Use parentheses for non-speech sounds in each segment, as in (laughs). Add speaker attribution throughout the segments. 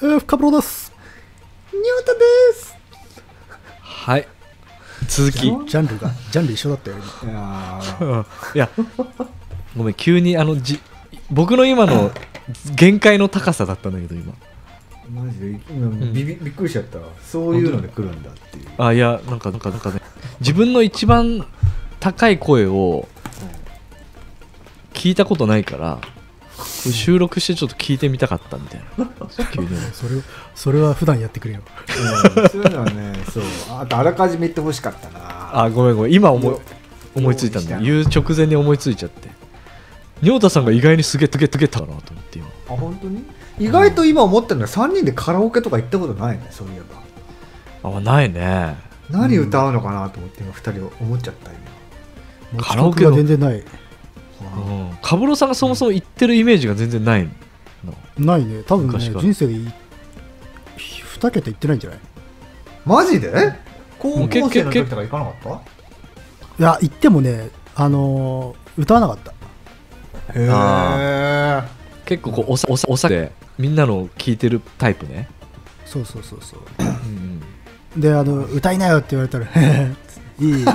Speaker 1: ー、深風呂です。にょうたです。
Speaker 2: はい続き
Speaker 1: ジ
Speaker 2: う
Speaker 1: ャンルが、ジャンル一緒だったよ、今。
Speaker 3: いやー
Speaker 2: ん (laughs) いやごめん急にあのじ僕の今の限界の高さだったんだけど今
Speaker 3: マジで今ビビびっくりしちゃったわそういうので来るんだっていう
Speaker 2: あいやなんかなんかなんかね自分の一番高い声を聞いたことないからこれ収録してちょっと聞いてみたかったみたいな急に
Speaker 1: それを、それは普段やってくれよ。
Speaker 3: うんそういうのはねそうあとあらかじめ言ってほしかったな
Speaker 2: あごめんごめん今思い
Speaker 3: よ
Speaker 2: 思いついたんだ
Speaker 3: 用
Speaker 2: 言う直前に思いついちゃって仁太さんが意外にすげえトゲトゲたなと思って今
Speaker 3: あ本当に意外と今思ってるのは3人でカラオケとか行ったことないねそういえば
Speaker 2: あないね
Speaker 3: 何歌うのかなと思って今2人を思っちゃった今
Speaker 2: カラオケ
Speaker 1: が
Speaker 2: の
Speaker 1: 全然ない。
Speaker 2: うんカブロさんがそもそも言ってるイメージが全然ないの
Speaker 1: ないね。多分ね、
Speaker 2: 昔から
Speaker 1: 人生でい二桁いってないんじゃない
Speaker 3: マジで高
Speaker 2: け
Speaker 3: 校生の
Speaker 2: け
Speaker 3: 時とか行かなかっ
Speaker 1: いや、行ってもね、あのー歌わなかった。
Speaker 3: たへえ
Speaker 2: 結構こうおさおさおさでみんなの聞いてるタイプね、
Speaker 1: そうそうそうそう。
Speaker 2: うん
Speaker 1: であの歌いなよって言われたら「へ
Speaker 2: (laughs)
Speaker 1: へいいよ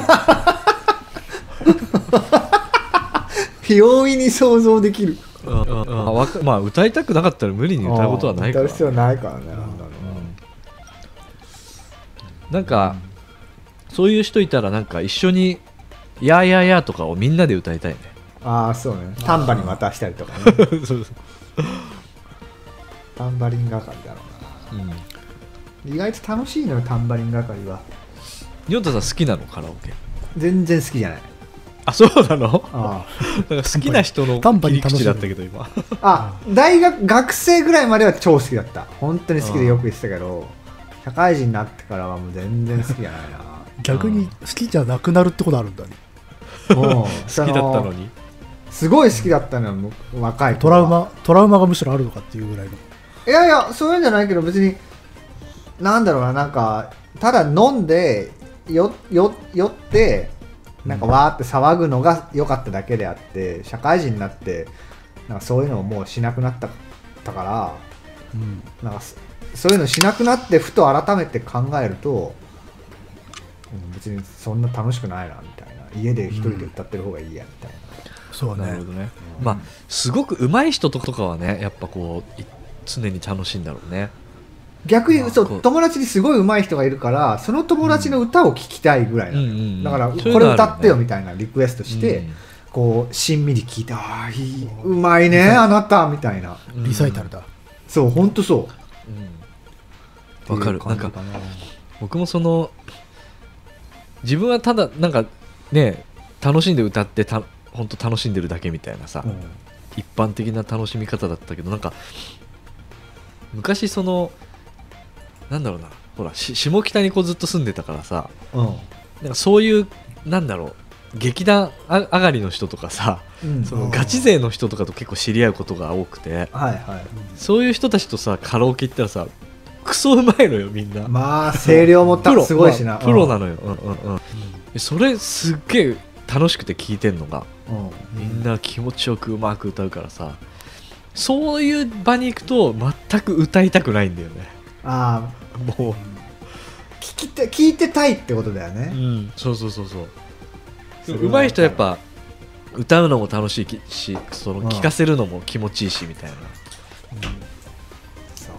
Speaker 3: 容易に想像できる
Speaker 2: うんあわかまあ歌いたくなかったら無理に歌うことはないか
Speaker 3: 歌う
Speaker 2: ら
Speaker 3: 必要ないからねなんだろう
Speaker 2: なんかそういう人いたらなんか一緒に「やーやーやー」とかをみんなで歌いたいね
Speaker 3: ああそうねタンバリン渡したりとかね
Speaker 2: (laughs) そうそう、
Speaker 3: タンバリン係だろ
Speaker 2: うん、
Speaker 3: うな意外と楽しいのよタンバリン係は
Speaker 2: ニョンタさん好きなのカラオケ
Speaker 3: 全然好きじゃない
Speaker 2: あそうなの
Speaker 3: あ
Speaker 2: なんか好きな人の
Speaker 1: タンバ
Speaker 2: 切
Speaker 1: リ
Speaker 2: り
Speaker 1: ン楽しん
Speaker 2: 口
Speaker 1: で
Speaker 2: だ
Speaker 1: る
Speaker 2: ったけど今
Speaker 3: ああ大学学生ぐらいまでは超好きだった本当に好きでよく行ってたけど社会人になってからはもう全然好きじゃない (laughs) な
Speaker 1: 逆に好きじゃなくなるってことあるんだね
Speaker 3: もう好
Speaker 2: 好きだったのに
Speaker 3: すごい好きだったのよもう若い
Speaker 1: ト
Speaker 3: 頃
Speaker 1: ラ
Speaker 3: は
Speaker 1: ウマトラウマがむしろあるのかっていうぐらいの
Speaker 3: いやいやそういうんじゃないけど別になんだろうななんかただ飲んでよよ酔ってなんかわーって騒ぐのが良かっただけであって社会人になってなんかそういうのをもうしなくなっただか
Speaker 1: うん
Speaker 3: らなんかそそういうのしなくなってふと改めて考えるとうん別にそんな楽しくないなみたいな家で一人で歌ってる方がいいやみたいな、
Speaker 1: そう
Speaker 2: なる
Speaker 1: ね
Speaker 2: ほどね、まあすごく上手い人とかはねやっぱこうい常に楽しいんだろうね
Speaker 3: 逆に
Speaker 2: まあ
Speaker 3: そ
Speaker 2: こう
Speaker 3: う友達にすごい上手い人がいるからその友達の歌を聴きたいぐらいなのよ
Speaker 2: うんうんうん
Speaker 3: だから
Speaker 2: そういうのあ
Speaker 3: これ
Speaker 2: るよね
Speaker 3: 歌ってよみたいなリクエストして、
Speaker 2: うん
Speaker 3: こうしんみり聴いて「ああいいうまいねあなた」みたいな
Speaker 2: うん
Speaker 1: リサイタルだ、
Speaker 3: そうほんとそうって
Speaker 2: わ、
Speaker 3: いう
Speaker 2: かるなん
Speaker 3: 感じ
Speaker 2: か僕もその自分はただなんかね楽しんで歌ってた本当楽しんでるだけみたいなさ、
Speaker 3: うん
Speaker 2: 一般的な楽しみ方だったけどなんか昔そのなんだろうなほらし下北にこうずっと住んでたからさ
Speaker 3: うん
Speaker 2: なんかそういうなんだろう劇団あ上がりの人とかさ
Speaker 3: うん
Speaker 2: そのガチ勢の人とかと結構知り合うことが多くて
Speaker 3: はいはい
Speaker 2: そういう人たちとさカラオケ行ったらさクソうまいのよみんな。
Speaker 3: まあ声量もた
Speaker 2: プロ
Speaker 3: すごいしな、
Speaker 2: まあプロ
Speaker 3: な
Speaker 2: なのよ、うんうんうん、それすっげえ楽しくて聞いてんのがみんな気持ちよくうまく歌うからさそういう場に行くと全く歌いたくないんだよね
Speaker 3: ああ
Speaker 2: も
Speaker 3: 聞きて聞いてたいってことだよ
Speaker 2: う、
Speaker 3: ね、
Speaker 2: ん、そうそうそうそう
Speaker 3: それは
Speaker 2: うまい人はやっぱ歌うのも楽しいしその
Speaker 3: うん
Speaker 2: 聴かせるのも気持ちいいしみたい
Speaker 3: そう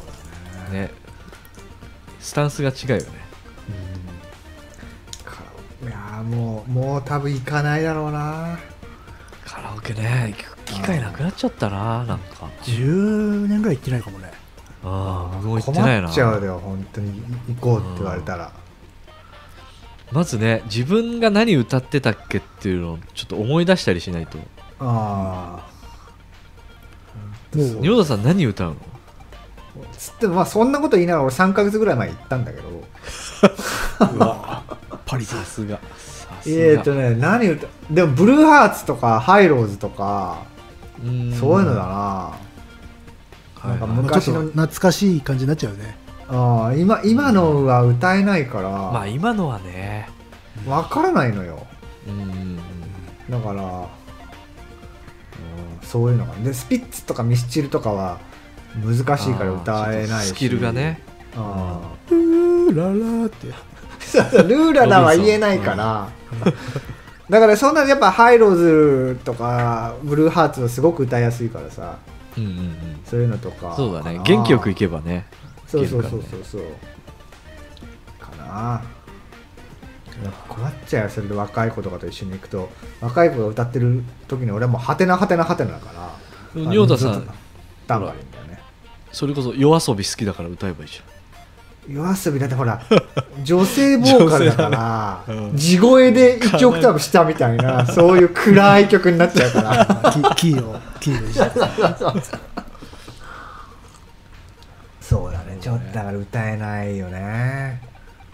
Speaker 3: だ
Speaker 2: な
Speaker 3: ね
Speaker 2: ねスタンスが違うよね
Speaker 3: カラオいやーもうもう多分行かないだろうな
Speaker 2: カラオケね行く機会なくなっちゃったななんか
Speaker 1: 10年ぐらい行ってないかもね
Speaker 2: ああ僕も行ってないな
Speaker 3: 困っちゃうよ本当に行こうって言われたら、
Speaker 2: まずね自分が何歌ってたっけっていうのをちょっと思い出したりしないと
Speaker 3: ああ
Speaker 1: もう
Speaker 2: 仁田さん何歌うの
Speaker 3: つってもまあそんなこと言いながら俺3か月ぐらい前行ったんだけど
Speaker 2: パリ (laughs) さすがさ
Speaker 3: え
Speaker 2: す
Speaker 3: ー、
Speaker 2: が
Speaker 3: とね何歌でもブルーハーツとかハイローズとか
Speaker 2: ーん
Speaker 3: そういうのだな、
Speaker 2: はい
Speaker 3: なんか
Speaker 1: まあ
Speaker 3: 昔
Speaker 1: ちょっ
Speaker 3: の
Speaker 1: と懐かしい感じになっちゃうよね
Speaker 3: あー今今のは歌えないから、
Speaker 2: まあ今のはね
Speaker 3: 分からないのよ
Speaker 2: うん
Speaker 3: だから、うん、そういうのがでスピッツとかミスチルとかは難しいから歌えないし
Speaker 2: スキルがね
Speaker 3: うん
Speaker 1: ルーララーって
Speaker 3: そうそう (laughs) ルーラだは言えないから、だからそんなやっぱハイローズとかブルーハーツはすごく歌いやすいからさ
Speaker 2: うんうんうん
Speaker 3: そういうのとか
Speaker 2: そうだね
Speaker 3: かな
Speaker 2: 元気よくいけばね
Speaker 3: そうそう
Speaker 2: いけ
Speaker 3: そ
Speaker 2: る
Speaker 3: う
Speaker 2: からね
Speaker 3: そうそうかな困っちゃうよそれで若い子とかと一緒に行くと若い子が歌ってる時に俺はもうハテナハテナハテナだから
Speaker 2: でも仁王太さん
Speaker 3: あのずっとタンバリンだよね
Speaker 2: それこそ夜遊び好きだから歌えばいいじ
Speaker 3: 夜遊びだってほら (laughs) 女性ボーカルだ
Speaker 2: 女性
Speaker 3: か
Speaker 2: だね
Speaker 3: ら
Speaker 2: うん
Speaker 3: 地声で1オクターブ下みたいなそういう暗い曲になっちゃう
Speaker 1: (laughs)
Speaker 3: から
Speaker 1: キキーをキーをいじって
Speaker 3: そうだねちょっとだから歌えないよね
Speaker 2: ゃん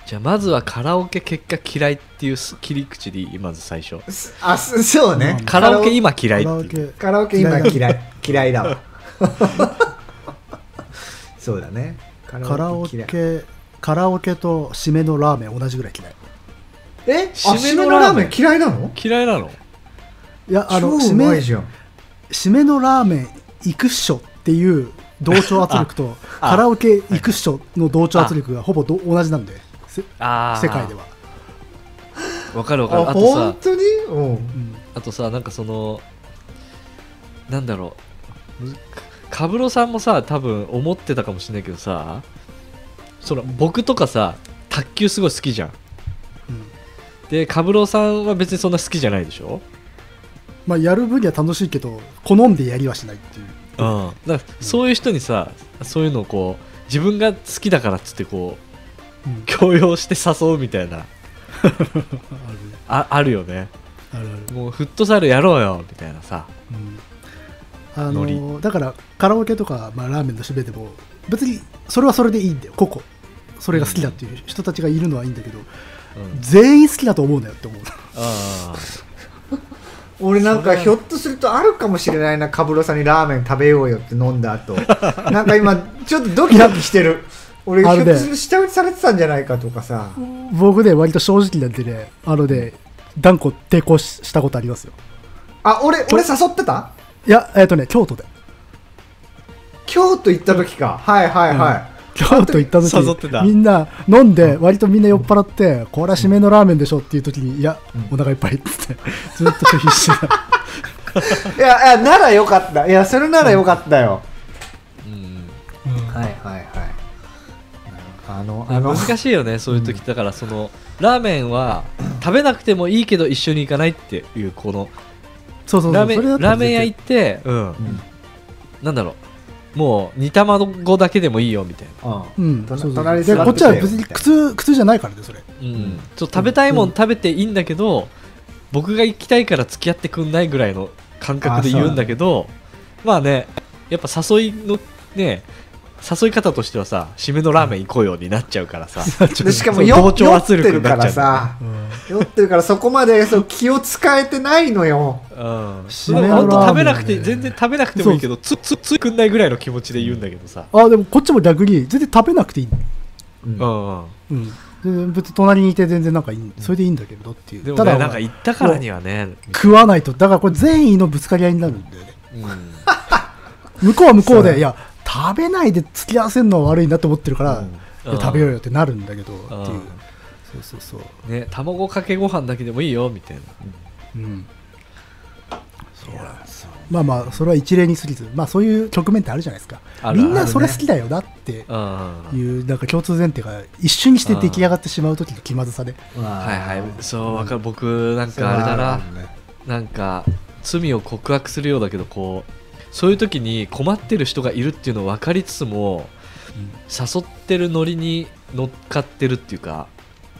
Speaker 2: じゃあまずはカラオケ結果嫌いっていうす切り口でいいまず最初
Speaker 3: すあすそうね
Speaker 1: うん
Speaker 2: カラオケ今嫌い
Speaker 1: カラオ
Speaker 2: っていう
Speaker 1: ケ
Speaker 3: カラオケ今嫌い嫌いだ (laughs) わそうだねカ
Speaker 1: カラオ
Speaker 3: 嫌い
Speaker 1: ケカラオケと締めのラーメン同じぐらい嫌い
Speaker 3: えあ
Speaker 2: 締
Speaker 3: 締
Speaker 2: め
Speaker 3: め
Speaker 2: の
Speaker 3: の
Speaker 2: ラ
Speaker 3: ラ
Speaker 2: ー
Speaker 3: ー
Speaker 2: メン
Speaker 3: メン嫌いなの
Speaker 2: 嫌いなの
Speaker 1: いやあの
Speaker 3: 超
Speaker 1: 締
Speaker 3: う
Speaker 1: め
Speaker 3: まいじゃん
Speaker 1: 締めのラーメン行くっしょっていう同調圧力と
Speaker 2: あ
Speaker 1: カラオケ行くっしょの同調圧力がほぼど同じなんでせ
Speaker 2: ああ
Speaker 1: 世界では、
Speaker 2: わかるわかる
Speaker 3: あ
Speaker 2: あとさ
Speaker 3: 本当にうん
Speaker 1: うん
Speaker 2: あとさなんかそのなんだろうむカブロさんもさ多分思ってたかもしれないけどさその僕とかさ卓球すごい好きじゃん
Speaker 1: うん
Speaker 2: でカブロさんは別にそんな好きじゃないでしょ
Speaker 1: まあ、やる分には楽しいけど好んでやりはしないっていう
Speaker 2: うん、だからそういう人にさ、そういうのをこう自分が好きだからっつってこう
Speaker 1: うん
Speaker 2: 強要して誘うみたいな
Speaker 1: ある
Speaker 2: ああるよね
Speaker 1: あるある、
Speaker 2: もうフットサルやろうよみたいなさ
Speaker 1: うんあ
Speaker 2: ノ
Speaker 1: の
Speaker 2: リ
Speaker 1: ーだからカラオケとか、まあ、ラーメンのしめでも別にそれはそれでいいんだよ個々それが好きだっていう人たちがいるのはいいんだけど、
Speaker 2: うん
Speaker 1: 全員好きだと思うなよって思う
Speaker 2: あ
Speaker 3: 俺なん
Speaker 2: そ
Speaker 3: か
Speaker 2: れ
Speaker 3: ひょっとするとあるかもしれないなカブロさんにラーメン食べようよって飲んだ
Speaker 2: (laughs)
Speaker 3: 後なんか今ちょっとドキドキしてる俺ひ
Speaker 1: あ
Speaker 3: ょ
Speaker 1: る
Speaker 3: っ
Speaker 1: ね
Speaker 3: とすると下打ちされてたんじゃないかとかさ
Speaker 1: 僕ね割と正直なんでねあのね断固抵抗ししたことありますよ
Speaker 3: あ俺俺誘ってた
Speaker 1: いやえっ、とね京都で
Speaker 3: 京都行った時かはいはいはい、
Speaker 1: 京都行った時
Speaker 2: 誘ってた
Speaker 1: みんな飲んで割とみんな酔っ払ってこれは締めのラーメンでしょっていう時にいやお腹いっぱいっつってずっと拒否してた
Speaker 3: いやいやならよかったいやそれならよかったよ、
Speaker 2: ーうん
Speaker 3: はいはいはいあのあの
Speaker 2: 難しいよねそういう時だからそのラーメンは食べなくてもいいけど一緒に行かないっていうこの
Speaker 1: そうそうそう
Speaker 2: ラーメ
Speaker 1: それだ
Speaker 2: ン
Speaker 1: ったら
Speaker 2: ラーメン屋行って、うん
Speaker 3: うん
Speaker 2: なんだろうもう煮卵だけでもいいよみたいな、
Speaker 1: う
Speaker 3: うん
Speaker 1: ん、
Speaker 3: とな
Speaker 1: そうそう
Speaker 3: 隣に座
Speaker 1: で
Speaker 3: って
Speaker 1: こっちは
Speaker 3: てよ
Speaker 1: 別に
Speaker 3: みたいな
Speaker 1: 苦痛苦痛じゃないからねそれ
Speaker 2: うん、ちょっと食べたいもん食べていいんだけど、僕が行きたいから付き合ってくんないぐらいの感覚で言うんだけどまあねやっぱ誘いのね誘い方としてはさ締めのラーメン行こうよになっちゃうからさ、
Speaker 3: でしかも
Speaker 2: そう
Speaker 3: 酔
Speaker 2: 同調
Speaker 3: 酔っ
Speaker 2: 圧
Speaker 3: て
Speaker 2: 力
Speaker 3: る
Speaker 2: にな
Speaker 3: か
Speaker 2: っちゃ
Speaker 3: ら
Speaker 2: う
Speaker 3: さ酔ってるからそこまでそう気を使えてないのよ
Speaker 2: うん、
Speaker 1: 締め
Speaker 2: だ
Speaker 1: の
Speaker 2: から本当
Speaker 1: ラ
Speaker 2: 食
Speaker 1: ーメ
Speaker 2: べ
Speaker 1: ンね
Speaker 2: なくて全然食べなくてもいいけどつつついくんないぐらいの気持ちで言うんだけどさ、
Speaker 1: あでもこっちも逆に全然食べなくていいの
Speaker 2: うんうん
Speaker 1: うんで別に隣にいて全然なんかいいそれでいいんだけどっていう
Speaker 2: でも
Speaker 1: た
Speaker 2: ね
Speaker 1: だ
Speaker 2: なんか行ったからにはね、
Speaker 1: 食わないとだからこれ善意のぶつかり合いになるんだよね
Speaker 2: うん
Speaker 1: 向こうは向こう
Speaker 3: そ
Speaker 1: で
Speaker 3: う
Speaker 1: いや食べないで付き合わせるのは悪いなと思ってるから、
Speaker 3: うん
Speaker 1: い
Speaker 2: うん
Speaker 1: や食べようよってなるんだけどっていううんそうそうそう
Speaker 2: ね、卵かけご飯だけでもいいよみたいな
Speaker 1: うんそうなんですよまあまあそれは一例に過ぎずまあそういう局面ってあるじゃないですか
Speaker 2: ある
Speaker 1: みん
Speaker 2: ある
Speaker 1: な
Speaker 2: ね
Speaker 1: それ好きだよなって
Speaker 2: うん
Speaker 1: いうなんか共通前提が一瞬にして出来上がってしまう時の気まずさで
Speaker 2: はいはいそうわかる僕なん
Speaker 3: それ
Speaker 2: か
Speaker 3: は
Speaker 2: あれだな
Speaker 3: るね
Speaker 2: なんか罪を告白するようだけどこうそういう時に困ってる人がいるっていうのを分かりつつも、誘ってるノリに乗っかってるっていうか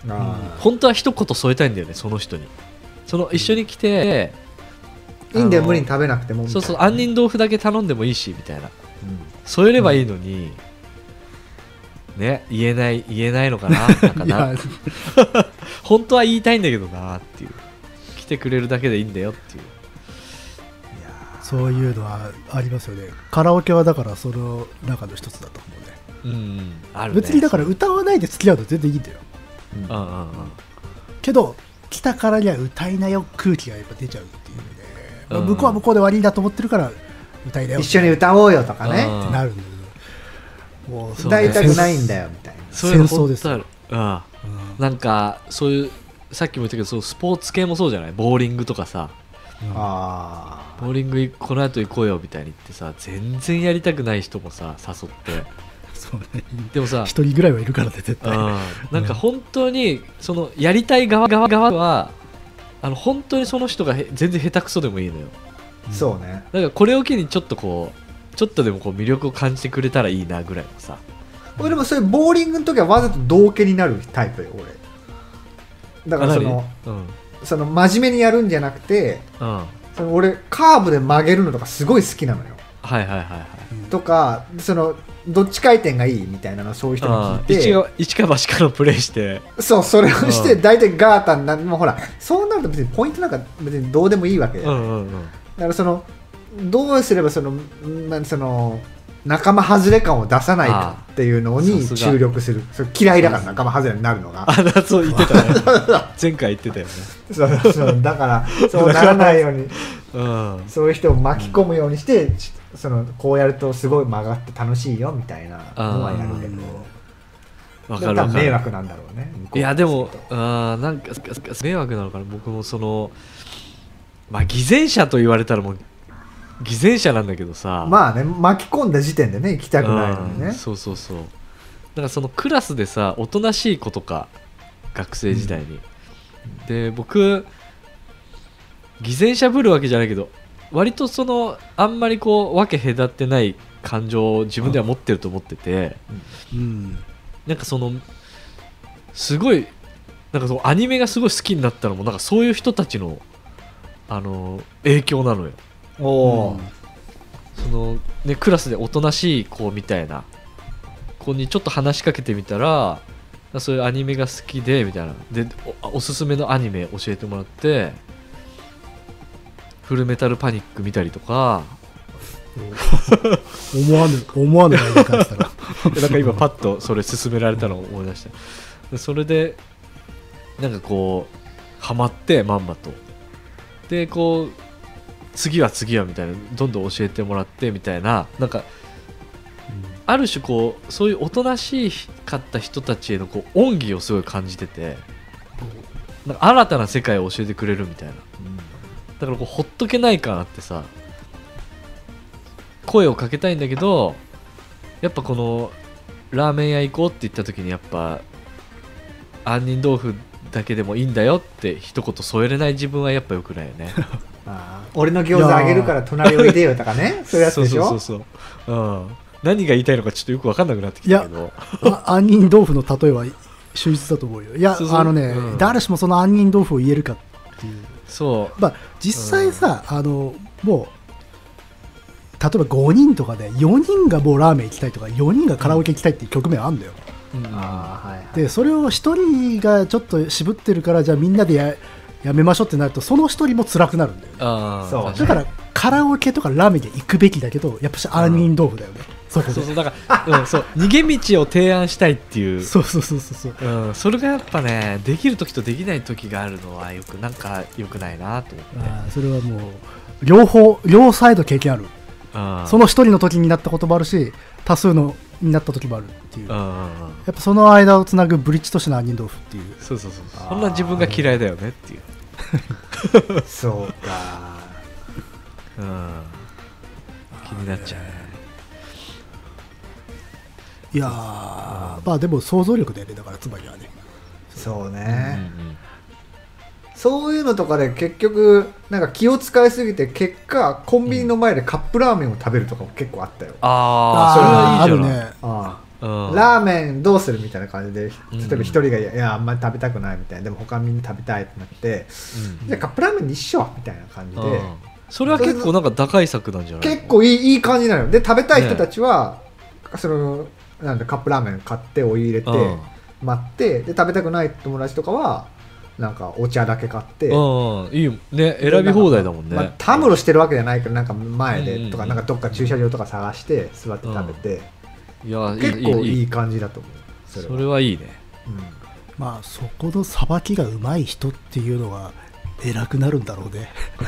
Speaker 3: あ
Speaker 2: 本当は一言添えたいんだよねその人にその一緒に来て、
Speaker 3: ーいいんだよ
Speaker 2: あの
Speaker 3: 無理に食べなくてもみた
Speaker 2: そ
Speaker 3: いうな
Speaker 2: そう杏仁豆腐だけ頼んでもいいしみたいな
Speaker 3: うん
Speaker 2: 添えればいいのに、ね言えない言え (laughs) ないのかななんか
Speaker 1: いや
Speaker 2: な本当は言いたいんだけどなっていう来てくれるだけでいいんだよっていう
Speaker 1: そういうのはありますよねカラオケはだからその中の一つだと思うね
Speaker 2: うんあるね
Speaker 1: 別にだから歌わないで付き合うと全然いいんだよ
Speaker 3: うん
Speaker 2: うんうんうん
Speaker 1: けど来たからには歌いなよ空気がやっぱ出ちゃうっていうね、まあ
Speaker 2: うん
Speaker 1: 向こうは向こうで悪いなと思ってるから歌いなよ
Speaker 3: 一緒に歌おうよとかね
Speaker 2: うん
Speaker 1: ってなるんだけどもう
Speaker 2: そう
Speaker 3: 歌いたくない
Speaker 1: うん
Speaker 3: んだよみたいな
Speaker 2: そういうの
Speaker 1: 戦争です
Speaker 2: 本当あるうんなんかそういうさっきも言ったけどそうスポーツ系もそうじゃないボーリングとかさ
Speaker 3: あ
Speaker 2: ボーリングこの後行こうよみたいに言ってさ全然やりたくない人もさ誘って
Speaker 1: そうね
Speaker 2: でもさ
Speaker 1: 一人ぐらいはいるからね絶対
Speaker 2: うんなんか本当にそのやりたい側側側はあの本当にその人がへ全然下手くそでもいいのよ
Speaker 3: あそうね
Speaker 2: だからこれを機にちょっとこうちょっとでもこう魅力を感じてくれたらいいなぐらいのさ
Speaker 3: 俺でもそういうボーリングの時はわざと道家になるタイプよ俺だからその
Speaker 2: うんうん
Speaker 3: その真面目にやるんじゃなくて
Speaker 2: はい
Speaker 3: その俺カーブで曲げるのとかすごい好きなのよ
Speaker 2: はいはいはい
Speaker 3: とかそのどっち回転がいいみたいなのをそういう人に聞
Speaker 2: あ
Speaker 3: い
Speaker 2: ー
Speaker 3: て
Speaker 2: 一応一か八かのプレイして
Speaker 3: そう、それをし
Speaker 2: う
Speaker 3: て、
Speaker 2: ん
Speaker 3: 大体ガータンなん、もうほら、そうなると別にポイントなんか別にどうでもいいわけだ
Speaker 2: う
Speaker 3: よ
Speaker 2: んうんうん
Speaker 3: だからその、どうすればその、なその、仲間外れ感を出さないかっていうのに
Speaker 2: さすが
Speaker 3: 注力する。それ嫌いだから仲間外れになるのが。
Speaker 2: あだそう言ってたね
Speaker 3: (laughs)
Speaker 2: 前回言ってたよね
Speaker 3: そうそうだから、そうならないように、
Speaker 2: うん
Speaker 3: そういう人を巻き込むようにして、ちその、こうやるとすごい曲がって楽しいよみたいなのはやるけど、
Speaker 2: わか
Speaker 3: だか
Speaker 2: るわ
Speaker 3: ら
Speaker 2: か
Speaker 3: 迷
Speaker 2: る
Speaker 3: 惑なんだろうね。向こう
Speaker 2: いやでも
Speaker 3: からすると
Speaker 2: あーなんか迷惑なのかな僕もそのまあ偽善者と言われたらもう偽善者なんだけどさあ
Speaker 3: まあね、巻き込んだ時点でね、行きたくないのにね。
Speaker 2: そうそうそうだからそのクラスでさおとなしい子とか学生時代に、で僕偽善者ぶるわけじゃないけど割とそのあんまりこう分け隔ってない感情を自分では持ってると思ってて、
Speaker 1: うん
Speaker 2: なんかそのすごいなんかそのアニメがすごい好きになったのもなんかそういう人たちのあの影響なのよ
Speaker 3: おー
Speaker 2: その、ね、クラスでおとなしい子みたいな子にちょっと話しかけてみたらそういうアニメが好きでみたいなでおおすすめのアニメ教えてもらって「フルメタルパニック」見たりとか
Speaker 1: 思わぬ思わぬ内容からしたら
Speaker 2: で (laughs) なんか今パッとそれ勧められたのを思い出したでそれでなんかこうハマってまんまとでこう次は次はみたいなどんどん教えてもらってみたいななんかある種こうそういうおとなしかった人たちへのこう恩義をすごい感じててなんか新たな世界を教えてくれるみたいなだからこうほっとけない感あってさ声をかけたいんだけどやっぱこのラーメン屋行こうって言った時にやっぱ杏仁豆腐だけでもいいんだよって一言添えれない自分はやっぱよくないよね
Speaker 3: ああ俺の餃子あげるから隣おいでよとかね (laughs) そういうやつでしょ
Speaker 2: そうそうそうそう、うん、何が言いたいのかちょっとよく分かんなくなってきたけど
Speaker 1: あ杏仁豆腐の例えは秀逸だと思うよいや
Speaker 2: そうそう
Speaker 1: あのね、
Speaker 2: うん
Speaker 1: 誰しもその杏仁豆腐を言えるかっていう
Speaker 2: そう
Speaker 1: まあ実際さ、あのもう例えば5人とかで4人がもうラーメン行きたいとか4人がカラオケ行きたいっていう局面あるんだよ
Speaker 2: うん
Speaker 3: ああはいはい
Speaker 1: でそれを1人がちょっと渋ってるからじゃあみんなでややめましょうってなるとその1人も辛くなるんだよね
Speaker 2: あー
Speaker 3: そう
Speaker 2: 確か
Speaker 1: だ
Speaker 2: に
Speaker 1: からカラオケとかラーメンで行くべきだけどやっぱし杏仁豆腐だよね、そこで
Speaker 2: そうそうだから、うん、そう逃げ道を提案したいっていう
Speaker 1: そうそうそうそうそう
Speaker 2: うん、それがやっぱねできる時とできない時があるのはよくなんかよくないなと思って
Speaker 1: あーそれはもう両方両サイド経験ある
Speaker 2: うん
Speaker 1: その一人の時になったこともあるし多数のになった時もあるっていう
Speaker 2: う
Speaker 1: や
Speaker 2: んうんうん
Speaker 1: っぱその間をつなぐブリッジとしての杏仁豆腐っていう
Speaker 2: そうそうそう
Speaker 3: あー
Speaker 2: そんな自分が嫌いだよねっていう、
Speaker 3: そうか
Speaker 2: うん、気になっちゃうね
Speaker 1: いやーまあでも想像力だよねだからつまりはね
Speaker 3: そう
Speaker 2: うん
Speaker 3: ね、
Speaker 2: うん
Speaker 3: そういうのとかで結局なんか気を使いすぎて結果コンビニの前でカップラーメンを食べるとかも結構あったよ、
Speaker 2: ああそれはいいじゃない、
Speaker 1: あるね
Speaker 3: ああ
Speaker 2: うん
Speaker 3: ラーメンどうするみたいな感じで
Speaker 2: うん
Speaker 3: 例えば一人が「いやいやあんまり食べたくない」みたいなでも他みんな食べたいってなって
Speaker 2: うん
Speaker 3: じゃあカップラーメンにしようみたいな感じで、
Speaker 2: うんそれは結構なんか打開策なんじゃないの
Speaker 3: 結構いいいい感じなのよで食べたい人たちは、そのなんだカップラーメン買ってお湯入れて
Speaker 2: うん
Speaker 3: 待ってで食べたくない友達とかはなんかお茶だけ買って、
Speaker 2: うんうんいいよね選び放題だもんね、
Speaker 3: まあ、たむろしてるわけじゃないけどなんか前でとか,、
Speaker 2: うん
Speaker 3: なんかどっか駐車場とか探して座って食べて、
Speaker 2: いやいい
Speaker 3: 結構
Speaker 2: いい
Speaker 3: い
Speaker 2: い
Speaker 3: い感じだと思うそれは
Speaker 2: それはいいね
Speaker 1: まあそこのさばきがうまい人っていうのは偉くなるんだろうね (laughs)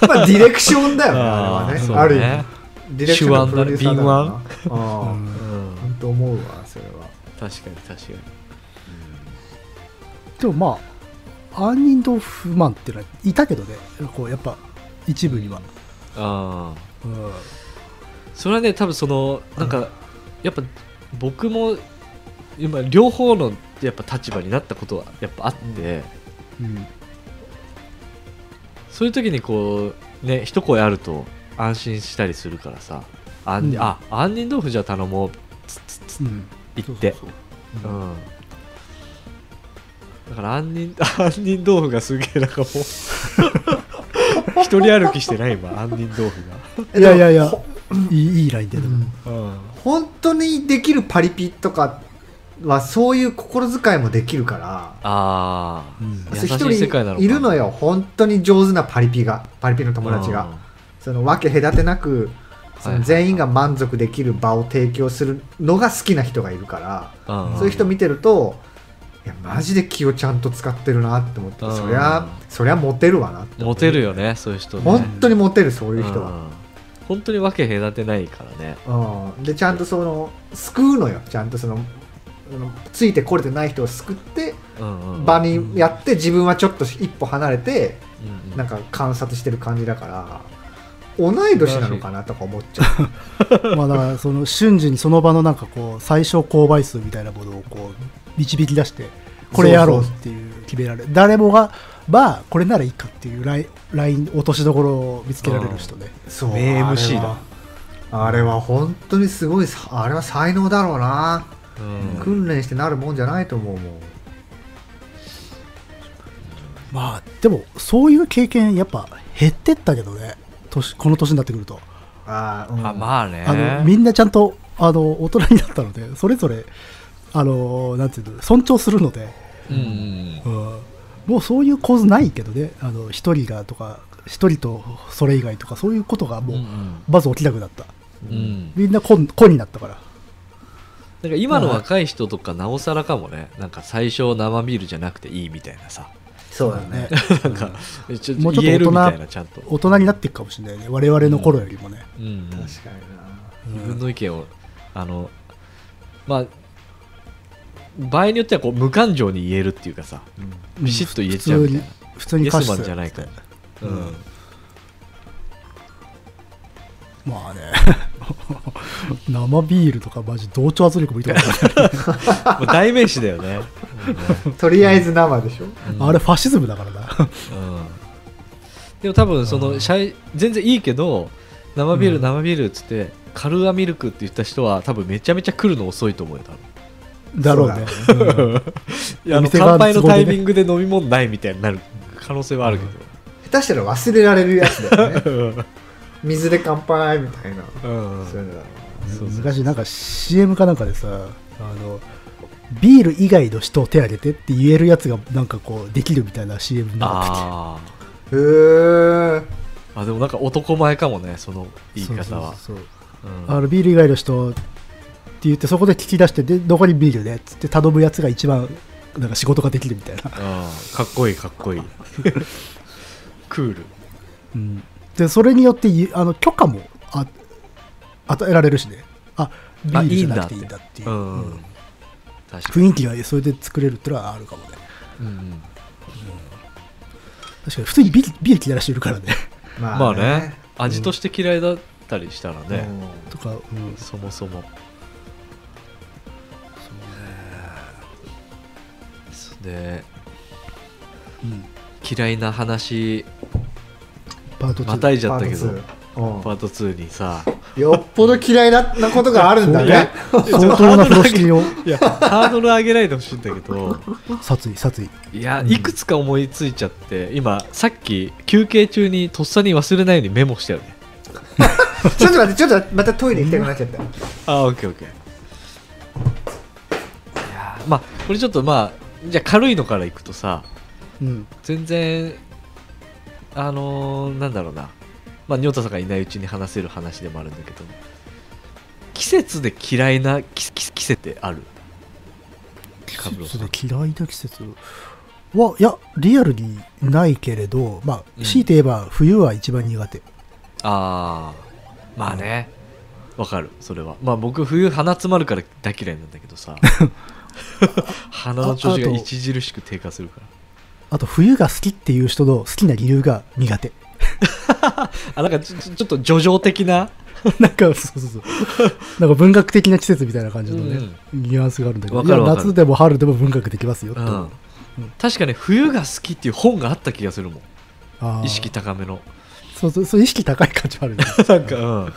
Speaker 3: うんまあディレクショ
Speaker 2: (laughs)
Speaker 3: ンだよねあれは
Speaker 2: ー
Speaker 3: ね
Speaker 2: そう
Speaker 3: ある意味ディレクションのプロデューサーだよな
Speaker 1: う
Speaker 3: あ
Speaker 1: ん
Speaker 3: ー
Speaker 2: うん
Speaker 3: 本と思うわそれは
Speaker 2: 確かに確かに
Speaker 1: でもまあ杏仁豆腐マンっていうのはいたけどねこうやっぱ一部には、
Speaker 2: ああ
Speaker 1: うん
Speaker 2: それはね多分そのなんか、やっぱ僕も今両方のやっぱ立場になったことはやっぱあって、
Speaker 1: うん
Speaker 2: そういう時にこうね一声あると安心したりするからさあ、ん
Speaker 1: うん
Speaker 2: あ杏仁豆腐じゃあ頼もうつつつ
Speaker 1: うん、
Speaker 2: 言って
Speaker 1: そうそう
Speaker 2: う
Speaker 1: そううん
Speaker 2: んだから杏仁 (laughs) 杏仁豆腐がすげえなんかもう一人歩きしてない今杏仁豆腐
Speaker 1: いやいやいや
Speaker 3: ほ
Speaker 1: (clears throat) いいいいラインででも、
Speaker 2: が、うん、
Speaker 3: 本当にできるパリピとかはそういう心遣いもできるから
Speaker 2: ああ
Speaker 1: うん
Speaker 2: 優し
Speaker 3: 一
Speaker 2: い世界なのか
Speaker 3: 人いるのよ本当に上手なパリピがパリピの友達がその分け隔てなくその全員が満足できる場を提供するのが好きな人がいるから
Speaker 2: うん
Speaker 3: そういう人見てるといやマジで気をちゃんと使ってるなって思って
Speaker 2: うん
Speaker 3: そりゃそりゃモテるわなって
Speaker 2: モテるよねそういう人ね
Speaker 3: 本当にモテるそういう人は、
Speaker 2: ん本当に分け隔てないからね
Speaker 3: うん、でちゃんとその救うのよちゃんとそのあのついてこれてない人を救って
Speaker 2: うんうんうん
Speaker 3: 場にやって自分はちょっと一歩離れて
Speaker 2: うんうん
Speaker 3: なんか観察してる感じだから同い年なのかなとか思っちゃう
Speaker 1: まあだからその瞬時にその場のなんかこう最小購買数みたいなものをこう導き出してこれやろうっていう決められ誰もがまあこれならいいかっていうラインライン落としどころを見つけられる人ね
Speaker 3: そう
Speaker 2: 名 MC だ
Speaker 3: だあれは本当にすごいさあれは才能だろうな、
Speaker 2: うん
Speaker 3: 訓練してなるもんじゃないと思うもん
Speaker 1: まあでもそういう経験やっぱ減ってったけどね年この年になってくると、
Speaker 3: あー、うん、
Speaker 2: あまあね
Speaker 1: あのみんなちゃんとあの大人になったのでそれぞれあのなんていうの尊重するので、
Speaker 2: うんうん
Speaker 1: うん、もうそういう構図ないけどねあの一人がとか一人とそれ以外とかそういうことが
Speaker 2: うん
Speaker 1: も
Speaker 2: う
Speaker 1: うんまず起きなくなった、
Speaker 2: うん
Speaker 1: みんな子子になったから
Speaker 2: なんか今の若い人とかなおさらかもねなんか最初生ビールじゃなくていいみたいなさ
Speaker 3: そうだね
Speaker 1: ね
Speaker 2: なんかちょ
Speaker 1: もうちょっと大人
Speaker 2: 言えるみたいなちゃんと、
Speaker 1: 大人になっていくかもしれないね我々の頃よりもね、
Speaker 2: うんうん、
Speaker 3: 確
Speaker 2: 自
Speaker 3: かにな
Speaker 2: 分の意見をあのまあ場合によってはこう無感情に言えるっていうかさ
Speaker 1: うん
Speaker 2: ビシッと言えちゃうみたいな
Speaker 1: 普通に
Speaker 2: イエ
Speaker 1: 普通に歌
Speaker 2: ス
Speaker 1: 詞す
Speaker 2: マ
Speaker 1: る
Speaker 2: ンじゃないからう
Speaker 1: うん
Speaker 2: ん
Speaker 1: まあね (laughs) 生ビールとかマジ同調圧力もいいと思う、
Speaker 2: もう代名詞だよね
Speaker 3: とりあえず生でしょ、
Speaker 2: うん
Speaker 1: あれファシズムだからな
Speaker 2: うんでも多分そのシャイ全然いいけど生ビール
Speaker 1: うん
Speaker 2: 生ビールっつって、カルアミルクって言った人は多分めちゃめちゃ来るの遅いと思うよ多分
Speaker 1: だろうね
Speaker 2: いやあの
Speaker 1: お店側
Speaker 2: 乾杯
Speaker 1: の
Speaker 2: の
Speaker 1: 都合
Speaker 2: タ
Speaker 1: でね
Speaker 2: イミングで飲み物ないみたいになる可能性はあるけ
Speaker 3: 下手したら忘れられるやつだよね
Speaker 2: ど、うん (laughs)
Speaker 3: 水で乾杯みたいなそういうのだろ
Speaker 2: そうそう
Speaker 1: 昔なんか CM かなんかでさあのビール以外の人を手挙げてって言えるやつがなんかこうできるみたいな CM なかったっけ
Speaker 2: あ
Speaker 3: うへえ
Speaker 2: ーあでもなんか男前かもねその言い方は
Speaker 1: そうそうそう
Speaker 2: うん
Speaker 1: あのビール以外の人って言ってそこで聞き出してでどこにビールねっつって頼むやつが一番なんか仕事ができるみたいな、
Speaker 2: うんかっこいいかっこいいクール
Speaker 1: うん、でそれによっていあの許可もあ与えられるしねあビ
Speaker 2: あ
Speaker 1: ールじゃなくていいんだっていう
Speaker 2: うん
Speaker 1: うん
Speaker 2: 確かに、
Speaker 1: 雰囲気がそれで作れるってのはあるかもね
Speaker 2: うんうん
Speaker 1: 確かに普通にビールビール嫌いな人いるからね
Speaker 2: まあね
Speaker 1: ん
Speaker 2: 味として嫌いだったりしたらね、
Speaker 1: とか、うん、
Speaker 2: そもそもそうね
Speaker 1: うん
Speaker 2: で嫌いな話
Speaker 1: パート2
Speaker 2: またい
Speaker 3: じ
Speaker 2: じゃったけど
Speaker 3: うん
Speaker 2: パート2に (laughs) さ
Speaker 3: よっぽど嫌いなことがあるんだ
Speaker 1: いや
Speaker 2: (laughs)
Speaker 3: ね。
Speaker 1: (laughs) 相当な風呂敷を
Speaker 2: いやハードル上げないでほしいんだけど
Speaker 1: 殺意殺意
Speaker 2: いやいくつか思いついちゃって今さっき休憩中にとっさに忘れないようにメモしたよね
Speaker 3: ちょっと待って、ちょっと待ってまたトイレ行きたくなっちゃった。
Speaker 2: あーオッケーオッケーいやーまあこれちょっとまあじゃあ軽いのからいくとさ
Speaker 1: うん
Speaker 2: 全然あのーなんだろうなまあ仁太さんがいないうちに話せる話でもあるんだけど季節で嫌いな季季季節ってある
Speaker 1: 季
Speaker 2: カブロ
Speaker 1: 節
Speaker 2: さん
Speaker 1: で嫌いな季節はいやリアルにないけれどま
Speaker 2: う
Speaker 1: あ
Speaker 2: ん
Speaker 1: 強いて言えば冬は一番苦手、
Speaker 2: ああまあね、わかるそれはまあ僕冬鼻詰まるから大嫌いなんだけど
Speaker 1: (laughs)
Speaker 2: さ鼻の調子が
Speaker 1: ああと
Speaker 2: 著しく低下するから
Speaker 1: あと冬が好きっていう人の好きな理由が苦手
Speaker 2: あなんかちょちょちょっと叙情的な
Speaker 1: (laughs) なんかそうそうそう (laughs) なんか文学的な季節みたいな感じのね、ニュアンスがあるんだけど
Speaker 2: わかる
Speaker 1: い
Speaker 2: わ
Speaker 1: や
Speaker 2: かる
Speaker 1: 夏でも春でも文学できますよって、
Speaker 2: う
Speaker 1: あ
Speaker 2: ん確かに冬が好きっていう本があった気がするも
Speaker 1: あ
Speaker 2: ん意識高め
Speaker 1: (laughs)
Speaker 2: の
Speaker 1: そうそうそう意識高い感じはあ
Speaker 2: (laughs)
Speaker 1: るね
Speaker 2: なんか、うん
Speaker 1: うん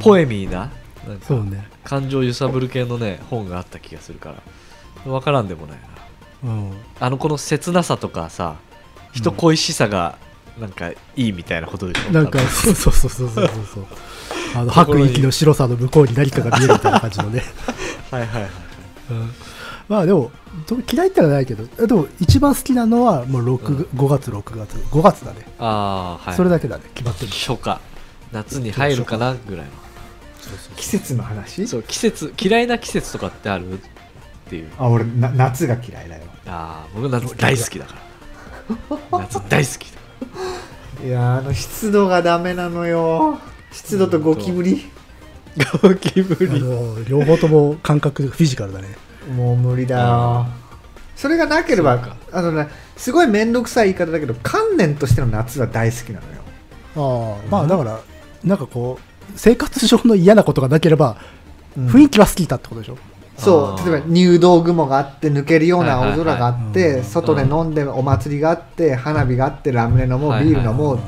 Speaker 2: ポエミーななんか
Speaker 1: そうね、
Speaker 2: 感情揺さぶる系のね本があった気がするからわからんでもないな
Speaker 1: うん、
Speaker 2: あのこの切なさとかさ人恋しさがなんかいいみたいなことでしょ、
Speaker 1: なんかそうそうそうそうそうそうそうあの吐く息の白さの向こうに何かが見えるみたいな感じ
Speaker 3: (laughs)
Speaker 1: のね
Speaker 2: はいはいはい
Speaker 1: まあでもと嫌いってのはないけどえでも一番好きなのはもう六
Speaker 2: うん
Speaker 1: 5月6月5月だね、
Speaker 2: ああはい
Speaker 1: それだけだね決まってる
Speaker 2: 初夏夏に入るかなぐらい
Speaker 3: 季節の話
Speaker 2: のそう季節嫌いな季節とかってあるっていう
Speaker 3: あ俺な夏が嫌いだよ
Speaker 2: ああ僕夏大好きだから
Speaker 1: (laughs)
Speaker 2: 夏大好きだ
Speaker 3: いやーあの湿度がダメなのよ湿度とゴキブリ
Speaker 2: ゴキブ
Speaker 1: あの両方とも感覚フィジカルだね
Speaker 3: もう無理だ
Speaker 2: あ
Speaker 3: よそれがなけれ
Speaker 2: そう
Speaker 3: ば
Speaker 2: か
Speaker 3: あのねすごい面倒くさい言い方だけど観念としての夏は大好きなのよ
Speaker 1: ああまあだからなんかこう生活上の嫌なことがなければ雰囲気は好きだってことでしょ、
Speaker 3: そ
Speaker 2: あ
Speaker 3: う
Speaker 2: ー
Speaker 3: 例えば入道雲があって抜けるような青空があっ
Speaker 1: はいはいは
Speaker 3: て
Speaker 1: い
Speaker 3: 外で飲んでお祭りがあって花火があってラムネ飲もう
Speaker 2: はいはい
Speaker 3: ビール飲もう
Speaker 1: あ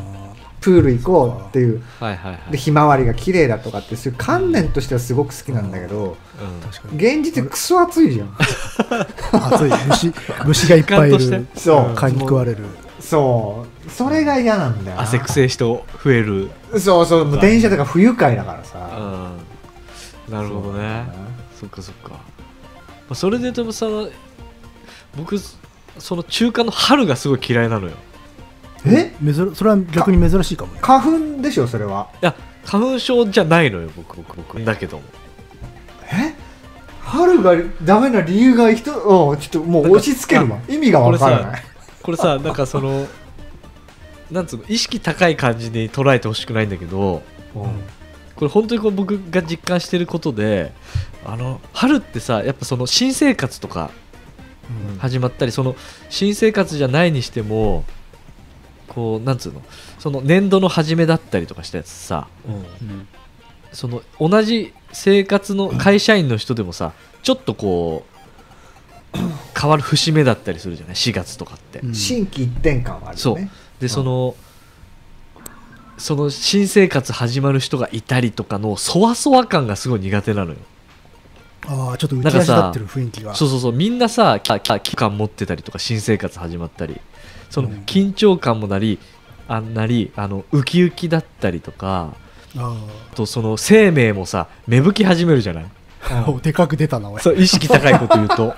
Speaker 3: プール行こうっていう
Speaker 2: はいはいはい
Speaker 3: でひまわりが綺麗だとかってそういう観念としてはすごく好きなんだけど
Speaker 2: うん
Speaker 1: あ確かに
Speaker 3: 現実クソ暑いじゃ
Speaker 2: (laughs)
Speaker 3: ん
Speaker 1: 暑い
Speaker 3: (laughs)
Speaker 1: 虫虫がいっぱいい
Speaker 2: 時間
Speaker 1: る
Speaker 2: と
Speaker 3: そう
Speaker 1: 蚊に食われる
Speaker 3: そうそれが嫌なんだよな
Speaker 2: 汗くせえ人増える
Speaker 3: そうそうもう電車とか不愉快だから
Speaker 2: うん
Speaker 3: さ
Speaker 2: なるほどねそっかそっか、まあ、それで言うとその僕その中間の春がすごい嫌いなのよ
Speaker 3: え
Speaker 1: 珍それは逆に珍しいかもね
Speaker 3: 花粉でしょそれはい
Speaker 2: や花粉症じゃないのよ僕僕僕だけども
Speaker 3: え春がダメな理由が人うんちょっともう押し付けるわ意味がわからない
Speaker 2: これ (laughs) さなんかそのなんつうの意識高い感じに捉えてほしくないんだけど
Speaker 3: うん
Speaker 2: これ本当にこう僕が実感してることであの春ってさやっぱその新生活とか始まったりその新生活じゃないにしてもこうなんつうのその年度の初めだったりとかしたやつさ
Speaker 1: うん
Speaker 2: その同じ生活の会社員の人でもさちょっとこう変わる節目だったりするじゃない4月とかって、
Speaker 1: うん
Speaker 3: 新規一点感はあるよね
Speaker 2: でその、その新生活始まる人がいたりとかのそわそわ感がすごい苦手なのよ
Speaker 1: ああちょっと浮き足立ってる雰囲気が
Speaker 2: そうそうそうみんなさきき期間持ってたりとか新生活始まったりその
Speaker 1: うん
Speaker 2: 緊張感もなりあんなりあのウキウキだったりとか
Speaker 1: あ
Speaker 2: あとその生命もさ芽吹き始めるじゃない
Speaker 1: あおでかく出たなおい
Speaker 2: そう意識高いこと言うと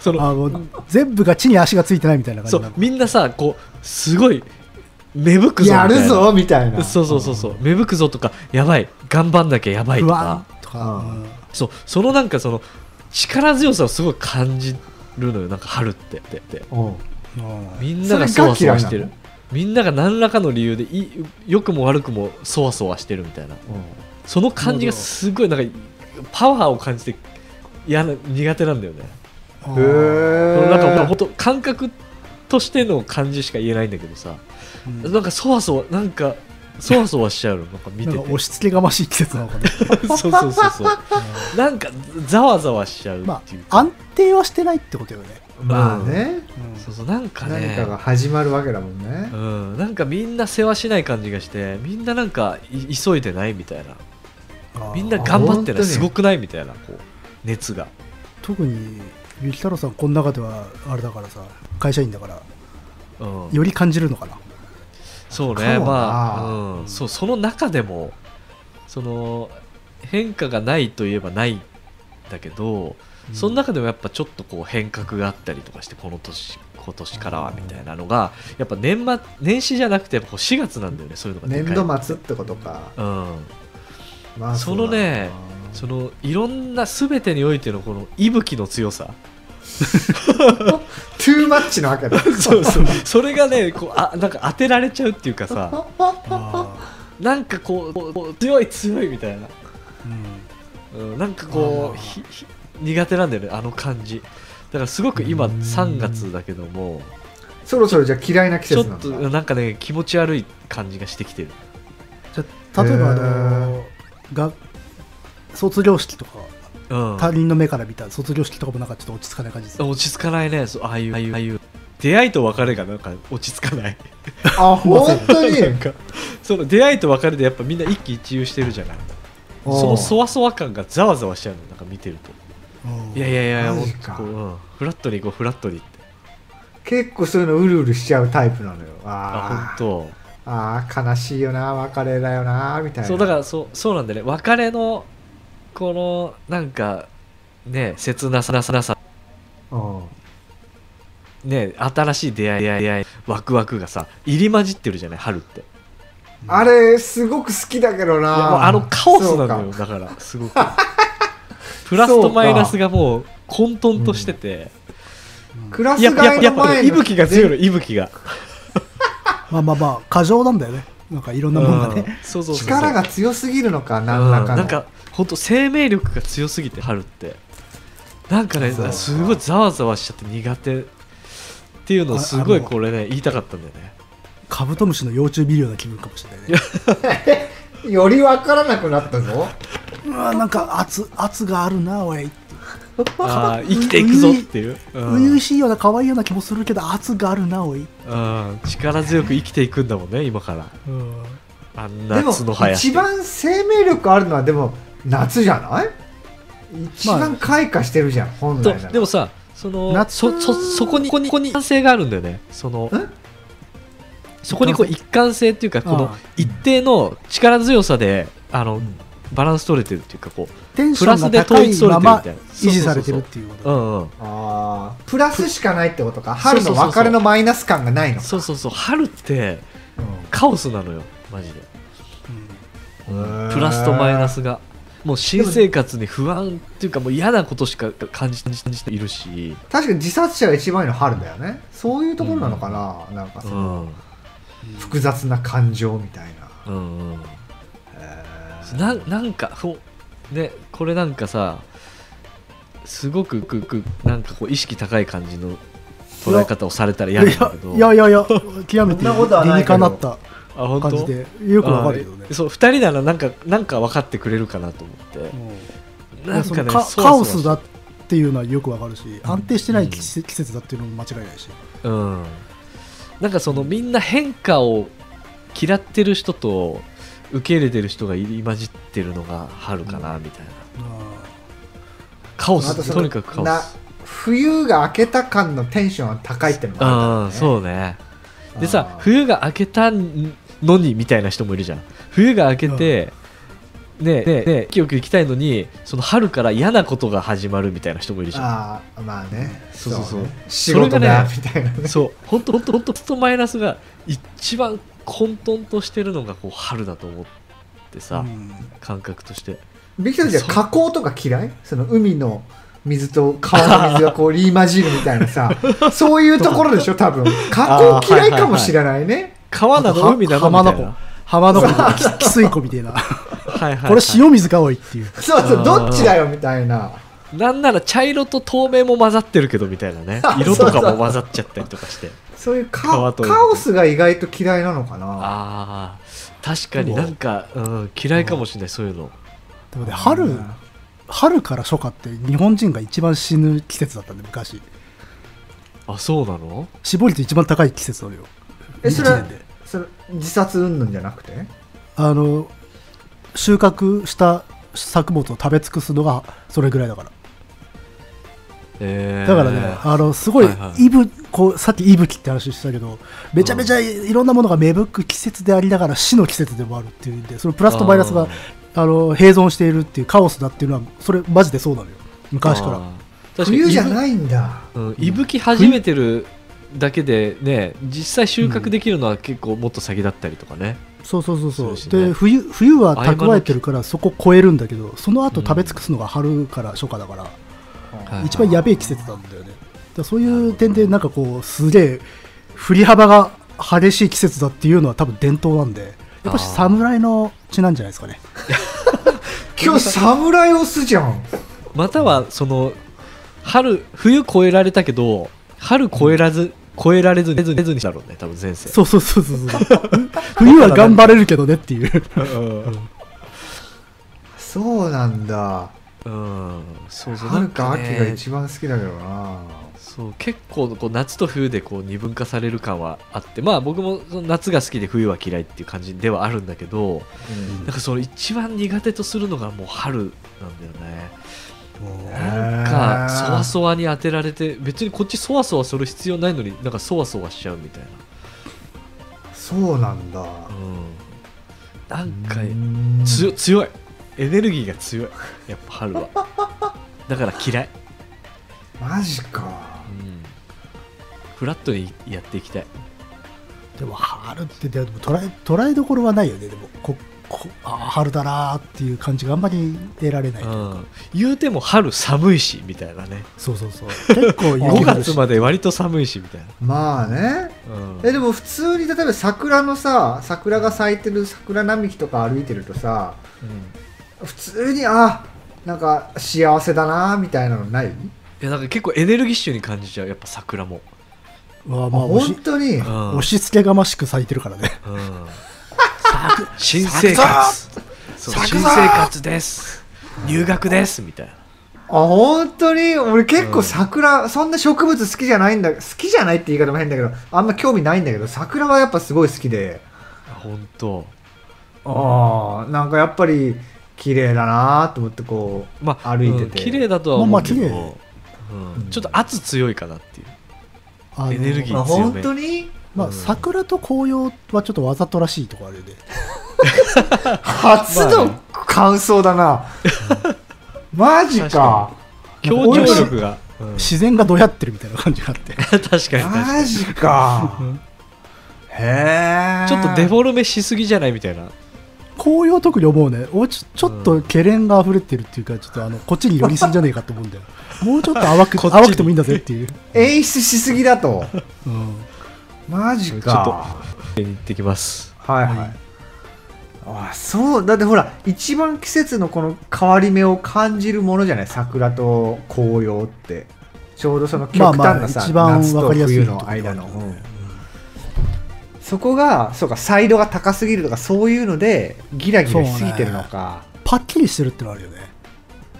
Speaker 2: その
Speaker 1: あもう全部が地に足がついてないみたいな感
Speaker 2: そ
Speaker 1: じな
Speaker 2: う
Speaker 1: の
Speaker 2: みんなさこうすごい芽吹くぞみた
Speaker 3: や
Speaker 2: いな
Speaker 3: るぞみたいな
Speaker 2: そうそうそうそう芽吹くぞとかやばい頑張んなきゃやばいと
Speaker 1: 不
Speaker 2: か
Speaker 1: 安とか
Speaker 3: うん
Speaker 1: うん
Speaker 2: そうそのなんかその力強さをすごい感じるのよなんか春ってってって
Speaker 3: うん
Speaker 2: みんながそわそわして
Speaker 3: それが嫌いな
Speaker 2: る
Speaker 3: の
Speaker 2: みんなが何らかの理由でい良くも悪くもそわそわしてるみたいなその感じがすごいなんかパワーを感じて嫌な苦手なんだよね
Speaker 1: あ
Speaker 3: へ
Speaker 1: ー
Speaker 3: え
Speaker 2: なんかもう本当感覚としての感じしか言えないんだけどさ
Speaker 1: うん
Speaker 2: なんかそわそわなんかそわそわしちゃうのなんか見
Speaker 1: な
Speaker 2: て
Speaker 1: ん
Speaker 2: て
Speaker 1: か押し付けがましい季節なのか
Speaker 2: (laughs)
Speaker 1: ね
Speaker 2: そうそうそうそうなんかざわざわしちゃう
Speaker 1: ま
Speaker 2: っていう
Speaker 1: あ安定はしてないってことよね
Speaker 3: まあね
Speaker 1: うん
Speaker 2: そうそうなんかね
Speaker 3: 何かが始まるわけだもんね
Speaker 2: うん、なんかみんなせわしない感じがしてみんななんかい急いでないみたいな
Speaker 1: あー
Speaker 2: みんな頑張って
Speaker 3: 本
Speaker 2: な
Speaker 3: 当
Speaker 2: い
Speaker 3: に
Speaker 2: すごくないみたいなこう熱が
Speaker 1: 特に雪太郎さんこの中ではあれだからさ会社員だから
Speaker 2: うん
Speaker 1: より感じるのかな
Speaker 2: そう
Speaker 3: か
Speaker 2: ね
Speaker 3: もな
Speaker 2: まあ、うん、そうその中でもその変化がないといえばないんだけど、その中でもやっぱちょっとこう変革があったりとかしてこの年今年からはみたいなのがやっぱ年末年始じゃなくてやっぱこう4月なんだよねそういうのがでか
Speaker 3: 年
Speaker 2: い
Speaker 3: 度末ってことか
Speaker 2: うん
Speaker 3: まあ
Speaker 2: そのねそ
Speaker 3: そ
Speaker 2: うのいろんな全てにおいてのこの息吹の強さ
Speaker 3: だなトゥーマッチなわけだ
Speaker 2: (laughs) そうそうそれがねこうあなんか当てられちゃうっていうかさ
Speaker 1: あ
Speaker 2: なんかこうこうこう強い強いみたいなうん、なんかこ
Speaker 1: あ
Speaker 2: う
Speaker 1: ー
Speaker 2: ひひ苦手なんだよねあの感じだからすごく今
Speaker 1: うん
Speaker 2: 3月だけども
Speaker 3: そろそろじゃあ嫌いな季
Speaker 2: ちょ
Speaker 3: 節な
Speaker 2: っ
Speaker 3: ん
Speaker 2: と
Speaker 3: だ
Speaker 2: なんかね気持ち悪い感じがしてきてる
Speaker 1: じゃ例えば、あ
Speaker 3: へー
Speaker 1: のが卒業式とか
Speaker 2: うん
Speaker 1: 他人の目から見た卒業式とかもなんかちょっと落ち着かない感じです、
Speaker 2: 落ち着かないねそうああいうああいうああいう出会いと別れがなんか落ち着かない
Speaker 3: あ本当に
Speaker 2: なんかその出会いと別れでやっぱみんな一喜一憂してるじゃないそのそわそわ感がざわざわしちゃうのなんか見てると
Speaker 1: うん
Speaker 2: いやいやいやも
Speaker 3: マ
Speaker 2: っ
Speaker 3: ジ
Speaker 2: と
Speaker 3: か
Speaker 2: こう、うん、フラットに行こうフラットにって
Speaker 3: 結構そういうのうるうるしちゃうタイプなのよ
Speaker 2: あ
Speaker 3: あー
Speaker 2: 本
Speaker 3: あー悲しいよな別れだよなみ
Speaker 2: 当。
Speaker 3: たいな
Speaker 2: そうだかららそうそうなんだよね別れのこのなんかね切なさなさなさね新しい出会い出会い出会いワクワクがさ入り混じってるじゃない春ってい
Speaker 3: あれすごく好きだけど
Speaker 2: やもう
Speaker 3: な
Speaker 2: あのカオスなの
Speaker 3: そう
Speaker 2: よだ
Speaker 3: か
Speaker 2: からす
Speaker 3: (laughs)
Speaker 2: ごくプラスとマイナスがもう混沌としてて、
Speaker 1: うん
Speaker 3: クラス
Speaker 2: いややっ
Speaker 3: 替え
Speaker 2: ぱや
Speaker 3: の
Speaker 2: っぱ
Speaker 3: 前
Speaker 2: 息
Speaker 3: の
Speaker 2: 吹が強いの息吹が
Speaker 1: まあまあまあ過剰なんだよねなんかいろんなものがね、
Speaker 2: うんそうそうそうそう
Speaker 3: 力が強すぎるのか
Speaker 2: うん
Speaker 3: 何らかの
Speaker 2: なんかほんと生命力が強すぎて春ってなんかね
Speaker 3: そう
Speaker 2: すごいざわざわしちゃって苦手っていうのをすごいこれね言いたかったんだよね
Speaker 1: カブトムシの幼虫見るような気分かもしれないね
Speaker 3: より分からなくなったぞ
Speaker 1: うわなんか圧圧があるなおい
Speaker 2: あー生きていくぞっていう、う
Speaker 1: 初々
Speaker 2: ん
Speaker 1: しいような可愛いような気もするけど圧があるなおい、
Speaker 2: うん力強く生きていくんだもんね今から
Speaker 1: うん
Speaker 2: あん
Speaker 3: で
Speaker 2: な
Speaker 3: も
Speaker 2: 角生やして
Speaker 3: 一番生命力あるのはでも夏じゃない一番開花してるじゃん、本来な
Speaker 2: と
Speaker 3: ら
Speaker 2: でもさその
Speaker 1: 夏
Speaker 2: そそそこにここにここに一貫性があるんだよねその
Speaker 3: ん
Speaker 2: そこにこう一貫性っていうかこの
Speaker 1: ああ
Speaker 2: 一定の力強さであの、
Speaker 3: ん
Speaker 2: バランス取れてるっていうかこう
Speaker 1: テンションが高いまま維持されてるっていうこと
Speaker 2: うんうん、
Speaker 3: あープラスしかないってことか
Speaker 2: そうそ
Speaker 3: 春
Speaker 2: うそうそ
Speaker 3: の
Speaker 2: う
Speaker 3: 別れのマイナス感がないの
Speaker 2: そうそうそう春って
Speaker 3: う
Speaker 2: カオスなのよマジで
Speaker 1: うん
Speaker 3: ん
Speaker 2: プラスとマイナスがもう新生活に不安っていうかもう嫌なことしか感じ感じ感じているし、
Speaker 3: 確かに自殺者が一番いいのは春だよねそういうところなのかな、なんか
Speaker 2: う
Speaker 3: その
Speaker 2: んうん
Speaker 3: 複雑な感情みたいな、
Speaker 2: うん、
Speaker 3: へー
Speaker 2: ななんかほねこれなんかさすごくくくなんかこう意識高い感じの捉え方をされたら嫌なんだけど
Speaker 1: いやいやいや極めて
Speaker 3: そんなことは
Speaker 1: 理
Speaker 3: な
Speaker 1: に
Speaker 3: いけど
Speaker 1: かなった
Speaker 2: あ本当
Speaker 1: 感じでよくわかるけどね
Speaker 2: あ。そう2人ならなんかなんか分かってくれるかなと思って、
Speaker 1: うん
Speaker 2: なんか
Speaker 1: い
Speaker 2: ね
Speaker 1: やそのカカオスだ
Speaker 2: だ
Speaker 1: っていうのはよくわかるし安定してない季節季節だっていうのも間違いないし、
Speaker 2: うん、なんかそのみんな変化を嫌ってる人と受け入れてる人が入り混じってるのが春かなみたいな、カオ
Speaker 3: あと
Speaker 2: ス
Speaker 3: その
Speaker 2: とにかくカオ
Speaker 3: な
Speaker 2: ス
Speaker 3: 冬が明けた感のテンションは高いってのが
Speaker 2: ああ
Speaker 3: あるんだろ
Speaker 2: そうね
Speaker 3: うね
Speaker 2: でさ
Speaker 3: あー
Speaker 2: 冬が明けたのにみたいな人もいるじゃん冬が明けて、ねえねえねえ清く行きたいのにその春から嫌なことが始まるみたいな人もいるじゃん
Speaker 3: ああまあね
Speaker 2: そうそうそう
Speaker 3: ね仕事
Speaker 2: それ
Speaker 3: だ
Speaker 2: がね
Speaker 3: みたいなね
Speaker 2: そう、本当本当本当とマイナスが一番混沌としてるのがこう春だと思ってさ、
Speaker 1: うん
Speaker 2: 感覚として。
Speaker 3: ビキタじゃ
Speaker 2: そう
Speaker 3: 河口とか嫌いその海の水と川の水がこう入り混じるみたい
Speaker 2: (laughs)
Speaker 3: なさそういうところでしょ多分河口嫌いかもしれないね
Speaker 2: 川なの
Speaker 1: は
Speaker 2: 海なのみ
Speaker 1: 浜
Speaker 2: た
Speaker 1: 名
Speaker 2: い
Speaker 1: 湖
Speaker 2: な。
Speaker 1: 浜名湖みたいなき汽水湖みた (laughs) いな
Speaker 2: はいはいはい
Speaker 1: これ塩水が多いっていう
Speaker 3: そうそう
Speaker 2: あー
Speaker 3: どっちだよみたいな
Speaker 2: なんなら茶色と透明も混ざってるけどみたいな
Speaker 1: (laughs)
Speaker 2: ね
Speaker 3: そうそう
Speaker 2: 色とかも混ざっちゃったりとかして
Speaker 3: そういうカ
Speaker 2: 川と海
Speaker 3: カオスが意外と嫌いなのかな
Speaker 2: ああ確かになんか、うん、嫌いかもしれないそういうの
Speaker 1: でもね春春から初夏って日本人が一番死ぬ季節だったんで昔
Speaker 2: あそうなの
Speaker 1: 死亡率一番高い季節なのよ
Speaker 3: えそれ
Speaker 1: 一年で
Speaker 3: その自殺云々じゃなくて
Speaker 1: あの収穫した作物を食べ尽くすのがそれぐらいだから
Speaker 2: えー、
Speaker 1: だからね、あのすごい、
Speaker 2: はいはい
Speaker 1: いぶこうさっき息吹って話したけどめちゃめちゃいいろんなものが芽吹く季節でありながら死の季節でもあるっていうんでそのプラスとマイナス
Speaker 2: あ
Speaker 1: が
Speaker 2: ー
Speaker 1: あの並存しているっていうカオスだっていうのはそれマジでそうなのよ昔から
Speaker 2: あ
Speaker 1: あ
Speaker 2: ー確かに
Speaker 3: 冬じゃないんだ
Speaker 2: うん、いぶき始めてるだけでね実際収穫できるのは結構もっと先だったりとかね、
Speaker 1: そうそうそうそう
Speaker 2: そうですね
Speaker 1: で冬冬は蓄えてるからそこ超えるんだけどその後食べ尽くすのが春から初夏だから、
Speaker 2: はい
Speaker 1: 一番やべえ季節なんだよねだからそういう点でなんかこうすげえ振り幅が激しい季節だっていうのは多分伝統なんでやっぱし
Speaker 2: あー (laughs)
Speaker 1: 侍の血なんじゃないですかね
Speaker 3: 今日侍押すじゃん
Speaker 2: またはその春冬越えられたけど春越えらず、越えられずに出ずにしたろうね多分前世
Speaker 1: そうそうそうそうそう冬は頑張れるけどねっ
Speaker 2: (laughs)
Speaker 1: ていう
Speaker 2: うん、
Speaker 3: そうなんだ
Speaker 2: うん、そうそう
Speaker 3: 春か秋が
Speaker 2: 番
Speaker 3: 一番好きだけどな
Speaker 2: そう結構こう夏と冬でこう二分化される感はあってまあ僕もその夏が好きで冬は嫌いっていう感じではあるんだけどなんかその一番苦手とするのがもう春なんだよねなんかそわそわに当てられて別にこっちそわそわする必要ないのになんかそわそわしちゃうみたい
Speaker 3: そうなんだ
Speaker 2: な、うん、なんか
Speaker 3: うん
Speaker 2: 強強いエネルギーが強いやっぱ春はだから嫌い、
Speaker 3: マジか
Speaker 2: うん、フラットにやっていきたい
Speaker 1: でも春ってでも捉え捉えどころはないよねでもここあー春だなーっていう感じがあんまり得られない、
Speaker 2: うん、言うても春寒いしみたいなね
Speaker 1: そうそうそう結構
Speaker 2: 5
Speaker 1: 雪降るし
Speaker 2: 月まで割と寒いしみたい
Speaker 3: まあね
Speaker 2: な、うん、
Speaker 3: えでも普通に例えば桜のさ桜が咲いてる桜並木とか歩いてるとさ
Speaker 2: うん
Speaker 3: 普通にあなんか幸せだなみたいなのない
Speaker 2: いやなんか結構エネルギッシュに感じちゃうやっぱ桜も、
Speaker 1: まあまあ押
Speaker 3: 本
Speaker 1: し
Speaker 3: 当に
Speaker 2: うん
Speaker 1: 押し付けがましく咲いてるからね
Speaker 2: うん新生活そう
Speaker 3: 咲く
Speaker 2: 新
Speaker 3: ぞ
Speaker 2: 生活です入学ですみたいな
Speaker 3: あ本当に俺結
Speaker 2: う
Speaker 3: 構
Speaker 2: ん
Speaker 3: 桜、そんな植物好きじゃないんだ好きじゃないって言い方も変だけどあんま興味ないんだけど桜はやっぱすごい好きで
Speaker 2: 本当
Speaker 3: ああなんかやっぱり綺麗だなと思ってこう
Speaker 2: まあ
Speaker 3: 歩いてて
Speaker 2: うん綺麗だとは思うけど、
Speaker 1: まあまあ
Speaker 2: う
Speaker 3: 麗
Speaker 2: んちょっと圧強いかなっていう
Speaker 1: あの
Speaker 2: エネルギー
Speaker 3: あ
Speaker 2: 強め
Speaker 3: 本当に
Speaker 1: ま
Speaker 2: う
Speaker 1: あ
Speaker 2: ん
Speaker 1: 桜と紅葉はちょっとわざとらしいとこあるよね
Speaker 3: 初の感想だな、マジ
Speaker 2: 確か
Speaker 3: か
Speaker 2: 協調力が、うん (laughs) 確
Speaker 1: 自然がどやってるみたいな感じがあっ
Speaker 3: (laughs)
Speaker 1: て
Speaker 2: かに確か
Speaker 3: マ
Speaker 2: に
Speaker 3: ジかへえ
Speaker 2: ちょっとデフォルメしすぎじゃないみたいな
Speaker 1: 紅葉特に思うねおちちょっとけれんが溢れてるっていうかちょっとあのこっちに寄りすぎじゃねえかと思うんだ
Speaker 3: (laughs)
Speaker 1: よもうちょっと淡く
Speaker 2: こっちに
Speaker 1: 淡くてもいいんだぜっていう、
Speaker 3: 演出しすぎだと
Speaker 1: うん、
Speaker 3: マジ
Speaker 2: ちょっと
Speaker 3: か
Speaker 2: 行ってきます
Speaker 3: はいはいあそうだってほら一番季節のこの変わり目を感じるものじゃない桜と紅葉ってちょうどその極端
Speaker 1: まあまあ
Speaker 3: なさ、
Speaker 1: 一番
Speaker 3: 夏
Speaker 1: わ
Speaker 3: と
Speaker 1: かりやすい
Speaker 3: 冬
Speaker 1: ところ
Speaker 3: の
Speaker 1: だ
Speaker 3: 間
Speaker 1: よね
Speaker 3: の、うんそこがそうかサイドが高すぎるとかそういうのでギラギラしすぎてるのか、
Speaker 1: パッキリしてるってのあるよね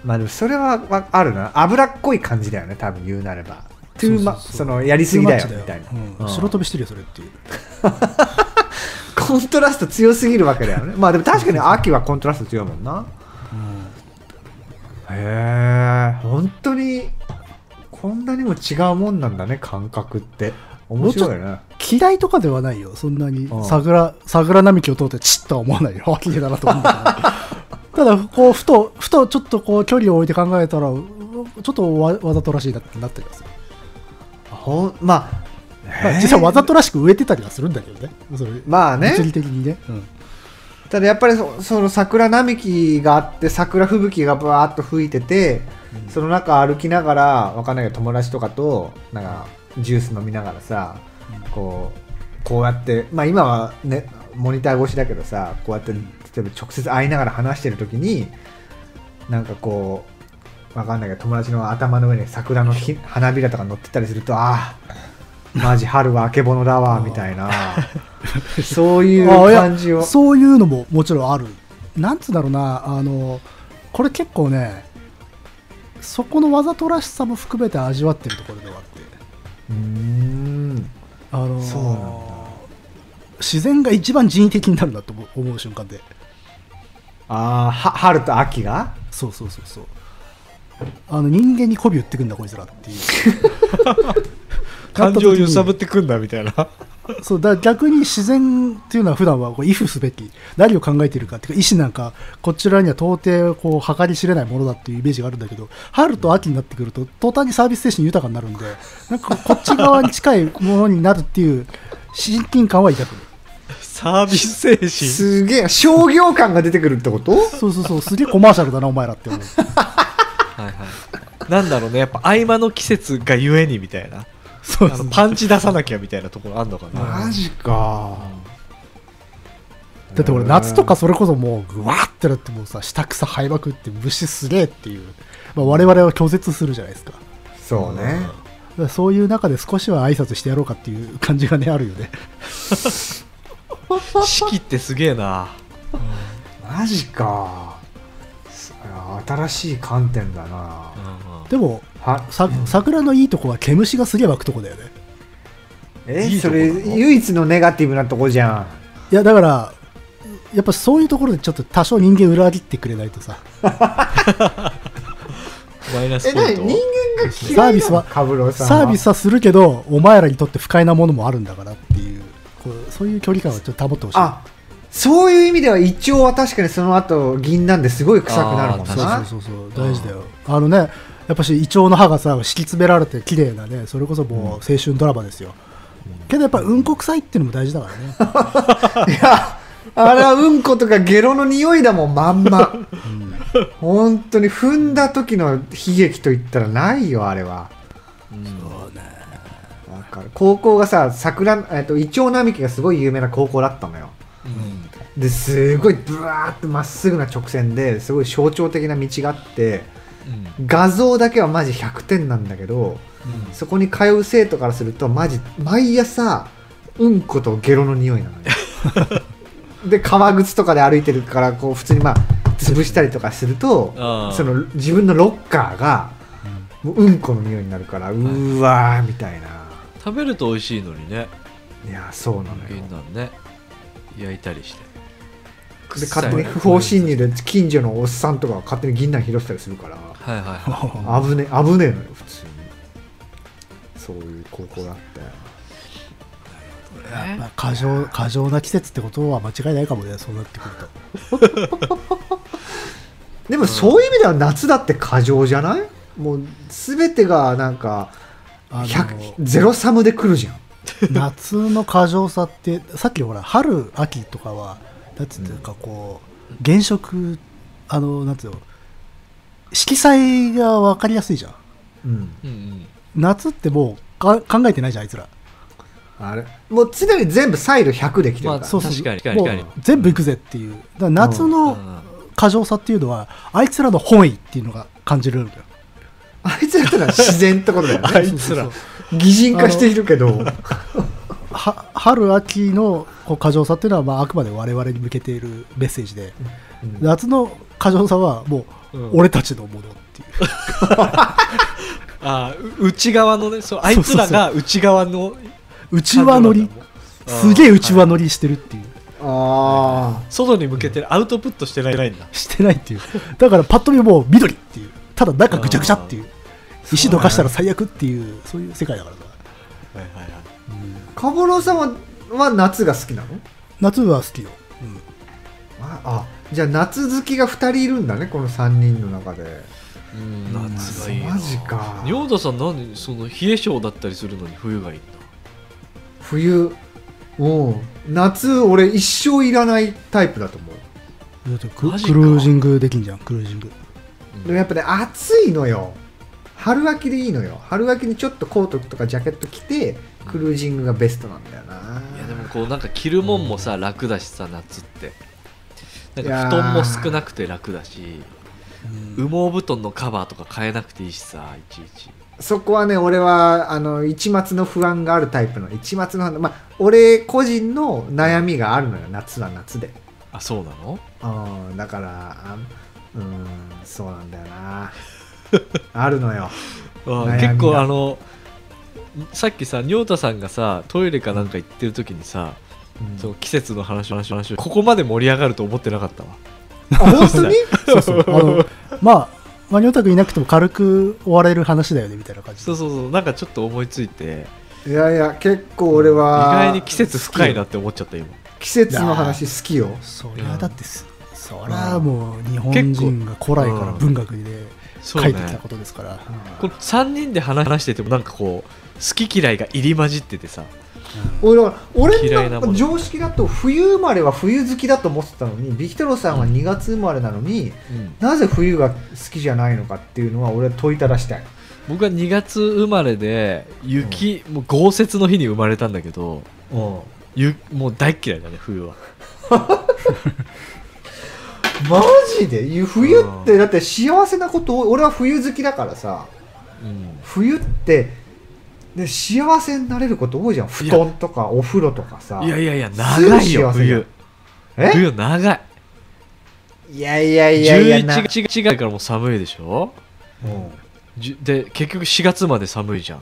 Speaker 3: まあでもそれはわあるな脂っこい感じだよね多分言うなればトゥーマ
Speaker 1: そうそうそう
Speaker 3: そのやりすぎだよみたいな、
Speaker 1: うん
Speaker 3: うん
Speaker 1: 白飛びしてるよそれっていう
Speaker 3: コントラスト強すぎるわけだよねまあでも確かに秋はコントラスト強いもんなへえ本当にこんなにも違うもんなんだね感覚って面白いね
Speaker 1: 嫌いとかではないよそんなに
Speaker 3: うん
Speaker 1: 桜桜並木を通ってチッとは思わないよ (laughs) あ綺麗だなと思うんだけど (laughs) ただこうふとふとちょっとこう距離を置いて考えたらうちょっとわわざとらしいなってなったりはする、
Speaker 3: ほんま
Speaker 1: まあ
Speaker 3: あ
Speaker 1: 実はわざとらしく植えてたりはするんだけどねそれ
Speaker 3: まあね
Speaker 1: 物理的にね、うん
Speaker 3: ただやっぱりそその桜並木があって桜吹雪がバーッと吹いてて、その中歩きながらわかんないけど友達とかとなんかジュース飲みながらさ、こうこうやってまあ今はねモニター越しだけどさこうやって例えば直接会いながら話してる時になんかこうわかんないけど友達の頭の上に桜のひ花びらとか乗ってたりするとああマジ春はあけぼのだわみた
Speaker 1: (laughs)
Speaker 3: いなそういう
Speaker 1: あいや
Speaker 3: 感じを。
Speaker 1: そういうのももちろんあるなんつうんだろうなあのこれ結構ねそこのわざとらしさも含めて味わってるところではあって
Speaker 3: うーん
Speaker 1: あのー
Speaker 3: そうなんだ
Speaker 1: 自然が一番人為的になるなと思う思う瞬間で
Speaker 3: ああ春と秋が
Speaker 1: そうそうそうそうあの人間に媚び売ってくんだこいつらっていう
Speaker 2: 感情を揺さぶ
Speaker 1: ぶ
Speaker 2: ってくんだみたいな
Speaker 1: そうだ逆に自然っていうのは普段はこう畏怖すべき何を考えてるかっていうか意思なんかこちらには到底こう計り知れないものだっていうイメージがあるんだけど春と秋になってくると途端にサービス精神豊かになるんでなんかこっち側に近いものになるっていう親近感は抱く
Speaker 2: サービス精神
Speaker 3: すげえ商業感が出てくるってこと
Speaker 1: そうそうそうすげえコマーシャルだなお前らって思う
Speaker 2: はいはいなんだろうねやっぱ合間の季節がゆえにみたいな
Speaker 1: そう
Speaker 2: あ
Speaker 1: そ
Speaker 2: の
Speaker 1: う
Speaker 2: パンチ出さなきゃみたいなところあんのかな
Speaker 3: マジか
Speaker 1: だって俺夏とかそれこそもうぐわーってなってもうさ下草生えまくって虫すげえっていう、まあ、我々は拒絶するじゃないですかだか
Speaker 3: そうね
Speaker 1: らそういう中で少しは挨拶してやろうかっていう感じがねあるよね
Speaker 2: 四季ってすげえな
Speaker 3: マジかすあ新しい観点だな
Speaker 1: でも
Speaker 3: は
Speaker 1: さ桜のいいとこは毛虫がすげえ湧くとこだよね
Speaker 3: え
Speaker 2: いいと
Speaker 3: そ
Speaker 2: こな
Speaker 3: れ
Speaker 2: の
Speaker 3: 唯一のネガティブなとこじゃん
Speaker 1: いやだからやっぱそういうところでちょっと多少人間裏切ってくれないとさ
Speaker 2: マイナス
Speaker 3: え
Speaker 2: ポイ
Speaker 3: 何
Speaker 2: ント
Speaker 3: 人間が
Speaker 1: サービスは
Speaker 3: カブロさんは
Speaker 1: サービスはするけどお前らにとって不快なものもあるんだからっていうこうそういう距離感はちょっと保ってほしい
Speaker 3: あそういう意味ではイチョウは確かにその後銀なんですごい臭くなるもん
Speaker 2: あ
Speaker 1: そうそ
Speaker 3: な
Speaker 1: うそうそう大事だよあのねやっぱしイチョウの葉がさ敷き詰められて綺麗なねそれこそもう青春ドラマですよ、けどやっぱうんこ臭いっていうのも大事だからね
Speaker 3: いやあれはうんことかゲロの匂いだもんまんま、本当に踏んだ時の悲劇といったらないよあれはわかる高校がさ桜、えっと、イチョウ並木がすごい有名な高校だったのよですごいブワーってまっすぐな直線ですごい象徴的な道があって画像だけはマジ100点なんだけど、そこに通う生徒からするとマジ毎朝うんことゲロの匂いなのよ (laughs) で革靴とかで歩いてるからこう普通にまあ潰したりとかすると
Speaker 2: あー
Speaker 3: その自分のロッカーがもううんこの匂いになるからうーわーみたいな
Speaker 2: 食べると美味しいのにね
Speaker 3: いやそうなのよ
Speaker 2: 銀杏ね焼いたりして
Speaker 3: で勝手に不法侵入で近所のおっさんとかが勝手に銀杏拾ってたりするから
Speaker 2: はいはいは
Speaker 1: (laughs)
Speaker 3: 危ね危ねえのよ普通にそういう高校だったよ
Speaker 1: まあ過剰過剰な季節ってことは間違いないかもねそうなってくると
Speaker 3: でもそういう意味では夏だって過剰じゃないもう全てがなんか
Speaker 1: あの
Speaker 3: 100ゼロサムで来るじゃん
Speaker 1: 夏の過剰さってさっきほら春秋とかはなんていうかこう、原色あのなんていうの色彩が分かりやすいじゃん
Speaker 3: うん
Speaker 2: いうん
Speaker 1: 夏ってもうか考えてないじゃんあいつら
Speaker 3: あれもう常に全部サイル100で来てるから、
Speaker 2: まあ
Speaker 1: そうそう
Speaker 2: 確かに確かに
Speaker 1: もう全部行くぜっていうだから夏
Speaker 2: うんう
Speaker 1: の
Speaker 2: ん
Speaker 1: 過剰さっていうのはあいつらの本意っていうのが感じるんだよ
Speaker 3: あいつらってのは自然ってことだよ
Speaker 2: あ
Speaker 3: ね
Speaker 2: いつら
Speaker 1: そうそう
Speaker 3: 擬人化しているけど
Speaker 1: (laughs) は春秋のこう過剰さっていうのは、まあ、あくまで我々に向けているメッセージで、
Speaker 3: うん
Speaker 1: 夏の過剰さはも
Speaker 2: う
Speaker 1: うん俺たちのもの
Speaker 2: (laughs)
Speaker 1: っていう、
Speaker 2: あーう内側のねそうあいつらが内側の
Speaker 1: 内輪乗り
Speaker 2: あー
Speaker 1: すげえ内輪乗りしてるっていう、
Speaker 3: (laughs) あ
Speaker 2: 外に向けてアウトプットしてないんだ
Speaker 1: してないっていうだからパッと見もう緑っていうただ中ぐちゃぐちゃっていう石どかしたら最悪っていうそういう世界だからさ
Speaker 2: はいはいはい
Speaker 3: あカボローさんはは夏が好きなの
Speaker 1: 夏は好きよ、うん
Speaker 3: ああじゃあ夏好きが2人いるんだねこの3人の中で
Speaker 2: うん夏がいいな
Speaker 3: マジか
Speaker 2: 仁王太さん何その冷え性だったりするのに冬がいいんだ
Speaker 3: 冬うん夏俺一生いらないタイプだと思う
Speaker 1: だってク
Speaker 2: マジ
Speaker 1: ク
Speaker 2: か
Speaker 1: ルージングできんじゃんクルージング
Speaker 3: でもやっぱね暑いのよ春秋でいいのよ春秋にちょっとコートとかジャケット着てクルージングがベストなんだよない
Speaker 2: やでもこうなんか着るもんもさ、楽だしさ夏ってなん
Speaker 3: いやー
Speaker 2: か布団も少なくて楽だし羽毛布団のカバーとか変えなくていいしさいちいち
Speaker 3: そこはね俺はあの一末の不安があるタイプの一末の不安まあ俺個人の悩みがあるのよ夏は夏で
Speaker 2: あそうなの
Speaker 3: うんだからあうんそうなんだよ
Speaker 2: (laughs)
Speaker 3: なあるのよ
Speaker 2: あ
Speaker 3: 悩みだ
Speaker 2: 結構あのさっきさ仁王太さんがさトイレかなんか行ってる時にさ、
Speaker 3: うん
Speaker 2: その季節の話話話ここまで盛り上がると思ってなかったわ
Speaker 3: あ本当に
Speaker 1: そうそうあ
Speaker 2: (laughs)
Speaker 1: のまあマニオタクいなくても軽く終われる話だよねみたいな感じ
Speaker 2: そうそうそうなんかちょっと思いついて
Speaker 3: いやいや結構俺は
Speaker 2: 意外に季節深いなって思っちゃった今
Speaker 3: 季節の話好きよ
Speaker 1: そりゃだってすそりゃもう日本人が古来から
Speaker 2: うん
Speaker 1: 文学で
Speaker 2: そ
Speaker 1: 書
Speaker 2: う
Speaker 1: いてきた
Speaker 2: ね
Speaker 1: ことですから、
Speaker 2: この3人で話話しててもなんかこう好き嫌いが入り混じっててさ
Speaker 3: 俺は
Speaker 2: 嫌
Speaker 3: 俺
Speaker 2: いなも
Speaker 3: の
Speaker 2: の
Speaker 3: 常識だと冬生まれは冬好きだと思ってたのにビキトロさんは2月生まれなのに、なぜ冬が好きじゃないのかっていうのは俺は問いただしたい
Speaker 2: 僕は2月生まれで雪、もう豪雪の日に生まれたんだけど
Speaker 3: うん
Speaker 2: ゆもう大っ嫌いだね冬は
Speaker 3: マジでいや冬ってだって幸せなことを俺は冬好きだからさ
Speaker 2: うん
Speaker 3: 冬ってで幸せになれること多いじゃん布団とかお風呂とかさ
Speaker 2: いやいやいや長いよ
Speaker 3: すぐ幸せじゃん
Speaker 2: 冬
Speaker 3: え
Speaker 2: 冬長い
Speaker 3: いやいやいやいや
Speaker 2: 11
Speaker 3: な
Speaker 2: 月違いからもう寒いでしょ
Speaker 3: うん
Speaker 2: じゅで結局4月まで寒いじゃん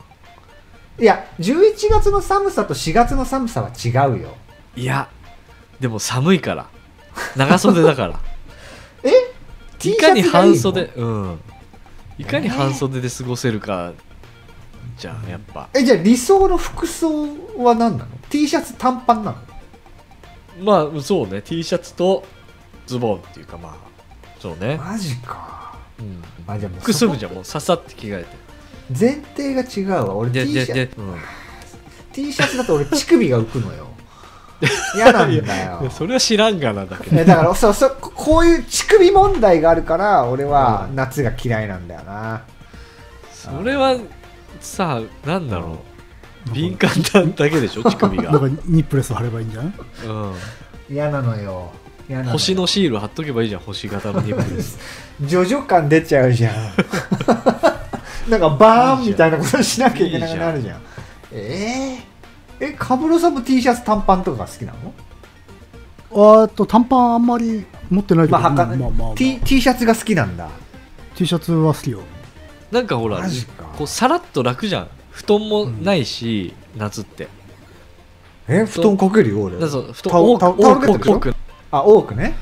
Speaker 3: いや11月の寒さと4月の寒さは違うよ
Speaker 2: いやでも寒いから長袖だ (laughs) から
Speaker 3: T
Speaker 2: い
Speaker 3: シ
Speaker 2: か
Speaker 3: ャ
Speaker 2: に
Speaker 3: ツがいいの
Speaker 2: 半袖うんいかに半袖で過ごせるかじゃんやっぱ
Speaker 3: えじゃあ理想の服装は何なの T シャツ短パンなの
Speaker 2: まあそうね T シャツとズボンっていうかまあそうね、
Speaker 3: マジか
Speaker 2: うん、
Speaker 3: あじゃあもう
Speaker 2: 服装
Speaker 3: そこ
Speaker 2: 部じゃんもうささって着替えて
Speaker 3: 前提が違うわ俺 T
Speaker 2: でで
Speaker 3: シャ
Speaker 2: で
Speaker 3: ツ、
Speaker 2: うん
Speaker 3: T シャツだと俺乳首が浮くの
Speaker 2: (laughs)
Speaker 3: よ嫌なんだよ
Speaker 2: いや、それは知らんがなだ (laughs) けど
Speaker 3: えだからそうそうここういう乳首問題があるから俺は
Speaker 2: うん
Speaker 3: 夏が嫌いなんだよな、
Speaker 2: それはさなんだろう敏感なだけでしょ乳首が、
Speaker 1: だからニップレスを貼ればいいんじゃ
Speaker 2: (laughs)
Speaker 1: ん
Speaker 2: う、
Speaker 3: 嫌なのよ嫌なんのよ
Speaker 2: 星のシール貼っとけばいいじゃん星型のニ (laughs) ップレス
Speaker 3: ジョジョ感出ちゃうじゃんなんかバーンみたいなことしなきゃいけなくなるじゃんえー、えカブロさんも T シャツ短パンとかが好きなの、
Speaker 1: あーっと短パンあんまり持ってないけど、
Speaker 3: まあ、はか
Speaker 1: うんまあまあまあ
Speaker 3: T, T シャツが好きなんだ
Speaker 1: T シャツは好きよ
Speaker 2: なんかほら
Speaker 3: マジか
Speaker 2: こうさらっと楽じゃん布団もないし、夏って
Speaker 3: え布団かけるよ俺
Speaker 2: だからそう布
Speaker 3: タ
Speaker 2: 団
Speaker 3: オ
Speaker 2: 多く
Speaker 3: タオタオルケット
Speaker 2: 多
Speaker 3: でしょ
Speaker 2: く多く
Speaker 3: あ多くね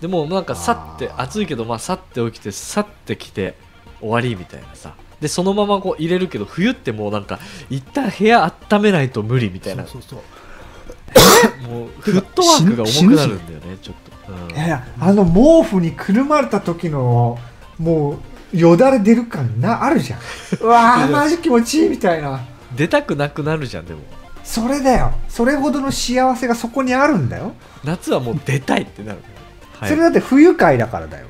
Speaker 2: でもなんかさって
Speaker 3: あー
Speaker 2: 暑いけどまあさって起きてさって来て終わりみたいなさでそのままこう入れるけど冬ってもうなんか一旦部屋温めないと無理みたいな
Speaker 1: そうそうそ
Speaker 2: (laughs)
Speaker 1: う
Speaker 2: もうフットワークが重くなるんだよねちょっと、うん
Speaker 3: いやいやあの毛布にくるまれた時のもうよだれ出る感なあるじゃんうわーマジ気持ちいいみたいな
Speaker 2: 出たくなくなるじゃんでも
Speaker 3: それだよそれほどの幸せがそこにあるんだよ、
Speaker 2: 夏はもう出たいってなる、はい、
Speaker 3: それだって不愉快だからだよ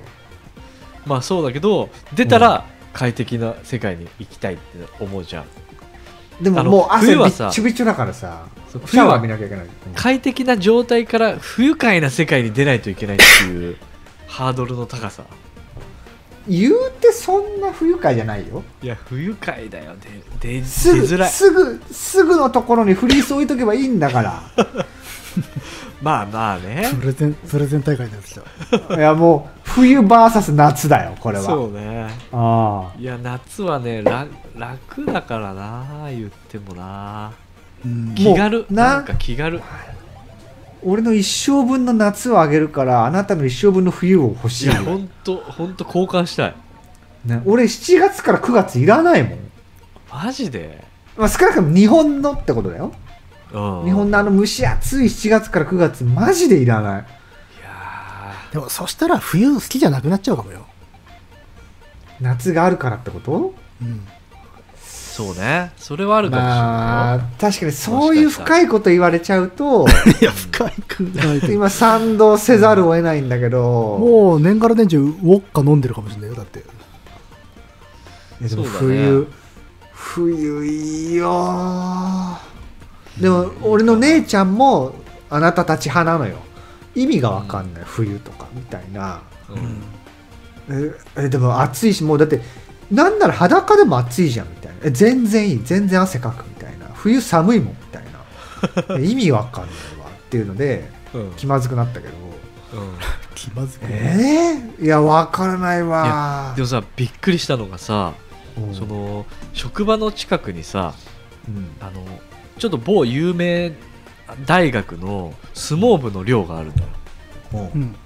Speaker 2: まあそうだけど出たら快適な世界に行きたいって思うじゃん
Speaker 3: でも
Speaker 2: あの
Speaker 3: もう汗
Speaker 2: 冬
Speaker 3: びっ
Speaker 2: はさ
Speaker 3: ちょびちょだからさ
Speaker 2: そう
Speaker 3: シャワー浴びなきゃいけない、うん
Speaker 2: 快適な状態から不愉快な世界に出ないといけないっていうハードルの高さ
Speaker 3: 言うてそんな不愉快じゃないよ
Speaker 2: (laughs) いや不愉快だよで出
Speaker 3: すぐ
Speaker 2: づらい
Speaker 3: すぐすぐのところにフリース置いとけばいいん
Speaker 2: (laughs)
Speaker 3: だから
Speaker 2: まあまあね
Speaker 1: プレゼンプレゼン大会のやつだ
Speaker 3: いやもう冬 VS 夏だよこれは
Speaker 2: そうね
Speaker 3: あ
Speaker 2: いや夏はねら楽だからな言ってもな
Speaker 1: うん
Speaker 2: 気軽
Speaker 3: な
Speaker 2: なんか気軽
Speaker 3: あ俺の一生分の夏をあげるからあなたの一生分の冬を欲し
Speaker 2: い
Speaker 3: いよ
Speaker 2: やほんとほんと交換したい
Speaker 3: ね俺7月から9月いらないもん、
Speaker 2: マジで、
Speaker 3: まあ、少なくとも日本のってことだよ
Speaker 2: うん、
Speaker 3: 日本のあの蒸し暑い7月から9月マジでいらない
Speaker 2: いや
Speaker 1: でもそしたら冬好きじゃなくなっちゃうかもよ、
Speaker 3: 夏があるからってこと
Speaker 1: うん、
Speaker 2: ーそうねそれはあるかもしれ
Speaker 3: ま
Speaker 2: な
Speaker 3: あ
Speaker 2: いよ、
Speaker 3: 確かにそういう深いこと言われちゃうと (laughs)
Speaker 1: いや深いくないけど
Speaker 3: 今賛同せざるを得ないんだけど
Speaker 1: もう年から年中ウォッカ飲んでるかもしれないよだって
Speaker 3: いやでも
Speaker 2: そうだね
Speaker 3: 冬、冬いいよでも俺の姉ちゃんもあなたたち派なのよ意味がわかんない、冬とかみたいな
Speaker 2: うん
Speaker 3: ええでも暑いしもうだってなんなら裸でも暑いじゃんみたいなえ全然いい全然汗かくみたいな冬寒いもんみたい
Speaker 2: (laughs)
Speaker 3: なえ意味わかんないわっていうので
Speaker 2: うんうん
Speaker 3: 気まずくなったけど
Speaker 1: 気まずくない
Speaker 3: えー、いやわからないわ
Speaker 2: でもさびっくりしたのがさ、
Speaker 3: うん
Speaker 2: その職場の近くにさ
Speaker 3: うん
Speaker 2: あのちょっと某有名大学の相撲部の寮があるのよ
Speaker 3: うん
Speaker 1: うん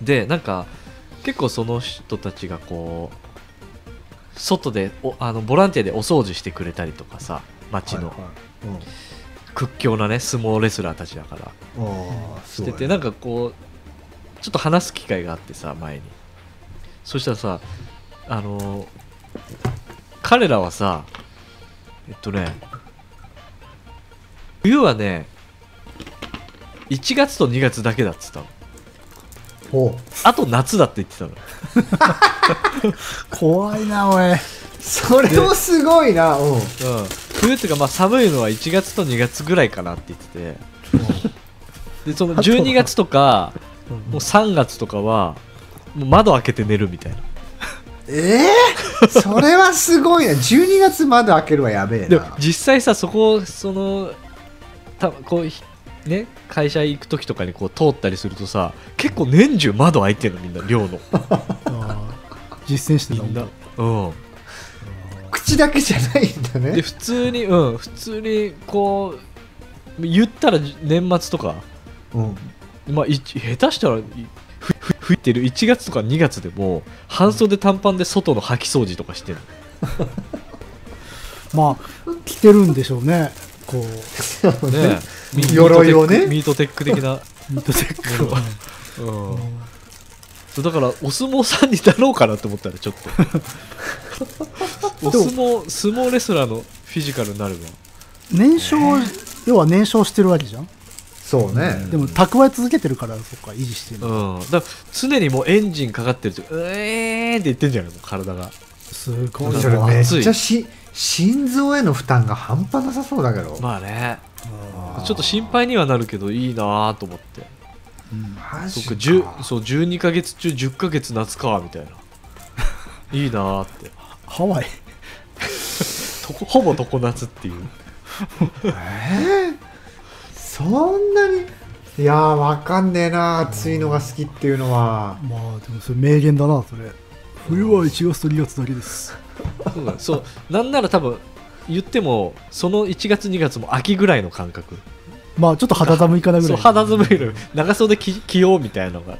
Speaker 2: でなんか結構その人たちがこう外でおあのボランティアでお掃除してくれたりとかさ町の
Speaker 3: はいはいうん
Speaker 2: 屈強なね相撲レスラーたちだからし
Speaker 3: して
Speaker 2: ててなんかこうちょっと話す機会があってさ前にそしたらさあのー彼らはさえっとね冬はね1月と2月だけだっつったの
Speaker 3: ほ
Speaker 2: あと夏だって言ってたの
Speaker 1: 怖いなおい、
Speaker 3: うそれもすごいなうん
Speaker 2: うん、冬っていうかまあ寒いのは1月と2月ぐらいかなって言っててでその
Speaker 1: あとは
Speaker 2: 12月とかもう3月とかはもう窓開けて寝るみたいな
Speaker 3: ええそれはすごいな12月窓開けるはやべえ
Speaker 2: でも
Speaker 3: な
Speaker 2: 実際さそこそのたこうひね会社行く時とかにこう通ったりするとさ結構年中窓開いてるのみんな寮の
Speaker 1: あー実践し
Speaker 2: (laughs)
Speaker 1: て
Speaker 2: み
Speaker 1: たもん
Speaker 2: ん
Speaker 1: だ
Speaker 2: なうん
Speaker 3: 口だけじゃないんだ
Speaker 2: で
Speaker 3: ね
Speaker 2: 普通にうん普通にこう言ったら年末とか
Speaker 3: うん
Speaker 2: まあいち下手したらいふふ吹いてる1月とか2月でも半袖短パンで外の掃き掃除とかしてる
Speaker 1: まあ着てるんでしょうねこう
Speaker 3: そうね
Speaker 2: ね (laughs) ミ
Speaker 3: 鎧をね
Speaker 2: ミートテッ (laughs) クミートテック的な
Speaker 1: ミッドテックを
Speaker 2: うんうんそうだからお相撲さんになろうかなと思ったらちょっ
Speaker 3: (laughs)
Speaker 2: とお相撲相撲レスラーのフィジカルになれば
Speaker 1: 燃焼要は燃焼してるわけじゃん
Speaker 3: そうね
Speaker 1: でも蓄え続けてるからそっか維持してる
Speaker 2: うんだから常にもうエンジンかかってるとうえーって言ってんじゃないの体が
Speaker 1: すごい
Speaker 3: それ
Speaker 1: わ
Speaker 3: めっ
Speaker 2: 暑
Speaker 3: ちゃ
Speaker 2: い
Speaker 3: し心臓への負担が半端なさそうだけど、
Speaker 2: まあね
Speaker 3: あー
Speaker 2: ちょっと心配にはなるけどいいなと思って
Speaker 1: うん
Speaker 3: マ
Speaker 2: そっ
Speaker 3: ジ
Speaker 2: か
Speaker 3: か
Speaker 2: 10そう12ヶ月中10ヶ月夏かみたい
Speaker 3: (laughs)
Speaker 2: ないいなって
Speaker 1: ハワイ
Speaker 2: とこほぼ常夏っていう
Speaker 3: えーそんなにいやーわかんねえな暑いのが好きっていうのは
Speaker 1: まあでもそれ名言だなそれ冬は1月と2月だけです
Speaker 2: そうだそうなんなら多分言ってもその1月2月も秋ぐらいの感覚
Speaker 1: まあちょっと肌寒いかなぐ
Speaker 2: そ
Speaker 1: ら
Speaker 2: う
Speaker 1: い
Speaker 2: 肌寒いの長袖着着ようみたいなのが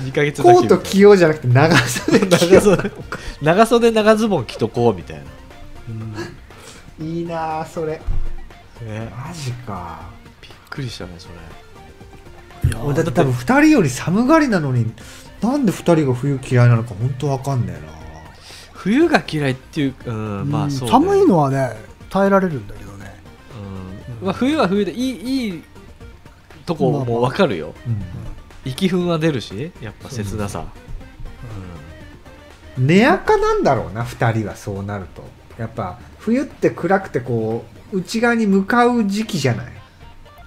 Speaker 2: 2ヶ月だけ
Speaker 3: コート着ようじゃなくて長袖
Speaker 2: みたい
Speaker 3: 着
Speaker 2: な
Speaker 3: よ
Speaker 2: 長袖長袖長ズボン着とこうみたいな、
Speaker 1: うん
Speaker 3: ういいなーそれ
Speaker 2: ね、
Speaker 3: マジか
Speaker 2: びっくりしたねそれ
Speaker 1: いや
Speaker 3: 俺だって多分2人より寒がりなのになんで2人が冬嫌いなのか本当わかんねえな
Speaker 2: 冬が嫌いっていうか、うん
Speaker 1: うん
Speaker 2: まあそうね、
Speaker 1: 寒いのはね耐えられるんだけどね
Speaker 2: うんまあ、冬は冬でいいいいとこも分かるよ息憤は出るしやっぱ切なさ
Speaker 3: 寝やかなんだろうな2人はそうなるとやっぱ冬って暗くてこう内側に向かう時期じゃない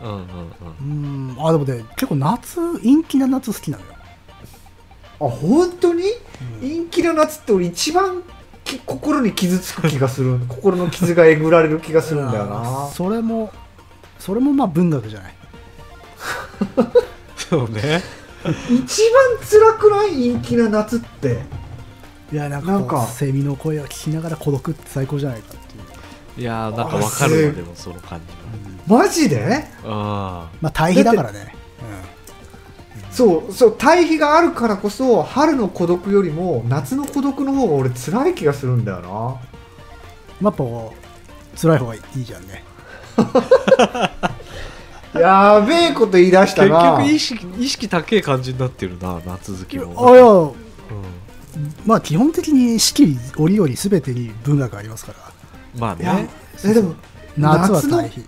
Speaker 2: うんうんうん
Speaker 1: うんあでもね結構夏陰気な夏好きなのよ
Speaker 3: あ本当に
Speaker 1: うん
Speaker 3: 陰気の夏って俺一番き心に傷つく気がする (laughs) 心の傷がえぐられる気がするんだよな
Speaker 1: それもそれもまあ文学じゃない
Speaker 2: そうね
Speaker 3: 一番辛くない陰気な夏って
Speaker 1: いやなんか
Speaker 3: なんか
Speaker 1: こうセミの声を聞きながら孤独って最高じゃないかっていう、
Speaker 2: いやーなんか分かるわ
Speaker 3: あ
Speaker 2: でもその感じ
Speaker 3: マジで
Speaker 2: はあ
Speaker 1: まあ対比だからね
Speaker 3: そうそう対比があるからこそ春の孤独よりも夏の孤独の方が俺辛い気がするんだよな
Speaker 1: うん、まあやっぱこう辛い方がいいじゃんね
Speaker 3: やべえこと言い出した
Speaker 2: 結
Speaker 3: な
Speaker 2: 局意識意識高い感じになってるな夏好きも
Speaker 1: あいや
Speaker 2: う
Speaker 1: まあ基本的に四季折々全てに文学ありますから
Speaker 2: んまあ
Speaker 3: いや
Speaker 2: ね
Speaker 3: えでも
Speaker 1: 夏は
Speaker 3: 夏の
Speaker 1: 対比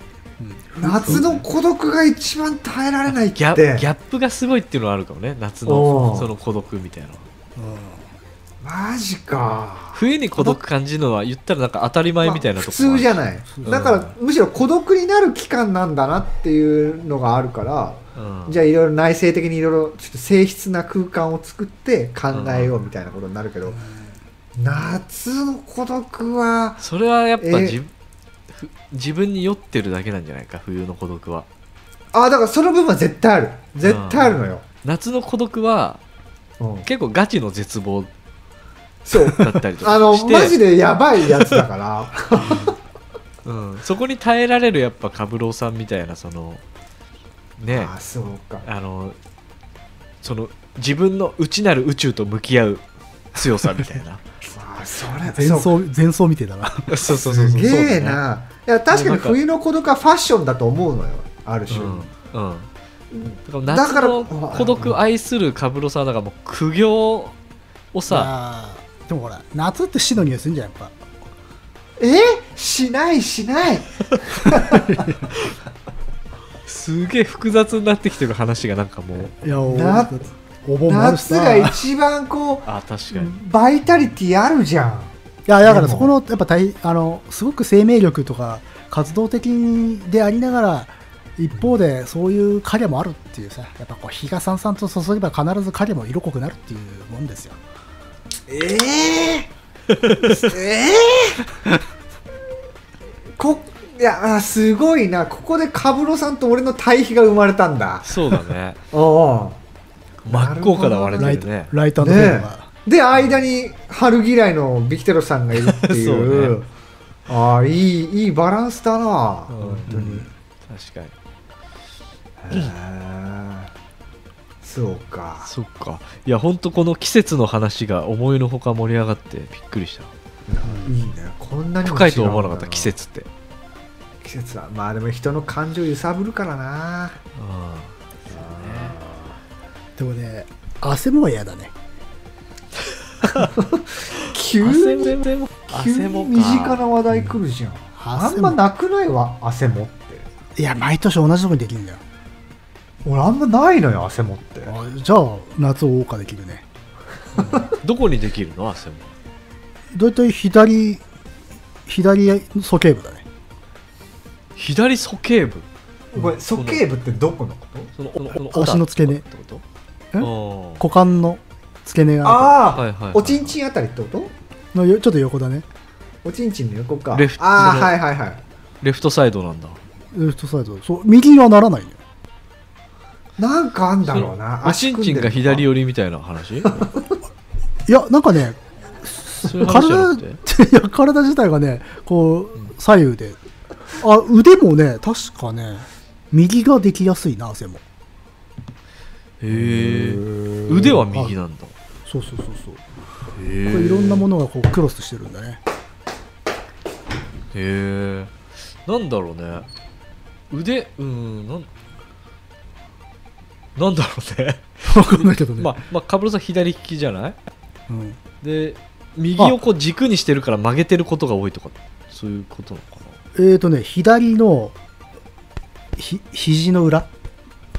Speaker 3: 夏の孤独が一番耐えられないって
Speaker 2: ギャギャップがすごいっていうのはあるかもね夏
Speaker 3: お
Speaker 2: の
Speaker 3: ー
Speaker 2: その孤独みたいな
Speaker 1: うん
Speaker 3: マジか
Speaker 2: 冬に孤独感じるのは言ったらなんか当たり前みたいな
Speaker 3: まあ
Speaker 2: と
Speaker 3: 普
Speaker 2: こもある
Speaker 3: 通じゃない
Speaker 2: うん
Speaker 3: だからむしろ孤独になる期間なんだなっていうのがあるから
Speaker 2: うん
Speaker 3: じゃあいろいろ内省的にいろいろちょっと静筆な空間を作って考えようみたいなことになるけど、夏の孤独は
Speaker 2: それはやっぱ
Speaker 3: えー
Speaker 2: 自,ふ、自分に酔ってるだけなんじゃないか冬の孤独は
Speaker 3: あだからその分は絶対ある絶対あるのよ、
Speaker 2: 夏の孤独は
Speaker 3: うん
Speaker 2: 結構ガチの絶望
Speaker 3: そう
Speaker 2: だったりと
Speaker 3: あ
Speaker 2: か
Speaker 3: の
Speaker 2: (laughs) して
Speaker 3: マジでやばいやつだから
Speaker 2: うん、そこに耐えられるやっぱブロ郎さんみたいなその (laughs) ね
Speaker 3: あそうか
Speaker 2: あのその自分の内なる宇宙と向き合う強さみたいな
Speaker 3: あそれ
Speaker 1: 前
Speaker 3: そう
Speaker 1: 奏前奏みてえだ
Speaker 3: (laughs)
Speaker 1: な
Speaker 2: (laughs) そうそうそう
Speaker 3: す
Speaker 2: そう
Speaker 3: げ
Speaker 2: そう
Speaker 3: え
Speaker 2: だね
Speaker 3: な、いや確かに冬の孤独はファッションだと思うのよある種、
Speaker 2: うん、うんだから
Speaker 3: だから
Speaker 2: 夏の孤独愛するカブロさんだからもう苦行をさ
Speaker 1: まあでもほら夏って死の匂いするんじゃんやっぱ
Speaker 3: えしないしない
Speaker 2: すげえ複雑になってきてる話がなんかもう
Speaker 1: いやお
Speaker 3: な
Speaker 1: お盆もあるし
Speaker 3: 夏
Speaker 1: さ
Speaker 3: が一番こ
Speaker 2: あ確かに
Speaker 3: うバイタリティあるじゃん
Speaker 1: いやだからそこのやっぱ大あのすごく生命力とか活動的でありながら一方でそういう影もあるっていうさやっぱこう日がさんさんと注げば必ず影も色濃くなるっていうもんですよ
Speaker 3: えー、 (laughs) えー、こいやあすごいなここでカブロさんと俺の対比が生まれたんだ
Speaker 2: そう (laughs) だね
Speaker 3: おう
Speaker 2: 真っ向から割
Speaker 1: ラ
Speaker 2: れ
Speaker 1: イ
Speaker 2: て
Speaker 1: ト
Speaker 2: るね
Speaker 1: ライト
Speaker 3: おう
Speaker 1: フェード
Speaker 3: ね
Speaker 1: が
Speaker 3: えで間に春嫌いのビキテロさんがいるってい
Speaker 2: そう
Speaker 3: うああいいいいバランスだな本当に、
Speaker 2: うん確かに
Speaker 3: へえそうか
Speaker 2: そっかいやほんとこの季節の話が思いのほか盛り上がってびっくりした
Speaker 3: いいねこんなにも
Speaker 2: 深いと
Speaker 3: 違うん
Speaker 2: 思わ
Speaker 3: だ
Speaker 2: なかった季節って
Speaker 3: 季節はまあでも人の感情揺さぶるからな
Speaker 1: でもね汗も嫌だね
Speaker 3: 急
Speaker 2: 汗も
Speaker 3: に
Speaker 2: でも
Speaker 3: 急に身近な話題来るじゃん、あ
Speaker 1: 汗も
Speaker 3: んまなくないわ汗もって
Speaker 1: いや毎年同じとこにできるんだよ
Speaker 3: 俺あんまないのよ汗もって
Speaker 1: あじゃあ夏を謳歌できるね
Speaker 2: どこにできるの汗も
Speaker 1: 大体左左鼠径部だね
Speaker 2: 左鼠径部
Speaker 3: これ鼠径部ってどこのこと
Speaker 2: そのこのこの
Speaker 1: 足の付け根
Speaker 2: ってこと
Speaker 1: え
Speaker 2: あ
Speaker 1: 股間の付け根があ
Speaker 3: ああ、
Speaker 2: はいはいはい
Speaker 3: おちんちんあたりってこと
Speaker 1: るのよちょっと横だね
Speaker 3: おちんちんの横か
Speaker 2: レフト
Speaker 3: ああ
Speaker 2: の
Speaker 3: はいはいはい
Speaker 2: ーレフトサイドなんだ
Speaker 1: レフトサイドそう右にはならないよ
Speaker 3: なんかあんだろうな
Speaker 2: おちんちんが左
Speaker 3: を
Speaker 2: 寄りみたいな
Speaker 1: (laughs)
Speaker 2: 話
Speaker 1: いやなんかね
Speaker 2: そういう話じゃ
Speaker 1: 体 (laughs)
Speaker 2: な
Speaker 1: っ
Speaker 2: くて
Speaker 1: ていや体自体がねこう左右であ腕もね確かね右ができやすいな汗も
Speaker 2: へえ腕は右なんだ
Speaker 1: そうそうそうそう
Speaker 2: へ
Speaker 1: これいろんなものがこうクロスしてるん
Speaker 2: (laughs)
Speaker 1: だね
Speaker 2: へえんだろうね腕うーんなんなんだろうね
Speaker 1: 分かんないけどね、
Speaker 2: まあまあカブロさん左利きじゃない
Speaker 1: うん、
Speaker 2: で右をこう軸にしてるから曲げてることが多いとかそういうことなのかな
Speaker 1: えーとね左のひ肘の裏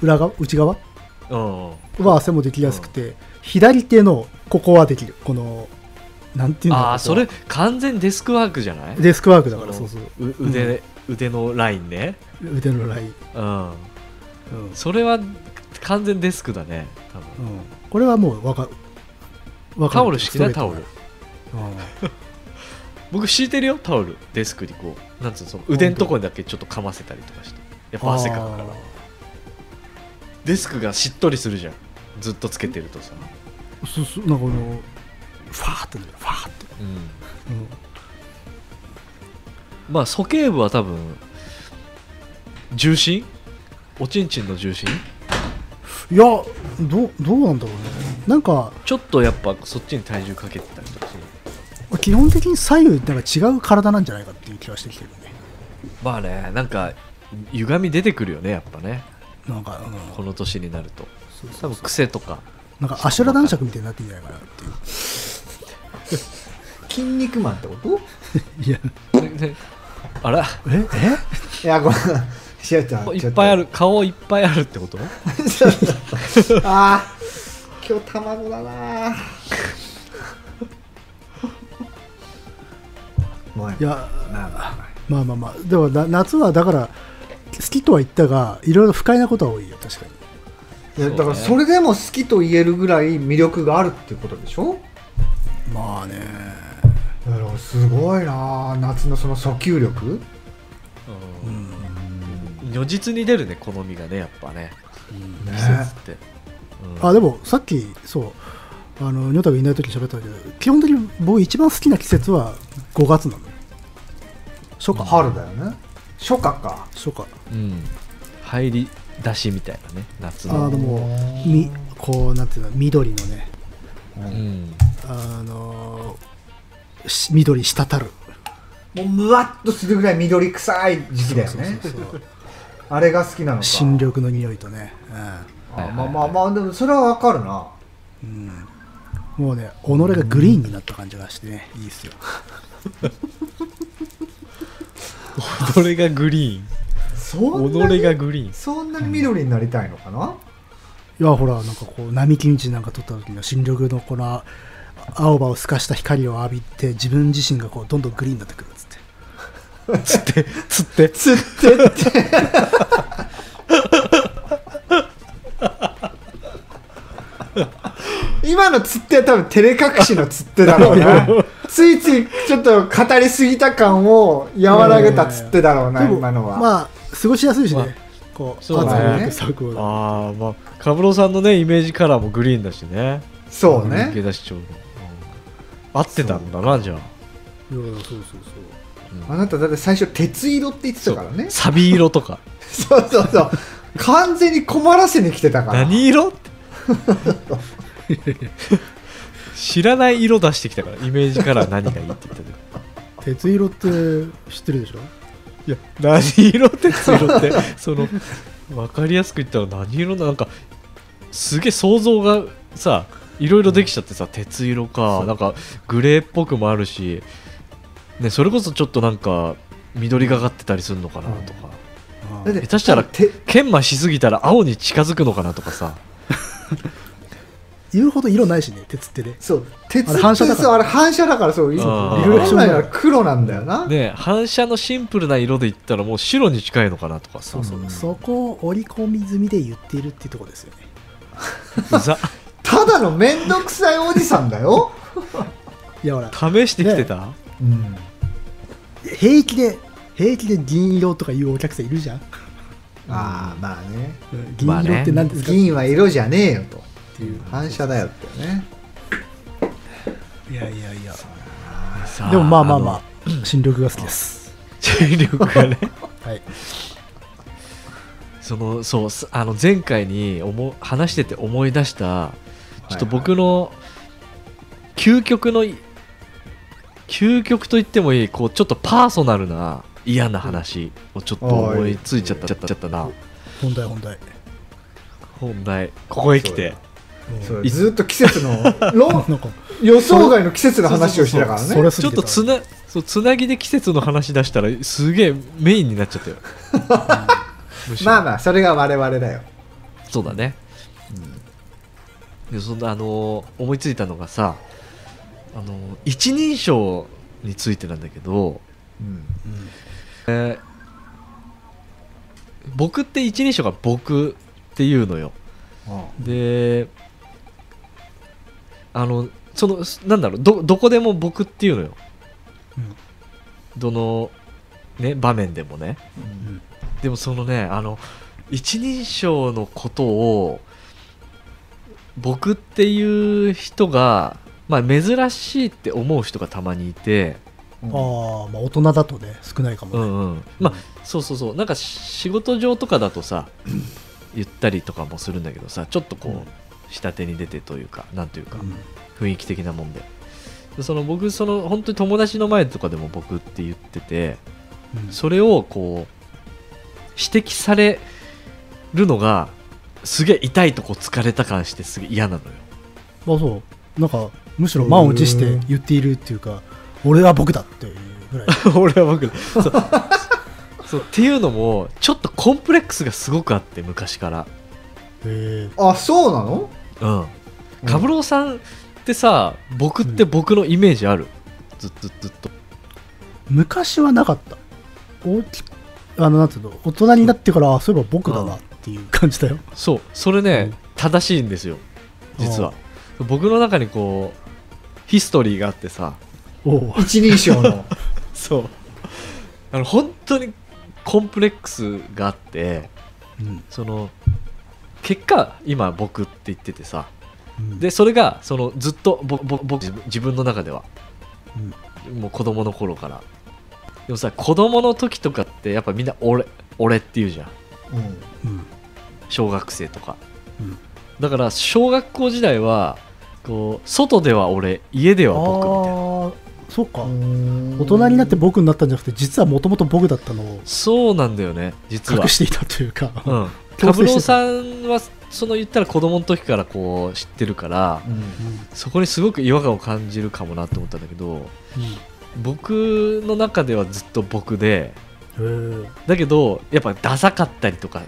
Speaker 1: 裏側内側
Speaker 2: うん
Speaker 1: は汗もできやすくて、左手のここはできるこのなんていうの
Speaker 2: ああそれ完全デスクワークじゃない
Speaker 1: デスクワークだから
Speaker 2: そ
Speaker 1: そ
Speaker 2: の
Speaker 1: うそう
Speaker 2: う腕,、腕のラインね
Speaker 1: 腕のライン、
Speaker 2: うん
Speaker 1: うんうん、
Speaker 2: それは完全デスクだね多分
Speaker 1: これはもうわかわかる
Speaker 2: タオル敷きないタオル
Speaker 1: うん
Speaker 2: 僕敷いてるよタオルデスクにこうなんつうのその腕のところだけちょっとかませたりとかしてやっぱ汗かくから
Speaker 1: あー
Speaker 2: デスクがしっとりするじゃんずっとつけてるとさ、
Speaker 1: そうそうなんかこのファーってねファーって、
Speaker 2: うん、
Speaker 1: うん
Speaker 2: まあ鼠径部は多分重心おちんちんの重心
Speaker 1: いやどうどうなんだろうねなんか
Speaker 2: ちょっとやっぱそっちに体重かけてたりとかする
Speaker 1: 基本的に左右なんか違う体なんじゃないかっていう気はしてきてるね
Speaker 2: まあねなんか歪み出てくるよねやっぱね
Speaker 1: なんか、うん、
Speaker 2: この年になると
Speaker 1: そう
Speaker 2: 多分癖と
Speaker 1: (laughs)
Speaker 2: か
Speaker 1: なんかアシュラ男爵みたいになってんじゃないかなっていう
Speaker 3: 筋肉マンってこと
Speaker 1: いや
Speaker 2: ねねあ
Speaker 1: (laughs)
Speaker 2: ら
Speaker 1: ええ
Speaker 3: いやごめんしおちゃん
Speaker 2: いっぱいあ
Speaker 3: る
Speaker 2: る顔いっぱいあるってこと
Speaker 3: (laughs) ああ今日卵だなもう
Speaker 1: いや
Speaker 3: まあまあま
Speaker 1: まあまあまあでもな夏はだから好きとは言ったがいろいろ不快なことは多いよ確かに
Speaker 3: あ
Speaker 2: そう
Speaker 3: いや
Speaker 2: ね
Speaker 3: だからそれでも好きと言えるぐらい魅力があるってことでしょ
Speaker 1: まあね
Speaker 3: だからすごいな夏のその訴求力
Speaker 2: うん如実に出るね好みがねやっぱね
Speaker 3: ね
Speaker 2: 季節って、うん
Speaker 1: あでもさっきそうあのニョタがいない時に喋ったけど基本的に僕一番好きな季節は5月なのよ初夏
Speaker 3: 春だよね初夏か
Speaker 1: 初夏
Speaker 2: うん入り出しみたいなね夏
Speaker 1: あ
Speaker 2: の
Speaker 1: のもうみこうなんていうの緑のね
Speaker 2: うん
Speaker 1: あのーし緑滴る
Speaker 3: もうむわっとするぐらい緑臭い時期だよね
Speaker 1: そうそうそう
Speaker 3: あれが好きなのか
Speaker 1: 新緑の匂いとね、
Speaker 3: あまあまあまあでもそれはわかるな
Speaker 1: うんうん、もうね己がグリーンになった感じがしてねいいっすよ
Speaker 2: 己がグリ
Speaker 3: そ
Speaker 2: ー
Speaker 3: んな
Speaker 2: ン己
Speaker 3: に
Speaker 2: がグリーン
Speaker 3: そんなに緑になりたいのかな、
Speaker 1: いやほらなんかこう並木道なんか撮った時の新緑のこのあ青葉を透かした光を浴びて自分自身がこうどんどんグリーンになってくるっつって
Speaker 2: つってつって
Speaker 3: つってって今のつっては多分照れ隠しのつってだろうなついついちょっと語りすぎた感を和らげたつってだろうな
Speaker 1: でも
Speaker 3: 今のは、
Speaker 1: まあ過ごしやすいしね、
Speaker 2: まあ
Speaker 1: こう
Speaker 2: そう
Speaker 3: だね
Speaker 1: 圧がなく咲く
Speaker 2: ああまあカブロさんのねイメージカラーもグリーンだしね
Speaker 3: そう
Speaker 2: 抜け
Speaker 3: ね
Speaker 2: 出しちゃうのうん合ってたんだなじゃあ
Speaker 1: いやいやそうそう
Speaker 3: あなただって最初鉄色って言ってたからね
Speaker 2: サビ色とか
Speaker 3: そうそうそう完全に困らせに来てたから
Speaker 2: 何色って知らない色出してきたからイメージカラー何がいいって言った時
Speaker 1: そう鉄色って知ってるでしょ
Speaker 2: いや何色って鉄色ってその分かりやすく言ったら何色ななんかすげえ想像がさいろいろできちゃってさ、鉄色かなんかグレーっぽくもあるし、ね、それこそちょっとなんか緑がかってたりするのかなとか、
Speaker 3: だって
Speaker 2: 下手したら
Speaker 3: て
Speaker 2: 研磨しすぎたら青に近づくのかなとかさ
Speaker 1: 言うほど色ないしね鉄ってね
Speaker 3: そう鉄
Speaker 1: あ
Speaker 3: っ
Speaker 1: れ
Speaker 3: て
Speaker 1: 反射だから
Speaker 3: そうあれ反射だからそう
Speaker 2: あー
Speaker 3: 本来は黒なんだよな、
Speaker 2: ね反射のシンプルな色で言ったらもう白に近いのかなとかさ
Speaker 1: そうそう、そこを織り込み済みで言っているっていうところですよね
Speaker 2: うざ
Speaker 3: ただの面倒くさいおじさん
Speaker 2: (laughs)
Speaker 3: だよ、
Speaker 1: いやほら
Speaker 2: 試してきてた、
Speaker 3: うん、
Speaker 1: 平気で平気で銀色とかいうお客さんいるじゃん
Speaker 3: ああまあね
Speaker 1: 銀色って何ですか、
Speaker 3: 銀は色じゃねえよと
Speaker 1: っていう
Speaker 3: 反射だよってね
Speaker 1: いやいやいや
Speaker 2: さ
Speaker 1: でもまあまあま
Speaker 2: の (laughs)
Speaker 1: あ新緑が好きです
Speaker 2: 重力がね
Speaker 1: はい
Speaker 2: そのそうすあの前回に思話してて思い出したちょっと
Speaker 3: は
Speaker 2: 僕の究極のい究極と言ってもいいこうちょっとパーソナルな嫌な話をちょっと思いついちゃったちゃったちゃったな
Speaker 1: 本題本題
Speaker 2: 本題ここへ来て
Speaker 1: うん
Speaker 3: いはいはいそうずーっと季節の
Speaker 2: (laughs)
Speaker 3: 論
Speaker 1: なんか
Speaker 3: 予想外の季節の話をしてたから
Speaker 1: それ
Speaker 3: ね
Speaker 1: は過
Speaker 2: ちょ
Speaker 1: ぎ
Speaker 2: って
Speaker 1: た
Speaker 2: とつなそうつなぎで季節の話出したらすげえメインになっちゃったよむしろ
Speaker 3: まあまあそれが我々だよ
Speaker 2: そうだね、でそんなあのー思いついたのがさあのー一人称についてなんだけど、
Speaker 3: うん
Speaker 1: うん
Speaker 2: えー僕って一人称が僕っていうのよであのそのすなんだろうどどこでも僕っていうのよ、
Speaker 1: うん
Speaker 2: どのね場面でもね、
Speaker 3: うん
Speaker 2: でもそのねあの一人称のことを僕っていう人が、まあ、珍しいって思う人がたまにいて、
Speaker 1: ああまあ大人だとね少ないか
Speaker 2: う
Speaker 1: もね、
Speaker 2: んうん、まあそうそうそうなんか仕事上とかだとさ言ったりとかもするんだけどさちょっとこう、
Speaker 1: うん
Speaker 2: 下手に出てというかなんというか
Speaker 1: うん
Speaker 2: 雰囲気的なもんででその僕その本当に友達の前とかでも僕って言ってて
Speaker 1: うん
Speaker 2: それをこう指摘されるのがすげえ痛いとこ疲れた感してすげえ嫌なのよ (laughs)
Speaker 1: まあそうなんかむしろ満を持して言っているっていうか俺は僕だっていうぐらい
Speaker 2: 俺は僕そうそうっていうのもちょっとコンプレックスがすごくあって昔から
Speaker 1: へえ
Speaker 3: あそうなの
Speaker 2: うんカブローさんってさ僕って僕のイメージある、ずっとずっと
Speaker 1: 昔はなかった大きあのなんていうの大人になってからあそういえば僕だなっていう感じだよ
Speaker 2: そうそれね、
Speaker 1: うん
Speaker 2: 正しいんですよ実は僕の中にこうヒストリーがあってさ
Speaker 1: おお
Speaker 3: 一人
Speaker 2: (laughs)
Speaker 3: 称の
Speaker 2: そうあの本当にコンプレックスがあって
Speaker 1: うん
Speaker 2: その結果今僕って言っててさ
Speaker 1: うん
Speaker 2: でそれがそのずっとぼぼ僕自分自分の中では
Speaker 1: うん
Speaker 2: もう子供の頃からでもさ子供の時とかってやっぱみんな俺俺って言うじゃん
Speaker 3: うん
Speaker 1: うん
Speaker 2: 小学生とか
Speaker 1: うん
Speaker 2: だから小学校時代はこう外では俺家では僕みたいな
Speaker 1: ああそうか
Speaker 3: 大
Speaker 1: 大人になって僕になったんじゃなくて実はもともと僕だったのを
Speaker 2: そうなんだよね実は
Speaker 1: 隠していたというか、
Speaker 2: うん、
Speaker 1: (laughs) 強
Speaker 2: カ
Speaker 1: 制
Speaker 2: ブ
Speaker 1: し
Speaker 2: ロ
Speaker 1: てた
Speaker 2: さんはその言ったら子供の時からこう知ってるから
Speaker 3: うん
Speaker 2: そこにすごく違和感を感じるかもなと思ったんだけど
Speaker 1: う
Speaker 2: 僕の中ではずっと僕で
Speaker 1: んへえ
Speaker 2: だけどやっぱダサかったりとか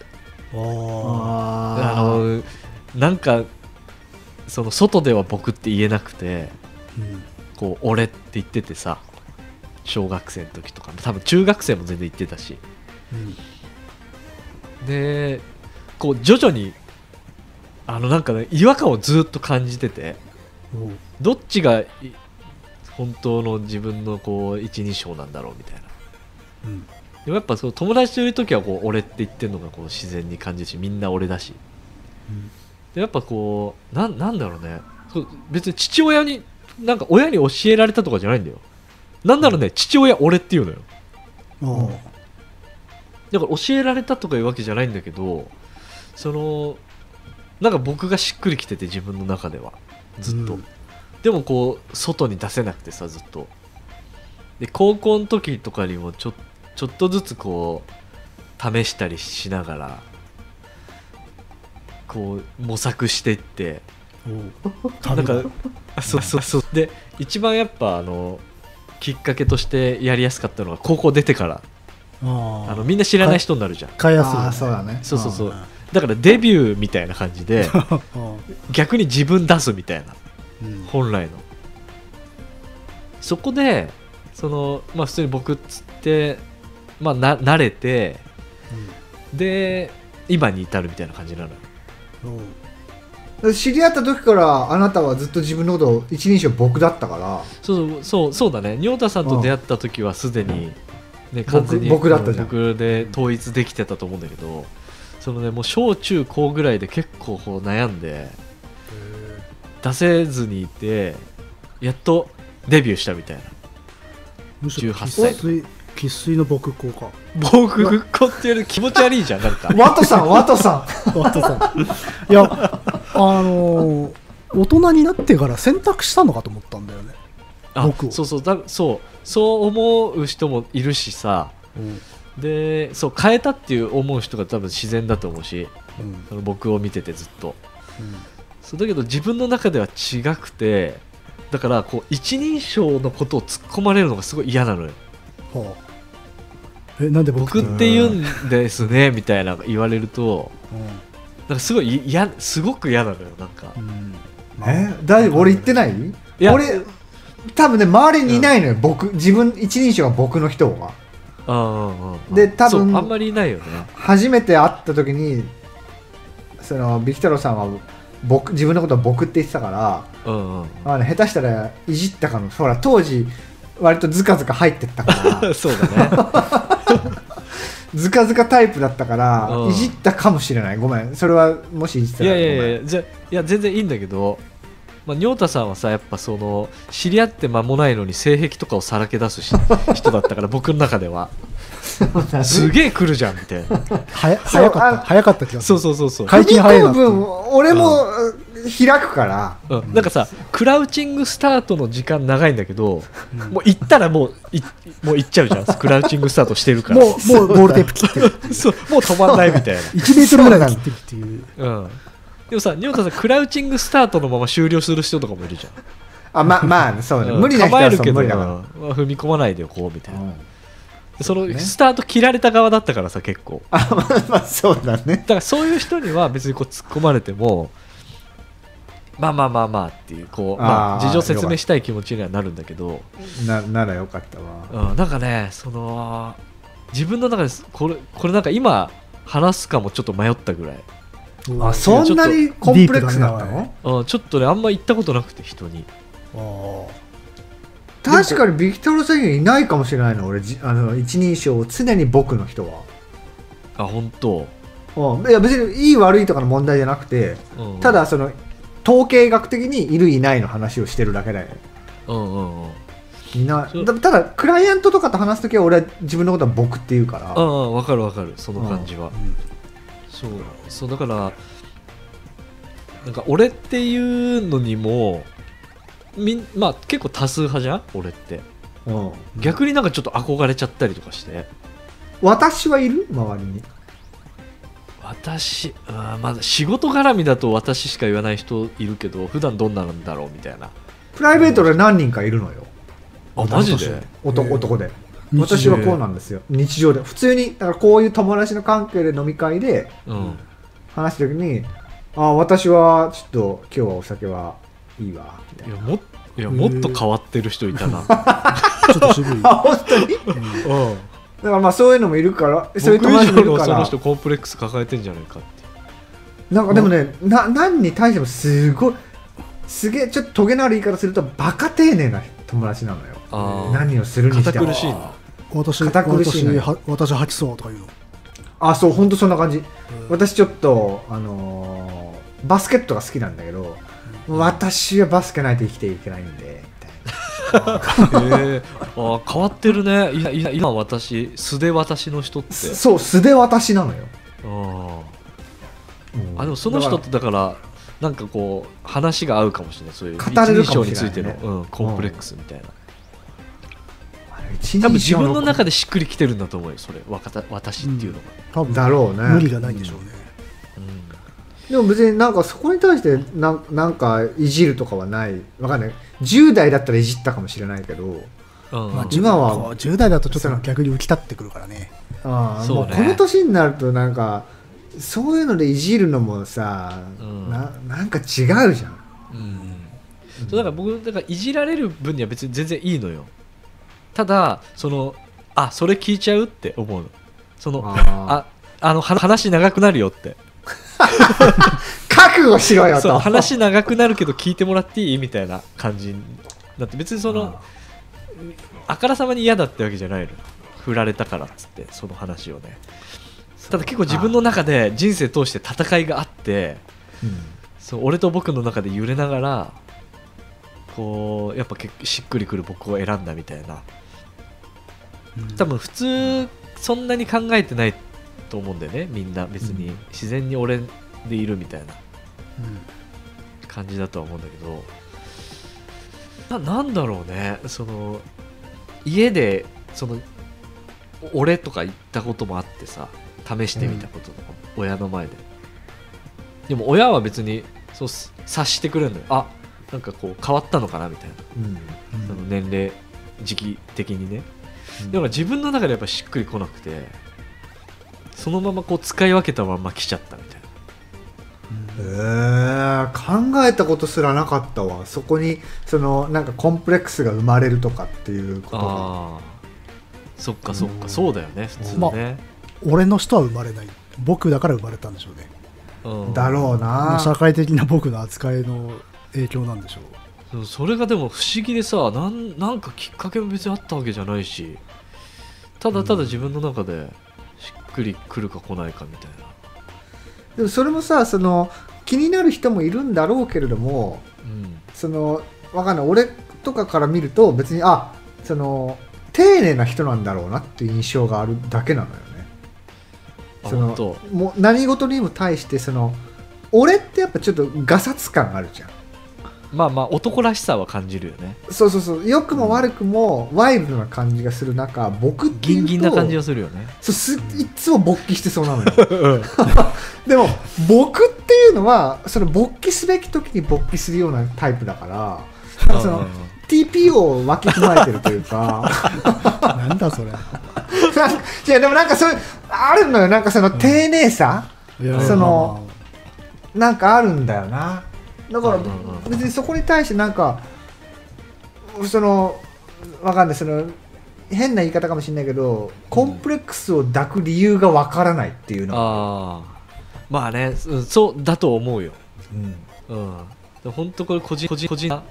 Speaker 1: あ
Speaker 2: あ
Speaker 3: あ
Speaker 2: のなんかその外では僕って言えなくて
Speaker 1: あ、うん
Speaker 2: こう俺って言っててさ小学生の時とか多分中学生も全然言ってたし
Speaker 1: うん
Speaker 2: でこう徐々にあのなんかね違和感をずっと感じてて
Speaker 1: おう
Speaker 2: どっちがい本当の自分のこう12章なんだろうみたいな
Speaker 1: うん
Speaker 2: でもやっぱその友達といる時はこう俺って言ってるのがこう自然に感じるしみんな俺だしでやっぱこうなんなんだろうねそう別に父親になんか親に教えられたとかじゃないんだよなんならね父親俺っていうのよ
Speaker 1: うんおう
Speaker 2: だから教えられたとかいうわけじゃないんだけどそのなんか僕がしっくりきてて自分の中ではずっと、
Speaker 1: うん
Speaker 2: でもこう外に出せなくてさずっとで高校の時とかにもちょちょっとずつこう試したりしながらこう模索していって
Speaker 1: おう
Speaker 2: なんか
Speaker 1: 旅
Speaker 2: あそうそうそうで一番やっぱあのきっかけとしてやりやすかったのは高校出てから
Speaker 1: あ
Speaker 2: あのみんな知らない人になるじゃん
Speaker 1: 買いやすい
Speaker 3: ああそうだね
Speaker 2: そうそうそう
Speaker 1: ああ
Speaker 2: だからデビューみたいな感じ
Speaker 3: (laughs)
Speaker 2: で逆に自分出すみたいな
Speaker 1: うん
Speaker 2: 本来のそこでそのまあ普通に僕っつってまあな慣れてで今に至るみたいな感じなのよ
Speaker 1: うんおう
Speaker 3: 知り合った時からあなたはずっと自分のことを一人称僕だったから
Speaker 2: そうそうそうそうだね仁太さんと出会った時はすでに、ね、完全に
Speaker 3: 僕だったじゃん
Speaker 2: 僕で統一できてたと思うんだけどそのねもう小中高ぐらいで結構こう悩んで出せずにいてやっとデビューしたみたいな
Speaker 1: むしろ
Speaker 2: 18
Speaker 1: 生
Speaker 2: 歳
Speaker 1: 粋生粋の僕校か
Speaker 2: 僕復興ってやる気持ち悪いじゃんなんか (laughs)
Speaker 3: ワトさんワトさ
Speaker 1: ワトさんいやあのー大人になってから選択したのかと思ったんだよね
Speaker 2: あ
Speaker 1: 僕を
Speaker 2: そうそうだそうそう思う人もいるしさでそう変えたっていう思う人が多分自然だと思うし
Speaker 1: うん
Speaker 2: その僕を見ててずっと
Speaker 1: うん
Speaker 2: そうだけど自分の中では違くてだからこう一人称のことを突っ込まれるのがすごい嫌なのよ
Speaker 1: はあえなんで
Speaker 2: 僕
Speaker 1: 僕
Speaker 2: って言うんですねみたいなの言われると
Speaker 1: う
Speaker 2: なんかすごいい嫌すごく嫌なのよなんか
Speaker 1: んうん
Speaker 3: んえ大丈夫俺言ってない
Speaker 2: いや
Speaker 3: 俺多分ね周りにいないのよ、僕自分一人称は僕の人が
Speaker 2: うんうんうん
Speaker 3: で多分
Speaker 2: そうあんまりいないよね
Speaker 3: 初めて会った時にそのビキタロさんは僕自分のことを僕って言ってたから、
Speaker 2: うん (laughs) うん
Speaker 3: まあね、下手したらいじったかもほら当時割とズカズカ入ってっ
Speaker 2: (laughs)
Speaker 3: たから
Speaker 2: うんそうだね
Speaker 3: ずかずかタイプだったから、
Speaker 2: うん
Speaker 3: いじったかもしれないごめんそれはもしいじって
Speaker 2: い
Speaker 3: たら
Speaker 2: やいや
Speaker 3: ごめん
Speaker 2: いやじゃいや全然いいんだけど、まあ、仁太さんはさやっぱその知り合って間もないのに性癖とかをさらけ出す
Speaker 3: (laughs)
Speaker 2: し人だったから僕の中ではすげえ来るじゃんみたいな
Speaker 3: (laughs)
Speaker 1: はや早かっ
Speaker 3: そう
Speaker 1: た
Speaker 3: あ
Speaker 1: 早かった気がす
Speaker 2: そ
Speaker 1: る
Speaker 2: うそうそうそう、
Speaker 1: 解禁早いなって
Speaker 3: 踏み込む分俺も開くから、
Speaker 2: うん、なんかさクラウチングスタートの時間長いんだけど、もう行ったらもういもう行っちゃうじ
Speaker 3: (laughs)
Speaker 2: ゃんクラウチングスタートしてるから
Speaker 1: もうもうボールテープ切って (laughs) る
Speaker 2: う (laughs) そうもう止まんないみ
Speaker 3: (laughs)
Speaker 2: たい
Speaker 1: 1メートルぐらい切ってるっていう
Speaker 2: な、うん、でもさ仁太さんクラウチングスタートのまま終了する人とかもいるじゃん
Speaker 3: あまま (laughs) あそうね、
Speaker 2: うん
Speaker 3: 無理な人はそう
Speaker 2: 構
Speaker 3: 無
Speaker 2: えるけど
Speaker 3: 理だ
Speaker 2: ま
Speaker 3: か
Speaker 2: あ踏み込まないでおこうみたい
Speaker 3: ら、
Speaker 2: な、
Speaker 3: うん
Speaker 2: その
Speaker 3: ね
Speaker 2: スタート切られた側だったからさ結構だ
Speaker 3: あまあまあそうだね
Speaker 2: からそういう人には別にこう突っ込まれてもまあまあまあまあっていうこうまあ
Speaker 3: あー
Speaker 2: 事情説明したい気持ちにはなるんだけど、
Speaker 3: なならよかったわ
Speaker 2: うん、なんかねその自分の中ですこれこれなんか今話すかもちょっと迷ったぐらい、
Speaker 3: あそんなにコンプレックスだっ
Speaker 1: デ
Speaker 3: た
Speaker 1: ィープだね
Speaker 3: の
Speaker 2: うん、ちょっとねあんま言ったことなくて人に
Speaker 1: あ
Speaker 3: 確かにビキトロさんにはいないかもしれないの俺じあの一人称を常に僕の人は、
Speaker 2: あ本当、
Speaker 3: うん、いや別にいい悪いとかの問題じゃなくて
Speaker 2: うん、
Speaker 3: ただその統計学的にいるいないの話をしてるだけだよ
Speaker 2: うんうんうん
Speaker 3: いな
Speaker 2: そう
Speaker 3: だただクライアントとかと話す時は俺は自分のことは僕って言うから
Speaker 2: うんうんわかるわかるその感じは、
Speaker 1: あうん
Speaker 2: そうそうだからなんか俺っていうのにもみんまあ結構多数派じゃん俺って
Speaker 3: うん
Speaker 2: 逆になんかちょっと憧れちゃったりとかして
Speaker 3: 私はいる周りに
Speaker 2: 私あーまだ仕事絡みだと私しか言わない人いるけど普段どんななんだろうみたいな
Speaker 3: プライベートで何人かいるのよ
Speaker 2: あマジで
Speaker 1: へ
Speaker 3: 男
Speaker 1: え
Speaker 3: 男で
Speaker 1: 日常
Speaker 3: 私はこうなんですよ日常で普通にだからこういう友達の関係で飲み会で
Speaker 2: うん
Speaker 3: 話した時に「あ私はちょっと今日はお酒はいいわ」みたい
Speaker 2: い
Speaker 3: な
Speaker 2: やもいやもっと変わってる人いた
Speaker 3: (laughs)
Speaker 2: な、
Speaker 1: ちょっと渋い
Speaker 2: (laughs)
Speaker 3: あ本当にだ
Speaker 2: うん、
Speaker 3: からまあそういうのもいるからそういう
Speaker 2: 僕以
Speaker 3: 友達も
Speaker 2: 上
Speaker 3: いる
Speaker 2: の
Speaker 3: か
Speaker 2: その
Speaker 3: ら
Speaker 2: 人コンプレックス抱えてんじゃないかって
Speaker 3: なんかでもね、な何に対してもすごいすげえちょっとトゲのある言い方するとバカ丁寧な友達なのよ
Speaker 2: あー
Speaker 3: 何をするにして
Speaker 2: 堅
Speaker 3: も
Speaker 2: 苦しいな
Speaker 1: 私
Speaker 3: 堅苦しいの
Speaker 1: 私
Speaker 3: よ
Speaker 1: は私吐きそうとか言うの
Speaker 3: あそう本当そんな感じ
Speaker 1: うん
Speaker 3: 私ちょっとあのーバスケットが好きなんだけど私はバスケないと生きていけないんでみたいな
Speaker 2: へえあー変わってるねいやいや今私素で私の人って
Speaker 3: すそう素で私なのよ、
Speaker 2: あー
Speaker 3: うん
Speaker 2: あでもその人
Speaker 3: だ
Speaker 2: っ
Speaker 3: か
Speaker 2: てだからなんかこう話が合うかもしれないそういう
Speaker 3: 語れるかもしれな
Speaker 2: 一人称
Speaker 3: いね
Speaker 2: についての、うん、コンプレックスみたいな、
Speaker 3: らあの一人
Speaker 2: 多分自分の中
Speaker 3: で
Speaker 2: でしっくりきてるんだと思うよそれわかた私っていうのが、
Speaker 1: 多分
Speaker 3: だろうね
Speaker 1: 無理がないんでしょうね、
Speaker 2: うん
Speaker 3: でも別になんかそこに対してなんなんかいじるとかはないわかんない10代だったらいじったかもしれないけど
Speaker 2: うん
Speaker 1: まあ、
Speaker 3: 今は
Speaker 1: こう10代だとちょっと逆に浮き立ってくるからね
Speaker 3: ああ
Speaker 2: そう
Speaker 3: も
Speaker 2: ね
Speaker 3: うこの年になるとなんかそういうのでいじるのもさ、
Speaker 2: うん
Speaker 3: ななんか違うじゃん
Speaker 2: うんそうだから僕だからいじられる分には別に全然いいのよただそのあそれ聞いちゃうって思うのその
Speaker 3: あ
Speaker 2: ああのは話長くなるよって
Speaker 3: 覚悟しろよ
Speaker 2: そう
Speaker 3: と
Speaker 2: 話長くなるけど聞いてもらっていいみたいな感じになって別にそのあからさまに嫌だってわけじゃないの振られたからっつってその話をねただ結構自分の中で人生通して戦いがあってそう俺と僕の中で揺れながらこうやっぱ結構しっくりくる僕を選んだみたいな多分普通そんなに考えてないと思うんだよねみんな別に自然に俺でいるみたいな感じだとは思うんだけどななんだろうねその家でそのお俺とか言ったこともあってさ試してみたこととかも、親の前ででも親は別にそうす察してくれるのよあなんかこう変わったのかなみたいな、
Speaker 3: うん
Speaker 1: うん
Speaker 2: その年齢時期的にねだから自分の中でやっぱしっくりこなくてそのままこう使い分けたまんま来ちゃったみたいな
Speaker 3: えー、考えたことすらなかったわそこにそのなんかコンプレックスが生まれるとかっていうことが
Speaker 2: ああそっかそっ
Speaker 3: う
Speaker 2: か
Speaker 3: ん
Speaker 2: そうだよね普通
Speaker 1: まあ
Speaker 2: ね、
Speaker 1: 俺の人は生まれない僕だから生まれたんでしょうね
Speaker 2: うん
Speaker 3: だろう
Speaker 1: まあ
Speaker 3: な
Speaker 1: 社会的な僕の扱いの影響なんで
Speaker 3: (laughs)
Speaker 1: しょう
Speaker 2: でもそれがでも不思議でさなんなんかきっかけも別にあったわけじゃないしただただ自分の中でしっくりくるか来ないかみたいな、
Speaker 3: でもそれもさその気になる人もいるんだろうけれども
Speaker 2: うん、
Speaker 3: そのわかんない俺とかから見ると別にあその丁寧な人なんだろうなっていう印象があるだけなのよね
Speaker 2: あ
Speaker 3: その
Speaker 2: 本当
Speaker 3: もう何事にも対してその俺ってやっぱちょっとがさつ感あるじゃん
Speaker 2: まあまあ男らしさは感じるよね
Speaker 3: そうそうそう良くも悪くもワイルドな感じがする中僕って
Speaker 2: ギ
Speaker 3: いう
Speaker 2: ン
Speaker 3: と
Speaker 2: ギンな感じがするよね
Speaker 3: そうすいっつも勃起してそうなのよ (laughs) でも僕っていうのはその勃起すべき時に勃起するようなタイプだからなんかその TPO をわき踏まえてるというか
Speaker 1: なんだそれ
Speaker 3: なんか (laughs) いやでもなんかそういうあるのよなんかその丁寧さ、
Speaker 1: いや
Speaker 3: そのなんかあるんだよなだから
Speaker 2: うんうんうん
Speaker 3: 別にそこに対してなんかそのわかんないその変な言い方かもしれないけどコンプレックスを抱く理由がわからないっていうのが、
Speaker 2: ああまあねうんそうだと思うよ
Speaker 3: うん
Speaker 2: うんで本当これ個人個人個人な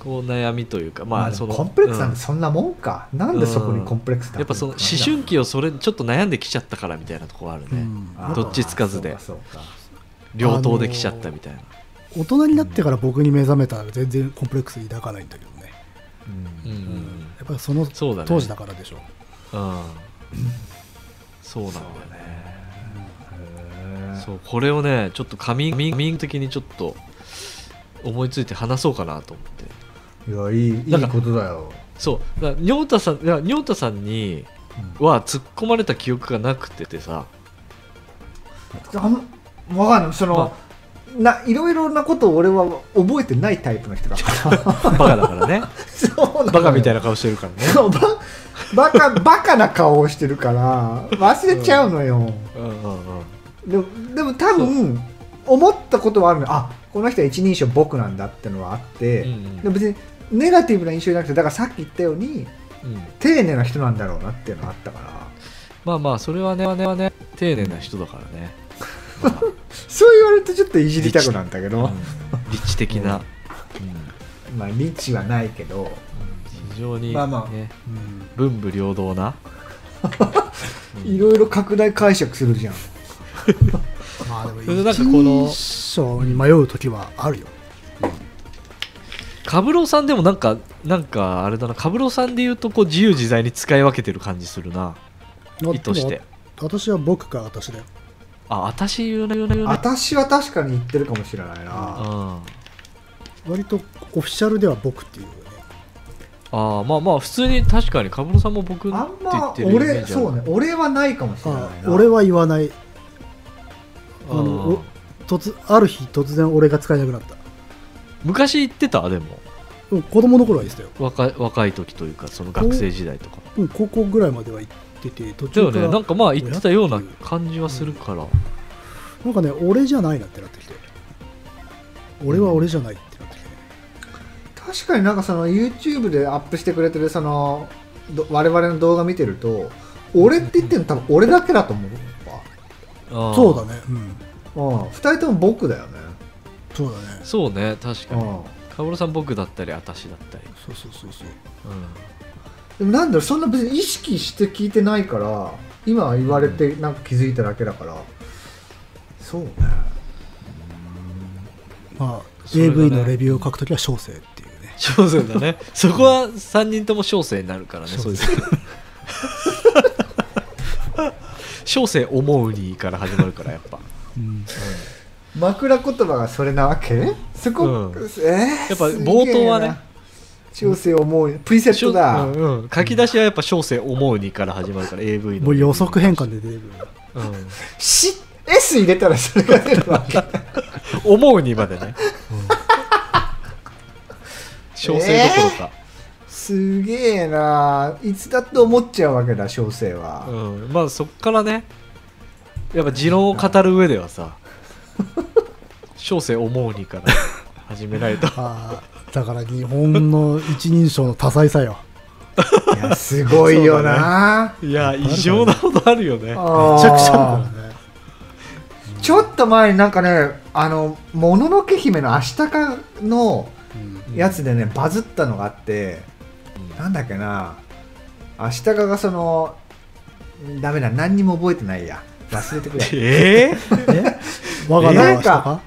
Speaker 2: こう悩みというかまあ、
Speaker 3: まあで
Speaker 2: そ
Speaker 3: も
Speaker 2: の
Speaker 3: コンプレックスなん
Speaker 2: う
Speaker 3: てそんなもんか、なんでそこにコンプレックス抱くの
Speaker 2: やっぱその思春期をそれちょっと悩んできちゃったからみたいなとこはあるね、
Speaker 1: うん
Speaker 3: あー
Speaker 2: どっちつかずで
Speaker 3: そうかそうか
Speaker 2: 両党で来ちゃったみたいな、
Speaker 1: 大人になってから僕に目覚めたら全然コンプレックス抱かないんだけどね
Speaker 3: うん
Speaker 2: うん
Speaker 1: やっぱりその
Speaker 2: そうだね
Speaker 1: 当時だからでしょう
Speaker 2: うんそうなんだよね
Speaker 3: へー
Speaker 2: そうこれをねちょっと仮眠仮眠的にちょっと思いついて話そうかなと思って
Speaker 3: いやいいい
Speaker 2: なんか
Speaker 3: いことだよ、
Speaker 2: そうだからにょうたさんいやにょうたさんには突っ込まれた記憶がなくてて (laughs) さ
Speaker 3: あんわかんないその、
Speaker 2: ま
Speaker 3: ないろいろなことを俺は覚えてないタイプの人だから
Speaker 2: (laughs) バカだからね
Speaker 3: そう
Speaker 2: バカみたい
Speaker 3: な
Speaker 2: な顔してるからね
Speaker 3: のよそうババカバカな顔をしてるから忘れちゃうのよ、
Speaker 2: うんうんうん
Speaker 3: でもでも多分思ったことはあるのあこの人は一人称僕なんだってのはあって、
Speaker 2: うんうん
Speaker 3: でも別にネガティブな印象じゃなくてだからさっき言ったように
Speaker 2: うん
Speaker 3: 丁寧な人なんだろうなっていうのがあったから
Speaker 2: まあまあそれはねはねはね丁寧な人だからね、まあ
Speaker 3: そう言われるとちょっといじりたくなんだけど、
Speaker 2: 立地的な
Speaker 3: まあ未知はないけど
Speaker 2: 非常に、ね
Speaker 3: まあまあ
Speaker 1: うん
Speaker 2: 文武両道な、
Speaker 3: いろいろ拡大解釈するじゃん
Speaker 1: まあでも
Speaker 2: それでなんかこの
Speaker 1: 一章に迷う時はあるよ
Speaker 2: カブロさんでもなんかなんかあれだなカブロさんで言うとこう自由自在に使い分けてる感じするな意図して
Speaker 1: 私は僕か私だよ
Speaker 2: あ私言うな言うな言うな
Speaker 3: 私は確かに言ってるかもしれないな
Speaker 2: うん
Speaker 1: 割とオフィシャルでは僕っていうよね
Speaker 2: ああまあまあ普通に確かにカブロさんも僕って
Speaker 3: あん
Speaker 2: 言
Speaker 3: ま
Speaker 2: ってるイメー
Speaker 3: 俺
Speaker 2: ジある
Speaker 3: そうね俺はないかもしれ
Speaker 1: あ
Speaker 3: ないな
Speaker 1: 俺は言わない
Speaker 2: あ
Speaker 1: あ
Speaker 2: ー
Speaker 1: のお突ある日突然俺が使えなくなった
Speaker 2: 昔言ってたでも
Speaker 1: うん子供の頃は言ってたよ、
Speaker 2: 若い若い時というかその学生時代とか
Speaker 1: うん、高校ぐらいまでは行ってて途
Speaker 2: だよ
Speaker 1: 中から
Speaker 2: ねなんかまあ言ってたような
Speaker 1: 親ってい
Speaker 2: 感じはするから、
Speaker 1: うなんかね俺じゃないなってなってきて俺は俺じゃないってなってきて、
Speaker 3: 確かになんかその YouTube でアップしてくれてるそのど我々の動画見てると俺って言ってるの多分俺だけだと思う
Speaker 2: あー
Speaker 1: そうだねうん
Speaker 3: わ、うん、2人とも僕だよね、
Speaker 1: そうだね
Speaker 2: そうね確
Speaker 3: う
Speaker 2: かに
Speaker 3: ん、
Speaker 2: カブロさん僕だったり私だったり、
Speaker 1: そうそうそうそう
Speaker 2: う
Speaker 3: でもなんだろうそんな別に意識して聞いてないから今言われてなんか気づいただけだから、そうね
Speaker 1: まあ
Speaker 2: それがね
Speaker 1: AV のレビューを書くときは小生っていうね
Speaker 2: 小生だねそこは3人とも小生になるからね
Speaker 1: 小生
Speaker 2: そういう小生思うにから始まるからやっぱ
Speaker 1: うん
Speaker 3: 枕言葉がそれなわけそこ、
Speaker 2: うん
Speaker 3: えー、
Speaker 2: やっぱ
Speaker 3: すげえな
Speaker 2: 冒頭はね
Speaker 3: 調整思うプリセットだ、
Speaker 2: うんうん書き出しはやっぱ小生思うにから始まるから AV の
Speaker 1: もう予測変換で出てくる
Speaker 2: うん
Speaker 3: し S 入れたらそれが出るわけ
Speaker 2: 思うにまでね、小生どころか、
Speaker 3: すげえないつだって思っちゃうわけだ小生は、
Speaker 2: うん、まあそっからねやっぱ持論を語る上では
Speaker 1: (laughs)
Speaker 2: さ小生思うにから始め
Speaker 1: (laughs)
Speaker 2: ないと
Speaker 1: ああだから日本の一人称の多彩さよ
Speaker 3: いやすごいよな、
Speaker 2: いや異常なほどあるよね
Speaker 1: め
Speaker 3: あー
Speaker 1: ちゃくちゃあるからね
Speaker 3: ちょっと前になんかねあの「もののけ姫のアシタカ」の
Speaker 1: うん
Speaker 3: やつでね、バズったのがあって、
Speaker 2: うん
Speaker 3: なんだっけなアシタカがそのダメだ何にも覚えてないや忘れて
Speaker 1: (laughs)
Speaker 3: くれ
Speaker 2: ええ
Speaker 1: え我が名はしたか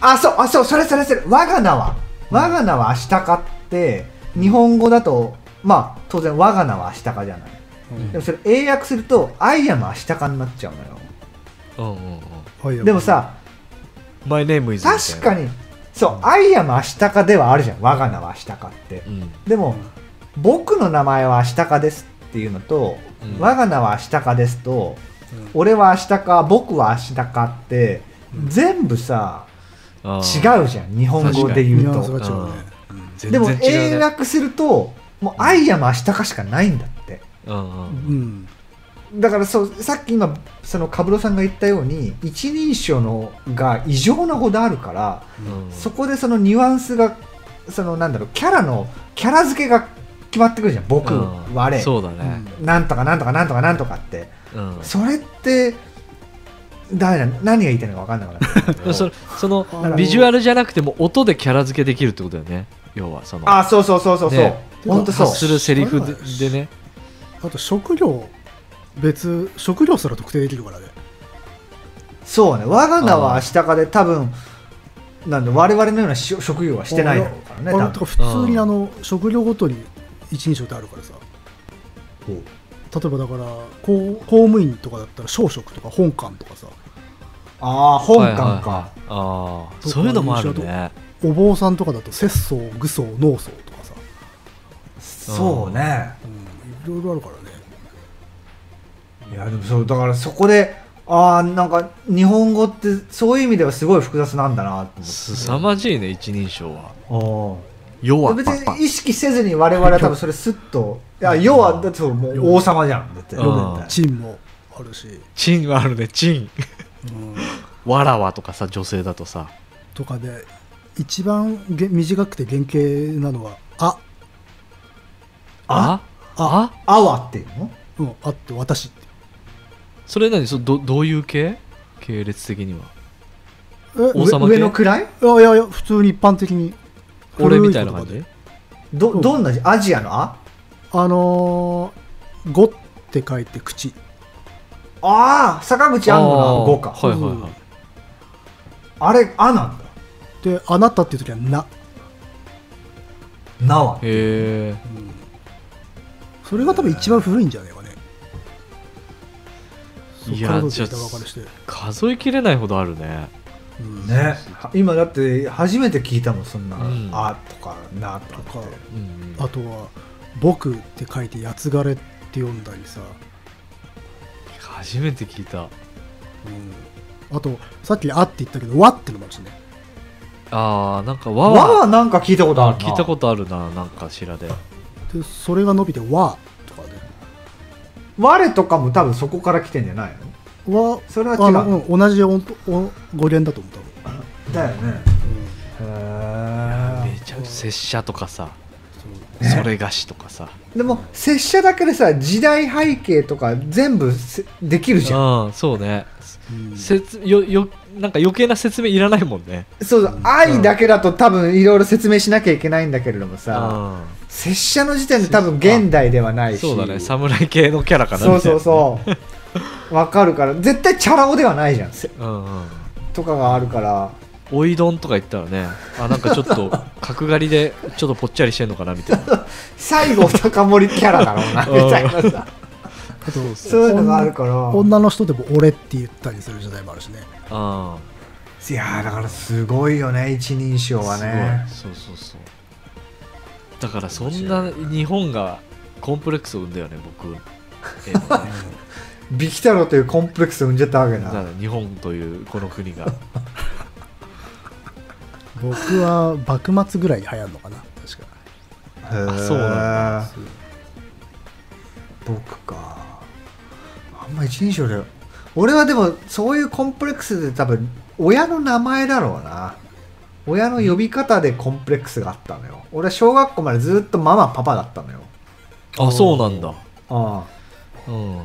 Speaker 3: あそうあそうそれそれそれ我が名は我が名はアシタカって日本語だとまあ当然我が名はアシタカじゃない
Speaker 1: うん
Speaker 3: でもそれ英訳すると「アイアムアシタカ」になっちゃうのよ
Speaker 2: うんうんうん
Speaker 1: はいよ
Speaker 3: でもさ
Speaker 2: My name is
Speaker 3: 確か
Speaker 2: に、
Speaker 3: にそう「アイアムアシタカ」ではあるじゃん我が名はアシタカって
Speaker 2: うん、
Speaker 3: でも、僕の名前はアシタカですっていうのと、
Speaker 2: うん
Speaker 3: 我が名はアシタカですと、
Speaker 1: うん
Speaker 3: 俺はアシタカ、僕はアシタカって、全部さ、
Speaker 2: あー
Speaker 3: 違うじゃん、日本語で言
Speaker 1: ニ
Speaker 3: う
Speaker 1: ュアンスが
Speaker 3: と。
Speaker 1: 違うね
Speaker 2: 全
Speaker 3: でも、
Speaker 2: 然違う
Speaker 3: 英
Speaker 2: ね
Speaker 3: 訳すると、もう、アイアムアシタカしかないんだって。
Speaker 2: うんう
Speaker 1: うんん
Speaker 3: だからそう、さっき今、その、カブロさんが言ったように、一人称のが異常なほどあるから、
Speaker 2: うん
Speaker 3: そこでそのニュアンスが、その、なんだろう、キャラの、キャラ付けが決まってくるじゃん、僕、
Speaker 2: うん
Speaker 3: 我。
Speaker 2: そうだ
Speaker 1: う
Speaker 2: ね
Speaker 1: ん、
Speaker 3: なんとかなんとかなんとかなんとかって
Speaker 2: うん
Speaker 3: それってダメだ何が言いたいのか分かんなくなっ
Speaker 2: でも (laughs)
Speaker 3: た
Speaker 2: そその
Speaker 1: あの
Speaker 2: ビジュアルじゃなくても音でキャラ付けできるってことだよね要はその
Speaker 3: あそうそうそうそうそう
Speaker 2: ね
Speaker 3: 本当そう
Speaker 2: 発するセリフででね
Speaker 1: あと職業別職業すら特定できるからね
Speaker 3: そうね我が名は明日かで多分なんで我々のようなし職業はしてないだろうからね
Speaker 1: あ
Speaker 3: 多
Speaker 1: の
Speaker 3: 分
Speaker 1: とか普通にあの職業ごとに一人称ってあるからさ例えばだから公公務員とかだったら小職とか本官とかさ
Speaker 3: ああ本館か、
Speaker 2: はいああそういうのもある
Speaker 1: どこの
Speaker 2: ね
Speaker 1: お坊さんとかだと節操愚僧農僧とかさ、
Speaker 3: そうね
Speaker 1: うん、いろいろあるからね
Speaker 3: いやでもそうだからそこでああなんか日本語ってそういう意味ではすごい複雑なんだなと
Speaker 2: すさまじいね一人称は
Speaker 3: 思って
Speaker 2: 要
Speaker 3: あ
Speaker 2: は
Speaker 3: あ別
Speaker 2: パッパ
Speaker 3: に意識せずに我々は多分それスッといや要はだってそうもう王様じゃんだって
Speaker 2: うん
Speaker 3: 読むんだよ
Speaker 1: チンもあるし、
Speaker 2: チンはあるねチン
Speaker 1: うん、
Speaker 2: わらわとかさ女性だとさ
Speaker 1: とかで一番げ短くて原型なのは「あ
Speaker 2: ああ
Speaker 3: あわっていうの」
Speaker 1: うん「あ」って「私」って
Speaker 2: それ何そどどういう系系列的には
Speaker 1: え
Speaker 2: 王様
Speaker 3: 上
Speaker 2: 系
Speaker 3: の位
Speaker 1: いやいやいや普通に一般的に
Speaker 2: 俺みたいな感じ
Speaker 3: どどんな字アジアのあ
Speaker 1: あのー、語って書いて口
Speaker 3: ああ坂口あんのな
Speaker 2: ー
Speaker 3: 5か
Speaker 2: はいはいはい
Speaker 3: あれあなんだ
Speaker 1: であなたっていう時はな、
Speaker 3: なは
Speaker 2: へえ
Speaker 1: それが多分一番古いんじゃないかねそっ
Speaker 2: い
Speaker 1: から
Speaker 2: や
Speaker 1: どう
Speaker 2: じ
Speaker 1: ぞ
Speaker 2: ゃ
Speaker 1: 枝分かれして、
Speaker 2: あ数えきれないほどあるね
Speaker 1: うん
Speaker 3: ね今だって初めて聞いたもんそんな
Speaker 2: うん
Speaker 3: 「あ」とか「な」と
Speaker 1: と
Speaker 3: か
Speaker 1: か
Speaker 2: うん
Speaker 1: あとは「僕」って書いて「八つ枯れ」って読んだりさ、
Speaker 2: 初めて聞いた
Speaker 1: うん、あとさっき「あ」って言ったけど「わ」ってのもあるしね
Speaker 2: あーなんか
Speaker 3: 「
Speaker 2: わ
Speaker 3: わ」
Speaker 2: は
Speaker 3: はなんか聞いたことあるな
Speaker 2: 聞いたことあるななんかしらで
Speaker 1: でそれが伸びて「わ」とかね
Speaker 3: 「我」とかも多分そこから来てんじゃないの
Speaker 1: 「わ」
Speaker 3: それは違う
Speaker 1: あの、うん、同じ音音語源だと思った
Speaker 3: だよね
Speaker 1: うん
Speaker 3: へ
Speaker 2: めちゃくちゃ拙者とかさ
Speaker 1: そう
Speaker 2: それがしとかさ
Speaker 3: えでも拙者だけでさ時代背景とか全部せできるじゃん
Speaker 2: うんそうね
Speaker 1: うん
Speaker 2: 説よよなんか余計な説明いらないもんね
Speaker 3: そうそう愛だけだと多分いろいろ説明しなきゃいけないんだけれどもさ
Speaker 2: う
Speaker 3: 拙者の時点で多分現代ではない
Speaker 2: ん
Speaker 3: し
Speaker 2: そうだね侍系のキャラかな
Speaker 3: そうそう
Speaker 2: う (laughs)
Speaker 3: そうわかるから絶対チャラ男ではないじゃんせ
Speaker 2: うんうん
Speaker 3: とかがあるから
Speaker 2: おいどんとか言ったらねあなんかちょっと角刈りでちょっとぽっちゃりしてんのかなみたいな
Speaker 3: 最後高森キャラだろうなみたいな
Speaker 2: (laughs)
Speaker 3: さ
Speaker 1: あと
Speaker 3: そういうのがあるから
Speaker 1: 女の人でも「俺」って言ったりする時代もあるしね
Speaker 2: あ
Speaker 3: いやーだからすごいよね一人称はね
Speaker 2: そうそうそうだからそんな日本がコンプレックスを生んだよね僕
Speaker 3: (laughs)
Speaker 2: へのね
Speaker 3: ビキタロというコンプレックスを生んじゃったわけ
Speaker 2: だか
Speaker 3: だ
Speaker 2: ら日本というこの国が
Speaker 1: 僕は幕末ぐらいに流行るのかな確か
Speaker 3: あ
Speaker 2: そうなん
Speaker 3: だ僕かあんま一人称だよ俺はでもそういうコンプレックスで多分親の名前だろうな親の呼び方でコンプレックスがあったのよ俺は小学校までずっとママパパだったのよ
Speaker 2: あそうなんだ
Speaker 3: ああ
Speaker 2: うん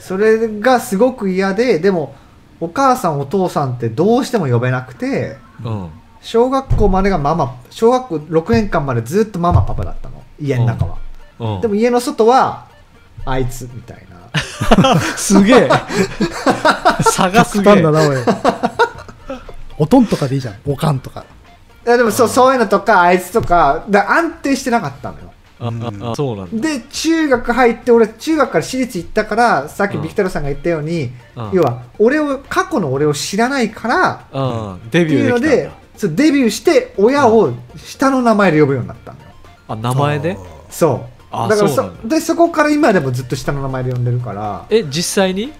Speaker 3: それがすごく嫌ででもお母さんお父さんってどうしても呼べなくて
Speaker 2: うん
Speaker 3: 小学校までがママ小学校6年間までずっとママパパだったの家の中は、
Speaker 2: うん、
Speaker 3: でも家の外はあいつみたいな
Speaker 2: (laughs) すげ
Speaker 3: (laughs)
Speaker 2: え差がす
Speaker 1: 極
Speaker 2: げ
Speaker 1: 端
Speaker 2: え
Speaker 1: だなおい (laughs) おとんとかでいいじゃんおかんとか
Speaker 3: いやでもそうそういうのとかあいつとかだ安定してなかったのよ
Speaker 2: あああそうなんだ
Speaker 3: で中学入って俺中学から私立行ったからさっき
Speaker 2: うん
Speaker 3: ビキタロさんが言ったように、
Speaker 2: うん
Speaker 3: 要は俺を過去の俺を知らないから
Speaker 2: うんデ
Speaker 3: って
Speaker 2: ビュ
Speaker 3: いうの
Speaker 2: ーできたん
Speaker 3: で
Speaker 2: だ
Speaker 3: そうデビューして親を下の名前で呼ぶようになったのよ
Speaker 2: あ名前で
Speaker 3: そう
Speaker 2: あ
Speaker 3: だから
Speaker 2: そ
Speaker 3: そう
Speaker 2: なんだ
Speaker 3: でそこから今でもずっと下の名前で呼んでるから
Speaker 2: え実際に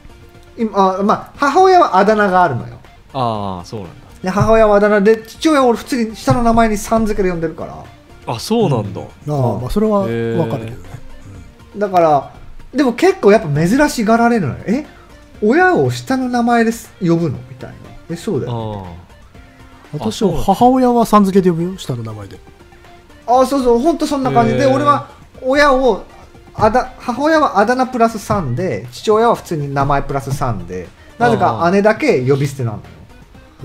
Speaker 3: 今あまあ母親はあだ名があるのよ
Speaker 2: ああそうなんだ
Speaker 3: で母親はあだ名で父親は俺普通に下の名前にさん付けで呼んでるから
Speaker 2: あそうなんだ、
Speaker 1: ああまあそれは
Speaker 2: へえ
Speaker 1: 分かるけどね
Speaker 3: だからでも結構やっぱ珍しがられるのよえ親を下の名前です呼ぶのみたいなえそうだよ
Speaker 2: ああ
Speaker 1: 私
Speaker 2: そう
Speaker 1: は母親はさん付けで呼ぶよ下の名前で
Speaker 3: あそうそうほんとそんな感じで
Speaker 2: へー
Speaker 3: 俺は親をあだ母親はあだ名プラス3で父親は普通に名前プラス3でなぜか
Speaker 2: あー
Speaker 3: 姉だけ呼び捨てなのよ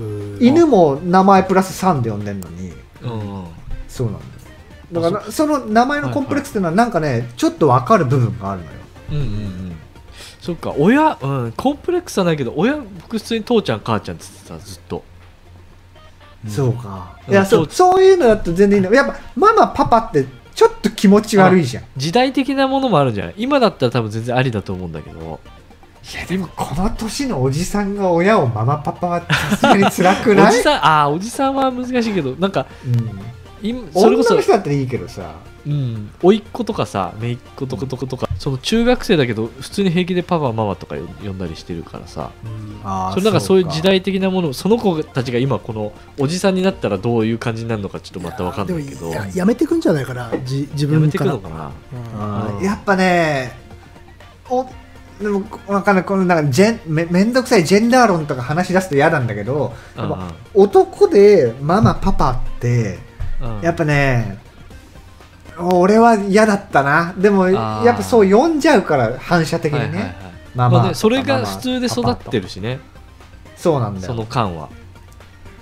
Speaker 1: へえ
Speaker 3: 犬も名前プラス3で呼んでんのに
Speaker 2: あうん
Speaker 3: そうなんですだからその名前のコンプレックスっていうのはなんかねちょっとわかる部分があるのよ
Speaker 2: うんうんうんそっか親、うん、コンプレックスはないけど親僕普通に父ちゃん母ちゃんって言ってたずっと
Speaker 3: そうか。
Speaker 2: うん
Speaker 3: いや、そ
Speaker 2: そう
Speaker 3: う、そういうのだと全然いいんだやっぱ、ママ、パパって、ちょっと気持ち悪いじゃん。い
Speaker 2: 時代的なものもあるんじゃない今だったら多分全然ありだと思うんだけど
Speaker 3: や、でも、この年のおじさんが親をママ、パパは、さすがに辛くな
Speaker 2: お
Speaker 3: い
Speaker 2: じさんあーおじさんは難しいけどなんか
Speaker 3: うん。
Speaker 2: 今それこ
Speaker 3: 女
Speaker 2: そ
Speaker 3: の人だったらいいけどさ。
Speaker 2: うん甥っ子とかさ姪っ子とかとかとかその中学生だけど普通に平気でパパママとか呼呼んだりしてるからさ
Speaker 3: あ
Speaker 2: それなんかそういう時代的なものその子たちが今このおじさんになったらどういう感じになるのかちょっとまたわかん
Speaker 1: で
Speaker 2: な
Speaker 1: も
Speaker 2: いけど
Speaker 1: や
Speaker 2: や
Speaker 1: やめてくんじゃないかなじ自分
Speaker 2: めて
Speaker 1: か
Speaker 2: く
Speaker 1: ら
Speaker 2: のかな
Speaker 3: あ
Speaker 2: う
Speaker 3: ー
Speaker 2: ん
Speaker 3: やっぱね、お、でも、わかんない。この、なんかジェンめ、めんどくさいジェンダー論とか話し出すと嫌なんだけど、やっ
Speaker 2: うんうん
Speaker 3: ぱ、男でママ、パパって、
Speaker 2: うん
Speaker 3: やっぱね、俺は嫌だったな。でも、
Speaker 2: あー
Speaker 3: やっぱそう呼んじゃうから、反射的
Speaker 2: はい
Speaker 3: に
Speaker 2: はいはい
Speaker 3: ね。
Speaker 2: ま
Speaker 3: マ
Speaker 2: あ
Speaker 3: マ
Speaker 2: ねそれが普通で
Speaker 3: パ
Speaker 2: 育
Speaker 3: パ
Speaker 2: ってるしね
Speaker 3: そうなんだ
Speaker 2: その
Speaker 3: よ。
Speaker 2: 間は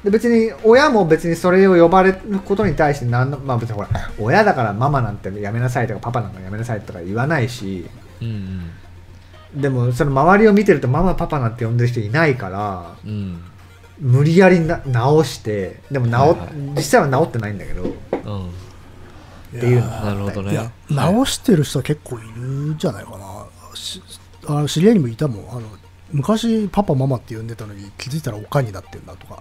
Speaker 3: で別に親も別にそれを呼ばれることに対して何のまあ別にほら親だからママなんてやめなさいとかパパなんかやめなさいとか言わないし
Speaker 2: うん
Speaker 3: でもその周りを見てるとママパパなんて呼んでる人いないから
Speaker 2: うんうん
Speaker 3: 無理やりな直してでも治、
Speaker 2: はいはい
Speaker 3: 実際は治ってないんだけど
Speaker 2: うん
Speaker 1: て
Speaker 3: いうの
Speaker 2: なるほど
Speaker 1: い
Speaker 2: ね
Speaker 1: や直してる人は結構いるんじゃないかなしあ知り合いにもいたもんあの昔パパママって呼んでたのに気づいたらおかんになってんだとか、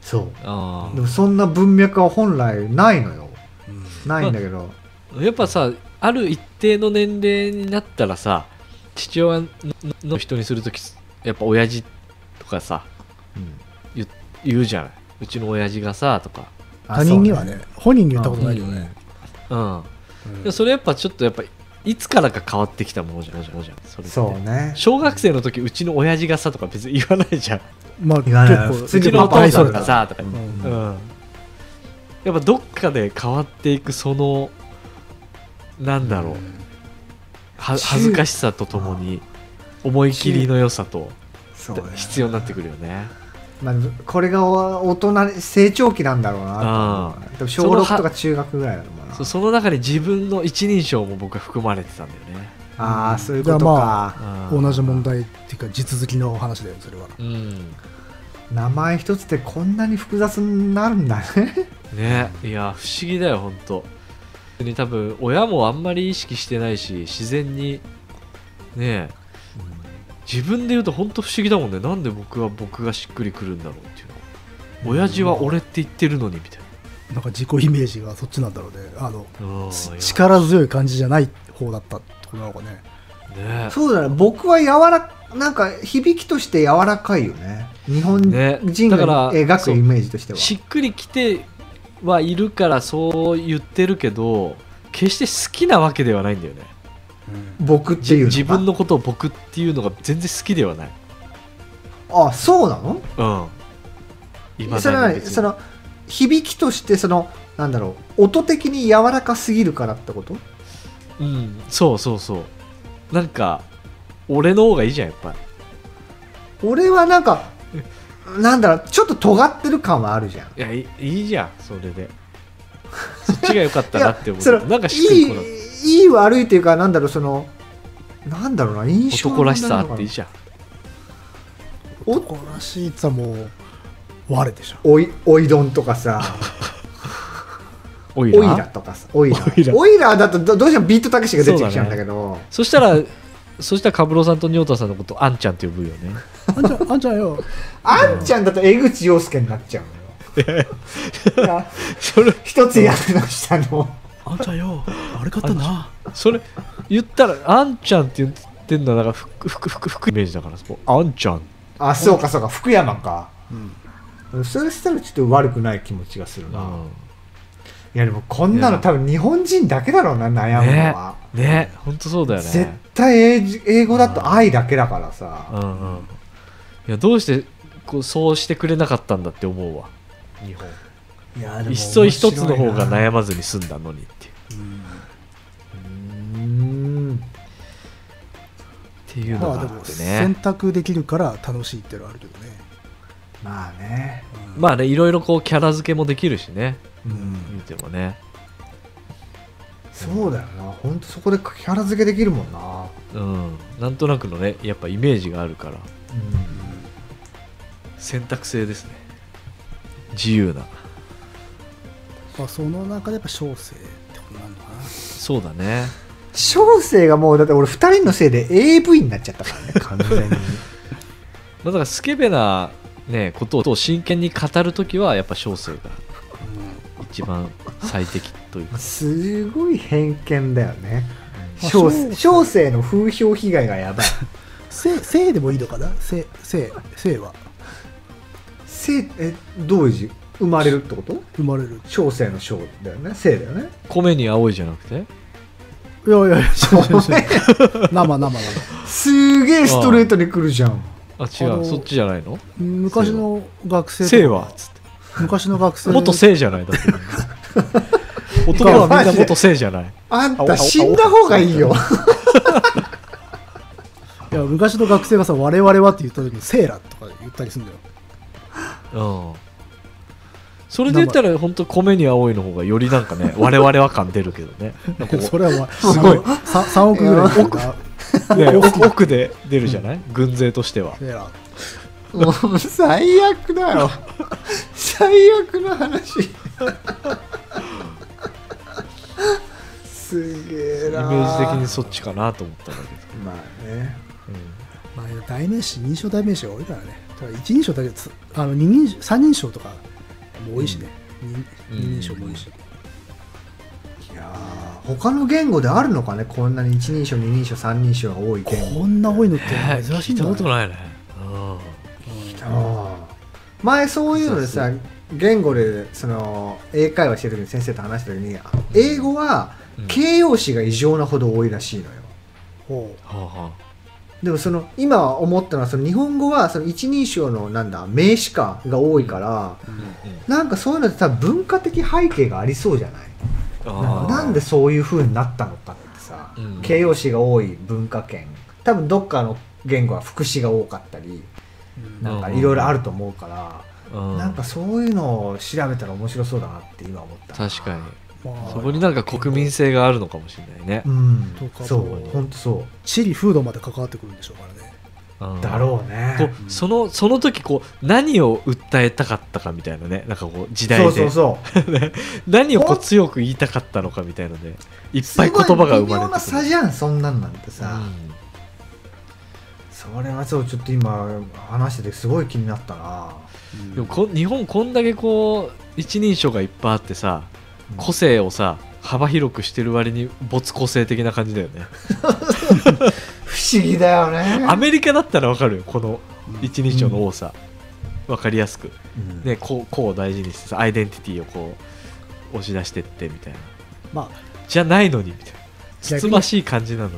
Speaker 3: そ
Speaker 2: あ
Speaker 3: うでもそんな文脈は本来ないのよ
Speaker 1: うん
Speaker 3: ないんだけど、
Speaker 2: あやっぱさある一定の年齢になったらさ父親のの人にするときやっぱ親父とかさ、言う言うじゃないうちの親父がさとか
Speaker 3: あ
Speaker 1: 他人にはね本人に言ったことないけどね、
Speaker 2: うん
Speaker 1: うん
Speaker 2: でもそれやっぱちょっとやっぱいつからか変わってきたものじゃんそれって
Speaker 3: そうね
Speaker 2: 小学生の時うちの親父がさとか別に言わないじゃん
Speaker 1: まあ
Speaker 3: 言わない普
Speaker 1: 結
Speaker 3: 通
Speaker 2: う
Speaker 3: に
Speaker 2: ち
Speaker 1: 構
Speaker 2: のお
Speaker 3: パパ
Speaker 2: 父
Speaker 3: 愛
Speaker 2: さ
Speaker 3: さ
Speaker 2: ん
Speaker 3: れ
Speaker 2: が
Speaker 3: た
Speaker 2: さとか、
Speaker 1: う
Speaker 2: うんん
Speaker 3: うん
Speaker 2: やっぱどっかで変わっていくそのなんだろう、は恥ずかしさとともに思い切りの良さと
Speaker 3: そうね
Speaker 2: 必要になってくるよね
Speaker 3: まあ、これがお大人成長期なんだろうなと思うでも小
Speaker 2: その
Speaker 3: 6
Speaker 2: は
Speaker 3: とか中学ぐらいだと思うな
Speaker 2: そその中に自分の一人称も僕は含まれてたんだよね
Speaker 3: ああそういうこと
Speaker 1: じ
Speaker 3: か、
Speaker 1: ゃあま
Speaker 2: うん
Speaker 1: 同じ問題っていうか地続きの話だよそれは
Speaker 2: うん
Speaker 3: 名前一つでこんなに複雑になるんだね
Speaker 2: ねいや不思議だよほんと本当に多分親もあんまり意識してないし自然にねえ自分で言うと本当不思議だもんねなんで僕は僕がしっくりくるんだろうっていうの親父は俺って言ってるのにみたい
Speaker 1: なんか自己イメージがそっちなんだろうねあの
Speaker 2: な、うん
Speaker 1: つ
Speaker 2: いや
Speaker 1: 力強い感じじゃない方だったってことなのかね
Speaker 2: ね
Speaker 3: そうだね僕は柔らなんか響きとして柔らかいよね日本
Speaker 2: ね
Speaker 3: 人
Speaker 2: だ
Speaker 3: が
Speaker 2: から
Speaker 3: 描
Speaker 2: そ
Speaker 3: く
Speaker 2: う
Speaker 3: イメージとしては、
Speaker 2: しっくりきてはいるからそう言ってるけど決して好きなわけではないんだよね
Speaker 3: 僕って
Speaker 2: じ
Speaker 3: いうのが
Speaker 2: 自分のことを僕っていうのが全然好きではない
Speaker 3: あそうなの
Speaker 2: うん今
Speaker 3: それはその響きとしてそのなんだろう音的に柔らかすぎるからってこと
Speaker 2: うんそうそうそうなんか俺の方がいいじゃんやっぱり
Speaker 3: 俺はなんかなんだろうちょっと尖ってる感はあるじゃん
Speaker 2: いやいいいじゃんそれでそっちが良かった
Speaker 3: (laughs) い
Speaker 2: な
Speaker 3: や
Speaker 2: って思
Speaker 3: それ
Speaker 2: うなんかしっくりこない
Speaker 3: いいいい悪いというかなんだろうそのなんだろうな印象
Speaker 2: 男らしさあっていいじゃん
Speaker 3: お
Speaker 1: 男らしいって言ったらもう我でしょ
Speaker 3: おいおいどんと
Speaker 2: (laughs)
Speaker 3: かさ
Speaker 2: オイ
Speaker 3: おい
Speaker 2: ラ
Speaker 3: らとかさおいら
Speaker 2: おいら
Speaker 3: おいらだとどどうしてもビートたけしが出てきちゃうんだけど
Speaker 2: そしたらそしたらカブロさんとニョータさんのことあんちゃんって呼ぶよ (laughs) ね
Speaker 1: あんちゃんあんちゃんよ
Speaker 3: あんちゃんだと江口洋介になっちゃうのよいや
Speaker 2: それ
Speaker 3: 一つ屋根の下の
Speaker 1: あんちゃんよ悪かったな
Speaker 2: それ言ったらあんちゃんって言ってんのはなんかふくふくふくふくイメージだからそうあんちゃん
Speaker 3: あそうかそうか福山か
Speaker 1: うん
Speaker 3: それしたらちょっと悪くない気持ちがするな、
Speaker 2: うん
Speaker 3: いやでもこんない
Speaker 2: や
Speaker 3: の多分日本人だけだろうな悩むの
Speaker 2: ね
Speaker 3: は、
Speaker 2: ね本当そうだよね
Speaker 3: 絶対英字英語だと愛だけだからさ、
Speaker 2: うんうんいやどうしてこうそうしてくれなかったんだって思うわ日本
Speaker 3: いやでも
Speaker 2: いっそ一つの方が
Speaker 3: 面白いな
Speaker 2: 悩まずに済んだのにっていう
Speaker 3: うん
Speaker 2: っていうの
Speaker 1: まあ
Speaker 2: があ
Speaker 1: で
Speaker 2: っ
Speaker 1: も
Speaker 2: てね
Speaker 1: 選択できるから楽しいっていうのはあるけどね
Speaker 3: まあね
Speaker 2: まあねいろいろこうキャラ付けもできるしね
Speaker 1: うん
Speaker 2: 見てもね
Speaker 3: そうだよな本当そこでキャラ付けできるもんな、
Speaker 2: うんなんとなくのねやっぱイメージがあるから選択制ですね自由な
Speaker 1: まあその中でやっぱ小生ってことなのかな
Speaker 2: そうだね
Speaker 3: 小生がもうだって俺2人のせいで AV になっちゃったからね完全に
Speaker 2: まあだからスケベなねことを真剣に語るときはやっぱ小生が一番最適というか
Speaker 3: すごい偏見だよね
Speaker 1: まあ
Speaker 3: 小
Speaker 1: そう
Speaker 3: 生小生の風評被害がやばい
Speaker 1: 生生でもいいのかな生生生は
Speaker 3: 生えどういう字生まれるってこと
Speaker 1: 生まれる
Speaker 3: 小生の小だよね生だよね
Speaker 2: 米に青いじゃなくて
Speaker 1: いやいやいや生生生生
Speaker 3: すげえストレートに来るじゃん
Speaker 2: あ違
Speaker 1: あ
Speaker 2: う
Speaker 1: の
Speaker 2: そっちじゃないの
Speaker 1: 昔の学生とか
Speaker 2: 生はっつって
Speaker 1: 昔の学生
Speaker 2: 元生じ (laughs) ゃないだって男はみんな元生じゃない
Speaker 3: あんた死んだ方がいいよ
Speaker 1: いや昔の学生がさ我々はって言った時にセーラとか言ったりするんだよ
Speaker 2: うんそれで言ったら本当米に青いの方がよりなんか (laughs) ね我々は感出るけどねなんかこう
Speaker 1: それは
Speaker 2: すごい
Speaker 1: さ 3, 億ぐらいなんか
Speaker 2: ね (laughs) 奥奥で出るじゃない、軍勢としては
Speaker 1: えら
Speaker 3: もう最悪だよ最悪の話すげえ
Speaker 2: イメ
Speaker 3: な
Speaker 2: ージ的にそっちかなと思ったんだけ
Speaker 3: まあね
Speaker 2: ど、
Speaker 1: まあ、代名詞認証代名詞が多いからねただ一人称だけどつあの二人称三人称とかも多いしね、
Speaker 2: うん
Speaker 1: 二二人称も多いし、
Speaker 3: いやー他の言語であるのかねこんなに一人称二人称三人称が多い言語
Speaker 1: こんな多いのっ
Speaker 2: え
Speaker 1: て珍しいんだ、ね
Speaker 2: 聞いたことないねうん
Speaker 3: あー前そういうのでさ言語でその英会話してる時に先生と話した時に英語は
Speaker 2: うん
Speaker 3: 形容詞が異常なほど多いらしいのよ、
Speaker 1: ほう
Speaker 2: はあは
Speaker 3: でもその今思ったのはその日本語はその一人称のなんだ名詞かが多いから、なんかそういうのってさ文化的背景がありそうじゃない
Speaker 2: あ
Speaker 3: なんかなんでそういう風になったのかってさ、
Speaker 2: うん
Speaker 3: 形容詞が多い文化圏多分どっかの言語は副詞が多かったり
Speaker 1: うん
Speaker 3: なんかいろいろあると思うから、なんかそういうのを調べたら面白そうだなって今思った
Speaker 2: 確かに
Speaker 1: まあ
Speaker 2: そこになんか国民性があるのかもしれないね
Speaker 3: う、ん
Speaker 1: そうか
Speaker 3: そう本当そ
Speaker 1: 地理風土まで関わってくるんでしょうからね
Speaker 2: うん
Speaker 3: うだろ
Speaker 2: こ
Speaker 3: うね
Speaker 2: うそのその時こう何を訴えたかったかみたいなねなんかこう時代で
Speaker 3: そうそうそう
Speaker 2: 何をこう強く言いたかったのかみたいなねいっぱい言葉が生
Speaker 3: すごい微
Speaker 2: まれ
Speaker 3: 妙な
Speaker 2: てく
Speaker 3: 差
Speaker 2: る
Speaker 3: じゃんそんなんなんて
Speaker 2: う
Speaker 3: さ、
Speaker 2: ん
Speaker 3: それはそうちょっと今話しててすごい気になったな
Speaker 2: でもこ日本こんだけこう一人称がいっぱいあってさ個性をさ幅広くしてる割に没個性的な感じだよね
Speaker 3: 不思議だよね
Speaker 2: アメリカだったらわかるよこの一人称の多さ、わかりやすく
Speaker 3: うん
Speaker 2: ねこうこう大事にしてさアイデンティティをこう押し出してってみたいな
Speaker 1: まあ
Speaker 2: じゃないのにみたいな
Speaker 1: 逆
Speaker 2: つ
Speaker 1: に
Speaker 2: つましい感じなのに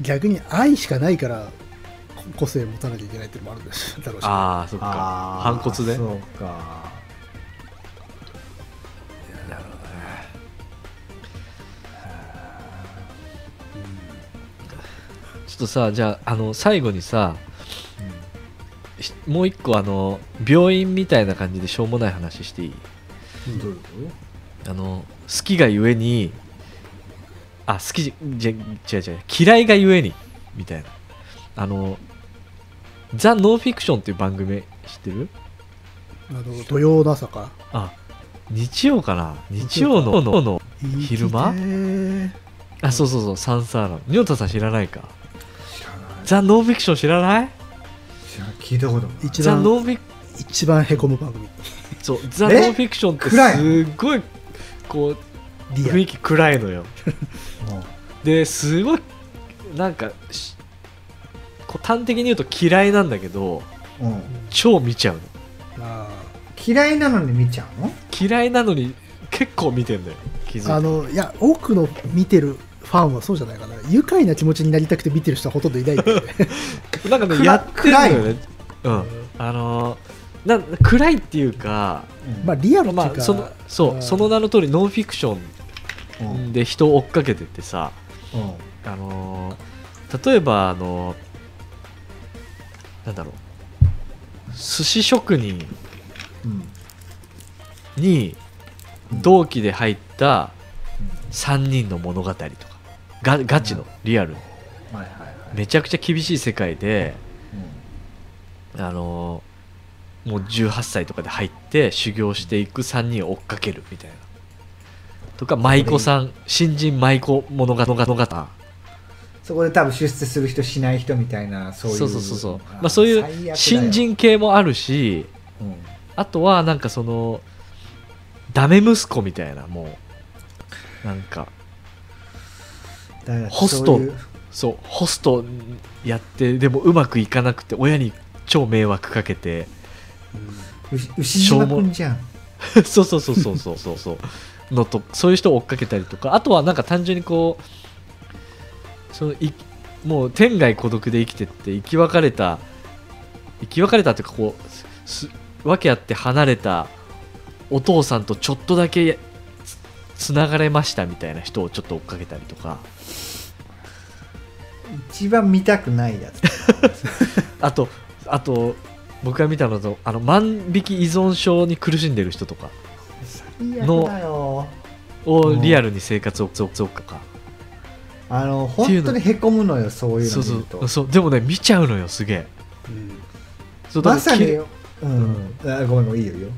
Speaker 1: 逆に愛しかないからこ個性持たなきゃいけないっていうのもあるんですだろうしね、
Speaker 2: ああそっか
Speaker 3: あー
Speaker 2: 反骨で
Speaker 3: そうか
Speaker 2: ちょっとさじゃああの最後にさひもう一個あの病院みたいな感じでしょうもない話していい
Speaker 1: うん
Speaker 3: どういうこ
Speaker 2: あの好きがゆえにあ好きじじゃ違う違う嫌いがゆえにみたいなあの「ザ・ノンフィクション」っていう番組知ってる
Speaker 1: あの土曜の朝か
Speaker 2: あ日曜かな日曜ののの昼間
Speaker 1: 生きてー
Speaker 2: あそうそうそうサンサーランニョータさん知らないか
Speaker 3: と知らない
Speaker 2: ザ・ノンフィクション知らない
Speaker 3: 知らない聞いたことない
Speaker 1: 一
Speaker 2: ザ・
Speaker 1: 番
Speaker 2: ノンフィク
Speaker 1: 一番へこむ番組
Speaker 2: そうザ・ノ
Speaker 3: え
Speaker 2: ンフィクションって
Speaker 3: 暗い
Speaker 2: すごいこう
Speaker 1: リア
Speaker 2: 雰囲
Speaker 1: ル
Speaker 2: 気暗いのよ
Speaker 3: うん
Speaker 2: ですごいなんかしこう端的に言うと嫌いなんだけど
Speaker 3: うん
Speaker 2: 超見ちゃうの
Speaker 1: あ
Speaker 3: 嫌いなのに見ちゃうの
Speaker 2: 嫌いなのに結構見てんだよ気づい
Speaker 1: ーあ
Speaker 2: て
Speaker 1: のいや多くの見てるファンはそうじゃないかな愉快な気持ちになりたくて見てる人はほとんどいないん
Speaker 2: (laughs)
Speaker 1: だよね
Speaker 2: なんかね
Speaker 3: 暗
Speaker 2: やってるんだよねう
Speaker 1: うん
Speaker 2: んあのーな暗いっていうか
Speaker 1: まあリアルっていう
Speaker 2: ま
Speaker 1: か、
Speaker 2: あそのそう、
Speaker 1: うん
Speaker 2: その名の通りノンフィクショ
Speaker 3: うんうん
Speaker 2: ンで人を追っかけてってさ、あのー例えばあのーなんだろう寿司職人
Speaker 3: うん
Speaker 2: に
Speaker 3: うん
Speaker 2: 同期で入った3人の物語とかがガチのリアル
Speaker 3: はいはいはい
Speaker 2: めちゃくちゃ厳しい世界で、
Speaker 3: う
Speaker 2: あのーもう18歳とかで入って修行していく3人を追っかけるみたいなとか舞妓さん新人舞妓物語物語
Speaker 3: んそこで多分出世する人しない人みたいなそういう
Speaker 2: そうそうそうそうまあそういう
Speaker 3: 最悪だよ
Speaker 2: 新人系もあるし
Speaker 3: うん
Speaker 2: あとはなんかそのダメ息子みたいなもうなんか
Speaker 3: だから
Speaker 2: ホスト
Speaker 3: そういう
Speaker 2: そうホストやってでもうまくいかなくて親に超迷惑かけて
Speaker 3: 牛牛島くんじゃん
Speaker 2: (laughs) そうそうそうそうそうそうそうのとそういう人を追っかけたりとかあとはなんか単純にこうそのいもう天涯孤独で生きてって生き別れた生き別れたっていうかこうす訳あって離れたお父さんとちょっとだけつつながれましたみたいな人をちょっと追っかけたりとか。
Speaker 3: 一番見たくないやつ
Speaker 2: あと、 (laughs) あと、僕が見たのだと、あの、万引き依存症に苦しんでる人とか、
Speaker 3: いやだよ
Speaker 2: をリアルに生活をそうそうか
Speaker 3: あの本当にへこむのよそういう
Speaker 2: そ
Speaker 3: の
Speaker 2: う
Speaker 3: 見る
Speaker 2: そ
Speaker 3: と
Speaker 2: うそうでもね見ちゃうのよすげえそうだ
Speaker 3: ま
Speaker 2: から
Speaker 3: さ
Speaker 2: き
Speaker 3: にうん、あごめんごめんいいよいいよ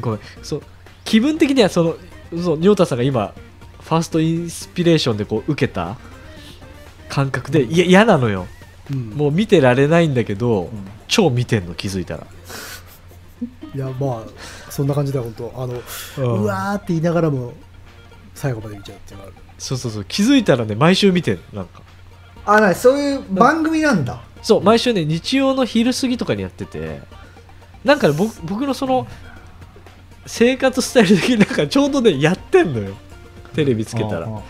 Speaker 2: ごめんそう気分的にはそのそう仁太さんが今ファーストインスピレーションでこう受けた感覚でいや嫌なのよ
Speaker 1: うん、
Speaker 2: もう見てられないんだけど、
Speaker 3: ん
Speaker 2: 超見てんの気づいたら、
Speaker 1: いやまあそんな感じだよ本当あの、う
Speaker 2: うん
Speaker 1: わーって言いながらも最後まで見ちゃうっていうのがある
Speaker 2: そうそうそう気づいたらね毎週見てるなんか
Speaker 3: あなそういう番組なんだ、
Speaker 2: そう毎週ね日曜の昼過ぎとかにやっててなんかね僕僕のその生活スタイル的になんかちょうどねやってんのよテレビつけたら
Speaker 3: うんうん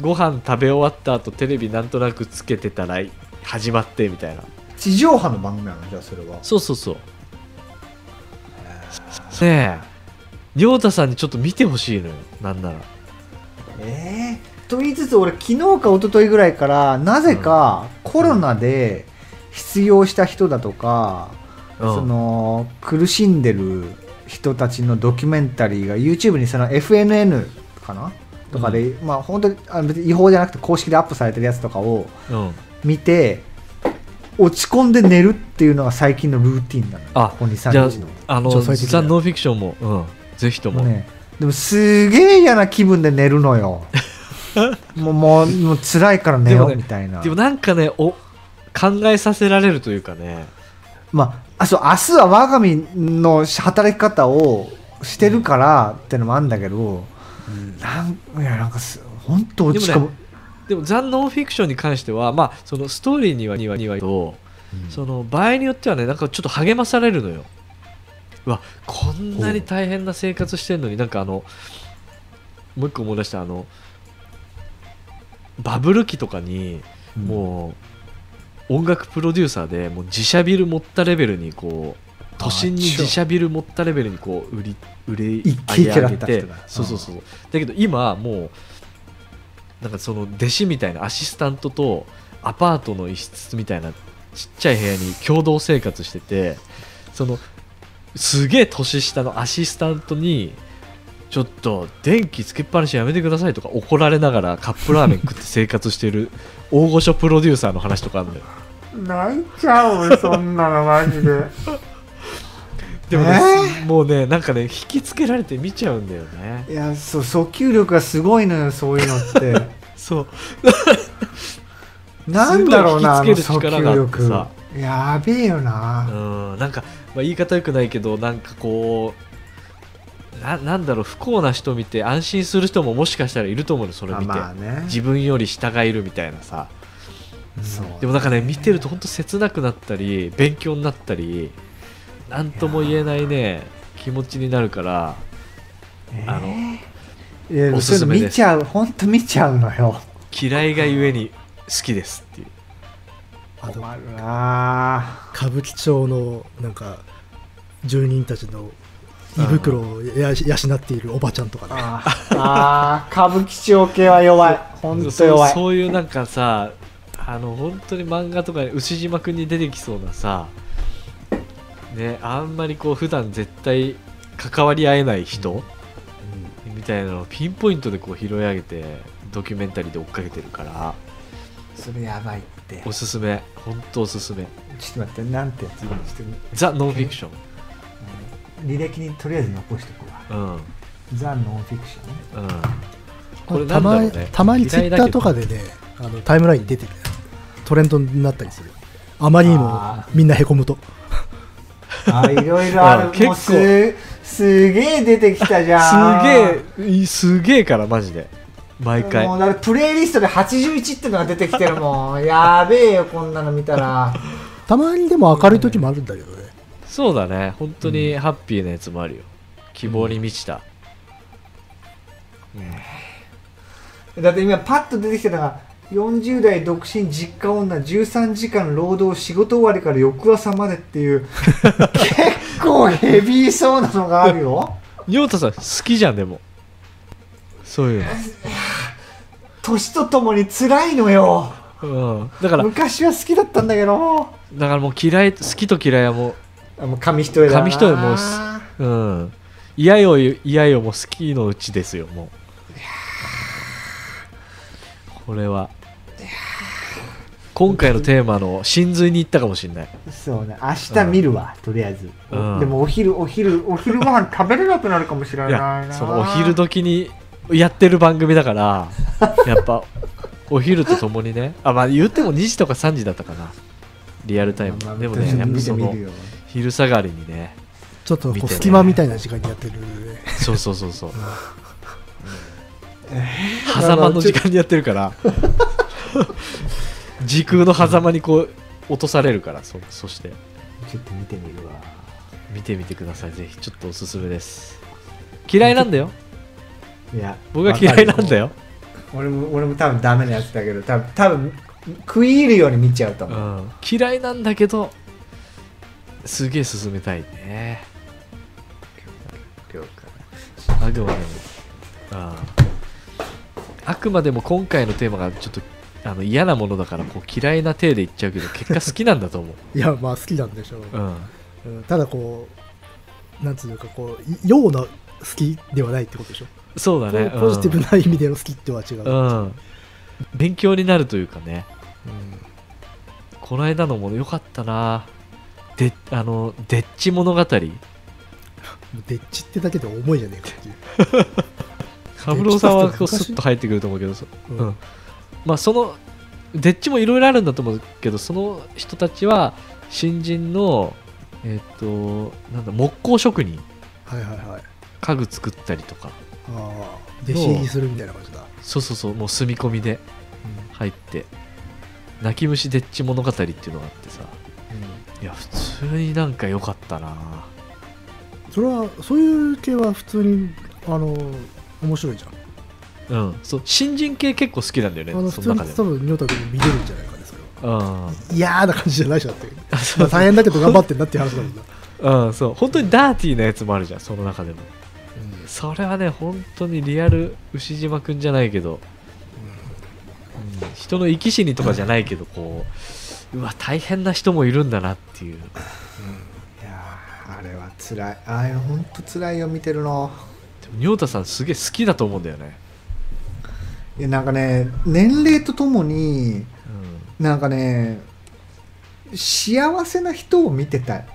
Speaker 2: ご飯食べ終わった後テレビなんとなくつけてたら始まってみたいな
Speaker 3: 地上波の番組なのじゃあそれは
Speaker 2: そうそうそうねえ亮太さんにちょっと見てほしいのよなんなら
Speaker 3: えー、と言いつつ俺昨日か一昨日ぐらいからなぜかコロナで失業した人だとか、
Speaker 2: うん
Speaker 3: その苦しんでる人たちのドキュメンタリーが YouTube にその FNN かなとかで、まあ本当にあの別に違法じゃなくて公式でアップされてるやつとかを
Speaker 2: うん
Speaker 3: 見て落ち込んで寝るっていうのが最近のルーティンなのよ
Speaker 2: あ
Speaker 3: ここ23
Speaker 2: じゃ
Speaker 3: 日の。
Speaker 2: ああの
Speaker 1: 女性的な
Speaker 2: ザ・ノンフィクションも、うん、ぜひとも、
Speaker 3: ね、でもすげえ嫌な気分で寝るの
Speaker 2: (laughs)
Speaker 3: よもうもうもう辛いから寝
Speaker 2: で
Speaker 3: よ
Speaker 2: も
Speaker 3: う
Speaker 2: ね
Speaker 3: みたいな、
Speaker 2: でもなんかねお考えさせられるというかね
Speaker 3: まああそう明日は我が身の働き方をしてるからってのもあるんだけど、なんいやなんかす本当落ち込む、
Speaker 2: でもザ・ノンフィクションに関してはまあそのストーリーにはにはにはと、その場合によってはねなんかちょっと励まされるのようわこんなに大変な生活してんのになんかあのもう一個思い出したあのバブル期とかにもう音楽プロデューサーでもう自社ビル持ったレベルにこう都心に
Speaker 3: あちょ
Speaker 2: 自社ビル持ったレベルにこう売り売り上げ
Speaker 3: 一軒家だ
Speaker 2: 上
Speaker 3: っ
Speaker 2: げ
Speaker 3: た人だ
Speaker 2: てそうそうそうだけど今もうなんかその弟子みたいなアシスタントとアパートの一室みたいなちっちゃい部屋に共同生活しててそのすげえ年下のアシスタントにちょっと電気つけっぱなしやめてくださいとか怒られながらカップラーメン食って生活してる大御所プロデューサーの話とかあるんだよ
Speaker 3: 泣いちゃう俺そんなのマジで
Speaker 2: でもね、もうねなんかね引きつけられて見ちゃうんだよね
Speaker 3: (laughs) いやそう訴求力がすごいのよそういうのって
Speaker 2: (laughs) そう
Speaker 3: なんだろうなあの
Speaker 2: すごい引きつける
Speaker 3: 訴
Speaker 2: 力があ
Speaker 3: 求
Speaker 2: ってさ
Speaker 3: 力やべえよな、
Speaker 2: うんなんか、まあ、言い方よくないけどなんかこうななんだろう不幸な人見て安心する人ももしかしたらいると思うのそれ見
Speaker 3: あ
Speaker 2: て、
Speaker 3: まあね
Speaker 2: 自分より下がいるみたいなさ
Speaker 3: そう
Speaker 2: でもなんかね見てると本当切なくなったり勉強になったりなんとも言えないね気持ちになるからあの
Speaker 3: えーいや
Speaker 2: おすすめです
Speaker 3: そういうの見ちゃう本当見ちゃうのよ
Speaker 2: 嫌いがゆえに好きですっていう
Speaker 1: あと
Speaker 3: 困るな
Speaker 1: 歌舞伎町のなんか住人たちの胃袋をや養っているおばちゃんとかね
Speaker 3: あー (laughs) あー歌舞伎町系は弱い本当弱い
Speaker 2: そうそういうなんかさあの本当に漫画とかに牛島くんに出てきそうなさねあんまりこう普段絶対関わり合えない人、みたいなのをピンポイントでこう拾い上げてドキュメンタリーで追っかけてるから
Speaker 3: それやばいって
Speaker 2: おすすめ本当おすすめ
Speaker 3: ちょっと待ってなんてやつちょっと
Speaker 2: ザ・ノンフィクショ
Speaker 3: 履歴にとりあえず残しておくわ
Speaker 2: ンうんうん
Speaker 3: ザ・ノンフィクションね
Speaker 2: これな
Speaker 1: た
Speaker 2: んだろう
Speaker 1: ま
Speaker 2: ね
Speaker 1: たまにツイッターとかでねあのタイムラインに出てるトレンドになったりするあまりにも
Speaker 3: あ
Speaker 1: みんなへこむと
Speaker 3: あーいろいろあ
Speaker 2: うん
Speaker 3: る
Speaker 2: 結構
Speaker 3: もうすすげえ出てきたじゃん
Speaker 2: すげえいすげえからマジで毎回
Speaker 3: もうだってプレイリストで81ってのが出てきてるもんやべえよこんなの見たら
Speaker 1: たまにでも明るい時もあるんだけどね
Speaker 2: そうだね本当にハッピーなやつもあるよ、希望に満ちた、
Speaker 3: だって今パッと出てきたのが40代独身実家女13時間労働仕事終わりから翌朝までっていう結構ヘビーそうなのがあるよ
Speaker 2: ニョータさん好きじゃんでもそういう
Speaker 3: 年とともに辛いのよ
Speaker 2: の、うん、だからだ
Speaker 3: 昔は好きだったんだけど
Speaker 2: からもう嫌い好きと嫌いはも
Speaker 3: あもう紙一重だな
Speaker 2: 紙一重もうすう、うん、嫌よ嫌よもスキーのうちですよもうこれは今回のテーマの真髄に行ったかもしれない
Speaker 3: そうね明日見るわ、とりあえず、
Speaker 2: うん
Speaker 3: でもお昼お昼お昼ご飯食べれなくなるかもしれない
Speaker 2: い
Speaker 3: な
Speaker 2: やそのお昼時にやってる番組だから
Speaker 3: (laughs)
Speaker 2: やっぱお昼とともにねあまあ言っても2時とか3時だったかなリアルタイム
Speaker 3: まあまあ
Speaker 2: でも
Speaker 3: 見て
Speaker 2: ねやっぱ
Speaker 3: 見て
Speaker 2: そ
Speaker 3: み
Speaker 2: の
Speaker 3: るよ
Speaker 2: 昼下がりにね
Speaker 1: ちょっと
Speaker 2: 見
Speaker 1: こ
Speaker 2: て
Speaker 1: う
Speaker 2: ね
Speaker 1: 隙間みたいな時間にやってるね
Speaker 2: そうそうそうそう狭間の時間にやってるから
Speaker 3: (laughs)
Speaker 2: 時空の狭間にこう落とされるからそそして
Speaker 3: ちょっと見てみるわ
Speaker 2: 見てみてくださいぜひちょっとおすすめです嫌いなんだよ
Speaker 3: いや
Speaker 2: 僕は嫌いなんだよ
Speaker 3: 俺も俺も多分ダメなやつだけど多分多分食い入るように見ちゃうと
Speaker 2: う
Speaker 3: 思う、
Speaker 2: ん、嫌いなんだけどすげえ進めたいね
Speaker 3: 了解
Speaker 2: あくまでもあああくまでも今回のテーマがちょっとあの嫌なものだからこう嫌いな体で言っちゃうけど結果好きなんだと思う、
Speaker 1: いやまあ好きなんでしょう、
Speaker 2: (laughs) うん、
Speaker 1: うんただこうなんつうのかこうような好きではないってことでしょ
Speaker 2: そうだね
Speaker 1: ポポジティブな意味での好きとは違う、
Speaker 2: うん、うん勉強になるというかね
Speaker 1: うん
Speaker 2: この間のもの良かったなであのデッチ物 (laughs) 語
Speaker 1: でっちってだけで重いじゃねえかっていう
Speaker 2: 三郎さんはこうスッと入ってくると思うけどそ,、う
Speaker 1: うんん
Speaker 2: まあ、そのデッチもいろいろあるんだと思うけどその人たちは新人のえっ、となんだ木工職人
Speaker 1: はいはいはい
Speaker 2: 家具作ったりとか
Speaker 1: ああ弟子入りするみたいな感じだ
Speaker 2: そうそうそうもう住み込みで入って泣き虫デッチ物語っていうのがあってさいや普通になんか良かったな
Speaker 1: それはそういう系は普通にあの面白いじゃん
Speaker 2: うんそう新人系結構好きなんだよ
Speaker 1: あの
Speaker 2: ね
Speaker 1: 普
Speaker 2: そ
Speaker 1: 通
Speaker 2: の中
Speaker 1: に
Speaker 2: で
Speaker 1: 多分仁太君も見れるんじゃないかねそれは
Speaker 2: も
Speaker 1: 嫌な感じじゃないじゃんっていう
Speaker 2: うんそ
Speaker 1: まあ
Speaker 2: う
Speaker 1: 大変だけど頑張ってんなっていう話だもんな、
Speaker 2: (laughs) うんそう本当にダーティーなやつもあるじゃんその中でもそれはね本当にリアル牛島くんじゃないけど、うん人の生き死にとかじゃないけどこううわ大変な人もいるんだなっていう
Speaker 3: いやーあれは辛いあれほんと辛いよ見てるの
Speaker 2: でも仁太さんすげえ好きだと思うんだよね、
Speaker 3: いやなんかね年齢とともになんかね幸せな人を見てたい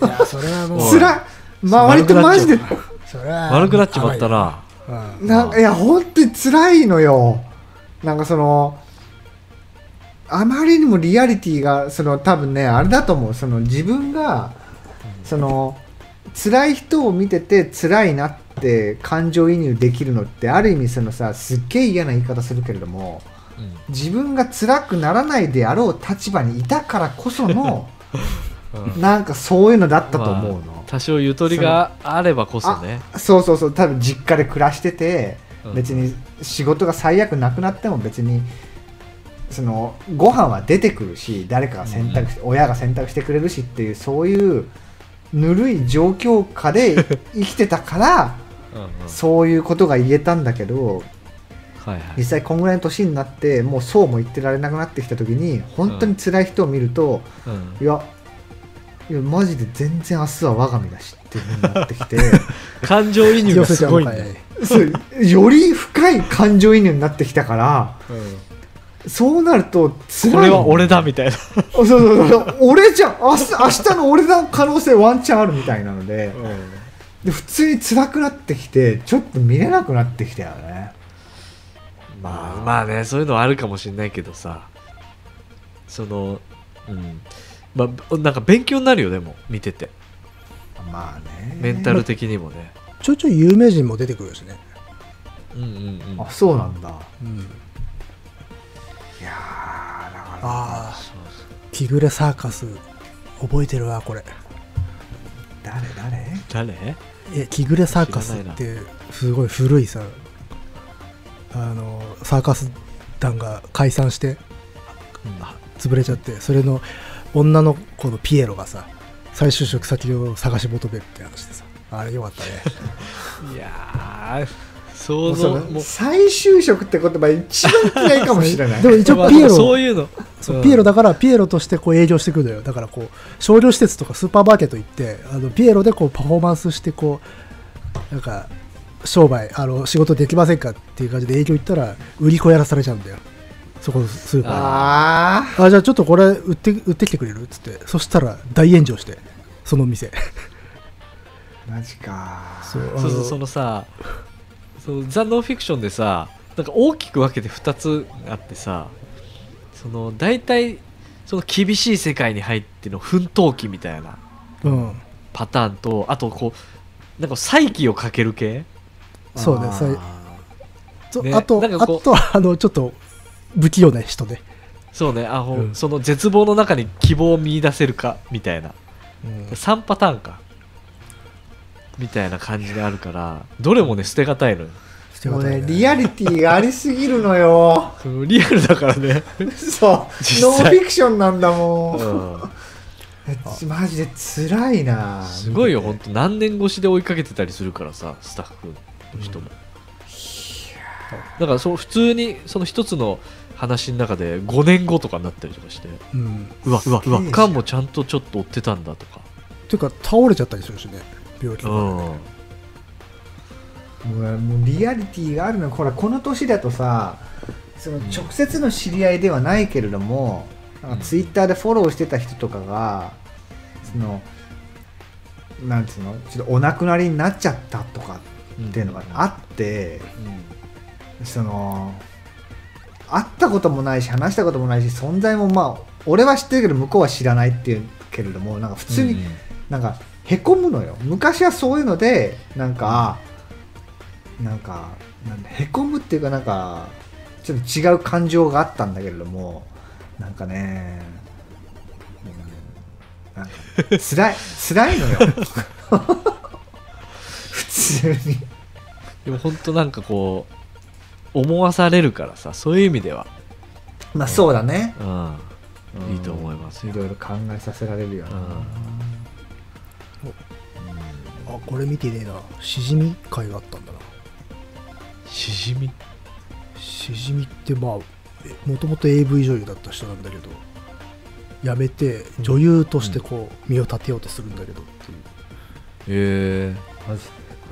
Speaker 1: うん、いやそれはも
Speaker 2: お
Speaker 1: う
Speaker 2: い
Speaker 3: 辛い周りとマジで
Speaker 1: それは
Speaker 2: 悪くなっちまったな
Speaker 1: 甘いよ、
Speaker 3: なんかいや本当に辛いのよなんかそのあまりにもリアリティがその多分ねあれだと思うその自分がその辛い人を見てて辛いなって感情移入できるのってある意味そのさすっげえ嫌な言い方するけれども自分が辛くならないであろう立場にいたからこそのなんかそういうのだったと思うの、
Speaker 2: まあ多少ゆとりがあればこそね
Speaker 3: そうそうそう多分実家で暮らしてて、
Speaker 2: うん
Speaker 3: 別に仕事が最悪なくなっても別にそのご飯は出てくるし誰かが選択して、親が選択してくれるしっていうそういうぬるい状況
Speaker 2: (laughs)
Speaker 3: 下で生きてたから
Speaker 2: うんうん
Speaker 3: そういうことが言えたんだけど
Speaker 2: はいは
Speaker 3: 実
Speaker 2: い
Speaker 3: 際こんぐらいの年になってもうそうも言ってられなくなってきた時に本当に辛い人を見ると、
Speaker 2: うん
Speaker 3: いやいやマジで全然明日は我が身だしっていう風になっ
Speaker 2: (laughs)
Speaker 3: てきて。
Speaker 2: 感情移入
Speaker 1: 寄
Speaker 2: が
Speaker 1: せち
Speaker 2: す
Speaker 1: ゃう
Speaker 2: ご
Speaker 1: ん
Speaker 2: いん
Speaker 1: か
Speaker 2: だよ
Speaker 1: い
Speaker 3: そうより深い感情移入になってきたからそうなると辛い
Speaker 2: これは俺だみたいな
Speaker 3: そうそうそう俺じゃん明日明日の俺の可能性ワンチャンあるみたいなのでで普通に辛くなってきてちょっと見れなくなってきたよね
Speaker 2: まあまあねそういうのはあるかもしれないけどさそのうんまあなんか勉強になるよでも見てて
Speaker 3: まあね
Speaker 2: メンタル的にもね、
Speaker 1: ちょいちょい有名人も出てくるしね、
Speaker 2: うんうんうん
Speaker 3: あそうなんだ
Speaker 1: うん、
Speaker 3: いやーだから
Speaker 1: ああ
Speaker 2: そうそう
Speaker 1: キグレサーカス覚えてるわこれ
Speaker 3: 誰誰
Speaker 2: 誰
Speaker 1: えキグレサーカスってすごい古いさあのサーカス団が解散して
Speaker 2: あ
Speaker 1: 潰れちゃってそれの女の子のピエロがさ再就職先を探し求めるって話でさあれよかったね
Speaker 2: いやー想
Speaker 3: もうそ
Speaker 2: 像
Speaker 3: の
Speaker 2: もう
Speaker 3: 再就職って言葉一番嫌いかもし
Speaker 1: (laughs)
Speaker 3: れない
Speaker 1: でも一応ピエ
Speaker 2: まあ
Speaker 1: ロ
Speaker 2: そういうの
Speaker 1: そう
Speaker 2: うん
Speaker 1: ピエロだからピエロとしてこう営業してくるのよだからこう商業施設とかスーパーマーケット行ってあのピエロでこうパフォーマンスしてこうなんか商売あの仕事できませんかっていう感じで営業行ったら売り子やらされちゃうんだよそこのスーパーで
Speaker 3: あ
Speaker 1: あじゃあちょっとこれ売って売ってきてくれるっつってそしたら大炎上してその店
Speaker 3: あマジか
Speaker 1: そう
Speaker 2: そうそうそのさそのザ・ノンフィクションでさなんか大きく分けて2つあってさその大体その厳しい世界に入っての奮闘期みたいな
Speaker 1: うん
Speaker 2: パターンとあとこうなんか再起をかける系
Speaker 1: そうね
Speaker 3: あー
Speaker 1: そうと
Speaker 2: ね
Speaker 1: あと
Speaker 2: なん
Speaker 1: あ
Speaker 2: かこう
Speaker 1: とあのちょっと不器用な人ね、
Speaker 2: そうねあほ、
Speaker 1: うん
Speaker 2: その絶望の中に希望を見出せるかみたいな3パターンかみたいな感じがあるからどれもね捨てがたいのよ
Speaker 1: して
Speaker 3: も
Speaker 1: も
Speaker 3: う
Speaker 1: らった
Speaker 3: ね
Speaker 1: よね
Speaker 3: リアリティがありすぎるのよ
Speaker 2: そのリアルだからね、
Speaker 3: そうノン
Speaker 2: 実際
Speaker 3: フィクションなんだもん、
Speaker 2: うん
Speaker 3: えつマジで辛いな
Speaker 2: すごいよ、
Speaker 3: 見て
Speaker 2: 本当何年越しで追いかけてたりするからさ、スタッフの人も。だからそう普通にその一つの話の中で5年後とかになったりとかして
Speaker 1: うん
Speaker 2: うわうわうわ
Speaker 3: すげえじゃん
Speaker 2: 缶もちゃんとちょっと追ってたんだとか
Speaker 1: ていうか倒れちゃったりするしね病気とか
Speaker 2: う
Speaker 1: で
Speaker 2: ん
Speaker 3: てもうもうリアリティがあるのほらこの年だとさその直接の知り合いではないけれども、なんかツイッターでフォローしてた人とかがそのなんつうのちょっとお亡くなりになっちゃったとかっていうのがあって、その会ったこともないし話したこともないし存在もまあ俺は知ってるけど向こうは知らないっていうけれどもなんか普通に、
Speaker 2: うん
Speaker 3: なんかへこむのよ昔はそういうのでなんかなんかなんだへこむっていうかなんかちょっと違う感情があったんだけれどもなんかねうんなん (laughs) か辛い辛いのよ (laughs) 普通に
Speaker 2: でも本当なんかこう思わされるからさそういう意味では、
Speaker 3: まあそうだね、
Speaker 2: うん
Speaker 3: うん
Speaker 2: いいと思います
Speaker 3: い
Speaker 2: よ、
Speaker 3: ろいろ考えさせられるよ
Speaker 2: う
Speaker 3: な、
Speaker 2: ん
Speaker 1: あこれ見てねえなしじみ会があったんだな
Speaker 2: しじみ
Speaker 1: しじみってまあもともと AV 女優だった人なんだけど辞めて女優としてこう身を立てようとするんだけど、
Speaker 2: え
Speaker 3: マジ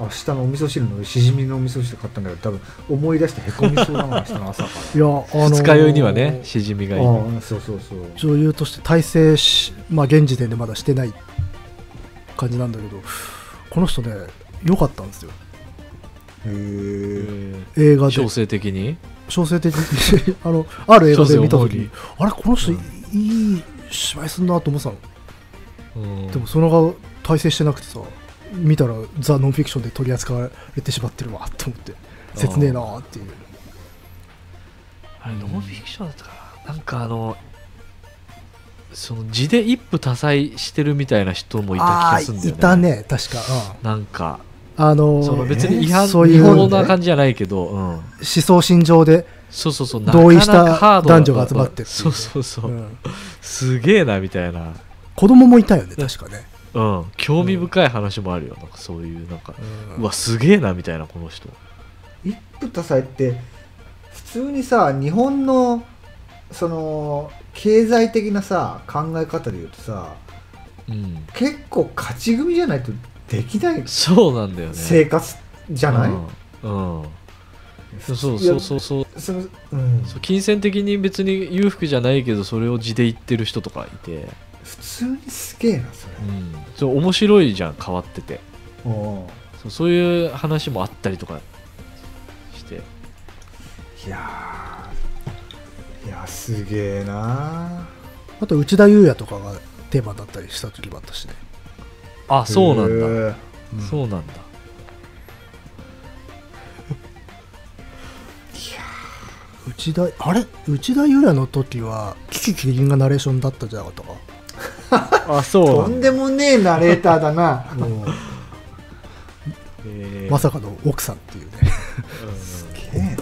Speaker 3: 明日のお味噌汁のしじみのお味噌汁買ったんだけど多分思い出してへこみそうだな明日の
Speaker 1: いやあ
Speaker 3: 朝から
Speaker 2: ー
Speaker 1: のー
Speaker 2: 二日酔いにはねしじみがいい
Speaker 3: ああそうそうそう
Speaker 1: 女優として大成し、まあ、現時点でまだしてない感じなんだけどこの人ね良かったんですよ
Speaker 3: へえ
Speaker 1: 映画で
Speaker 2: 強制的に
Speaker 1: 小生的に (laughs) あのある映画で見た
Speaker 2: 小
Speaker 1: 時
Speaker 2: 生思い
Speaker 1: にあれこの人、
Speaker 2: うん
Speaker 1: いい芝居すんなと思ってたの
Speaker 2: うん
Speaker 1: でもその後大成してなくてさ見たらザ・ノンフィクションで取り扱われてしまってるわと思って切ねえなーっていう
Speaker 2: あれノンフィクションだったかななんかあのその字で一夫多妻してるみたいな人もいた気がするんだよ
Speaker 1: い
Speaker 2: ね
Speaker 1: たね確か、
Speaker 2: なんか
Speaker 1: うんあのー
Speaker 2: その別に違
Speaker 1: え
Speaker 2: 反
Speaker 1: ーそう
Speaker 2: 違
Speaker 1: いう
Speaker 2: 法
Speaker 1: 思
Speaker 2: な感じじゃないけど、うん、
Speaker 1: 想心情で、
Speaker 2: そうそうそう
Speaker 1: 同意した
Speaker 2: なかなかハードな
Speaker 1: 男女が集まってるって
Speaker 2: そ
Speaker 1: いう
Speaker 2: うそうそう、
Speaker 1: うん
Speaker 2: すげえなみたいな
Speaker 1: 子供もいたよね確かね、
Speaker 2: うん興味深い話もあるよなんかそういうなんか、うわすげえなみたいなこの人
Speaker 3: 一夫多妻って普通にさ日本のその経済的なさ考え方で言うとさ
Speaker 2: うん
Speaker 3: 結構勝ち組じゃないとできない
Speaker 2: そうなんだよね
Speaker 3: 生活じゃない、
Speaker 2: うん、うんそうそうそうそうそう
Speaker 3: そのうん、
Speaker 2: そう金銭的に別に裕福じゃないけどそれを地で言ってる人とかいて、
Speaker 3: 普通にすげえなそれ
Speaker 2: うん、そう面白いじゃん変わってて
Speaker 3: おう
Speaker 2: そうそういう話もあったりとかして
Speaker 3: いやーいやすげえな
Speaker 1: あと内田裕也とかがテーマだったりした時もあったしね
Speaker 2: あそうなんだ、
Speaker 3: へえ
Speaker 2: そうなんだ
Speaker 1: 内田あれ内田裕也の時はキキキリンがナレーションだったんじゃなかったか
Speaker 2: あそう
Speaker 3: と
Speaker 2: なん
Speaker 3: ん
Speaker 2: だ
Speaker 3: でもねえナレーターだな
Speaker 2: (laughs) えー
Speaker 1: まさかの奥さんっていうね
Speaker 3: ね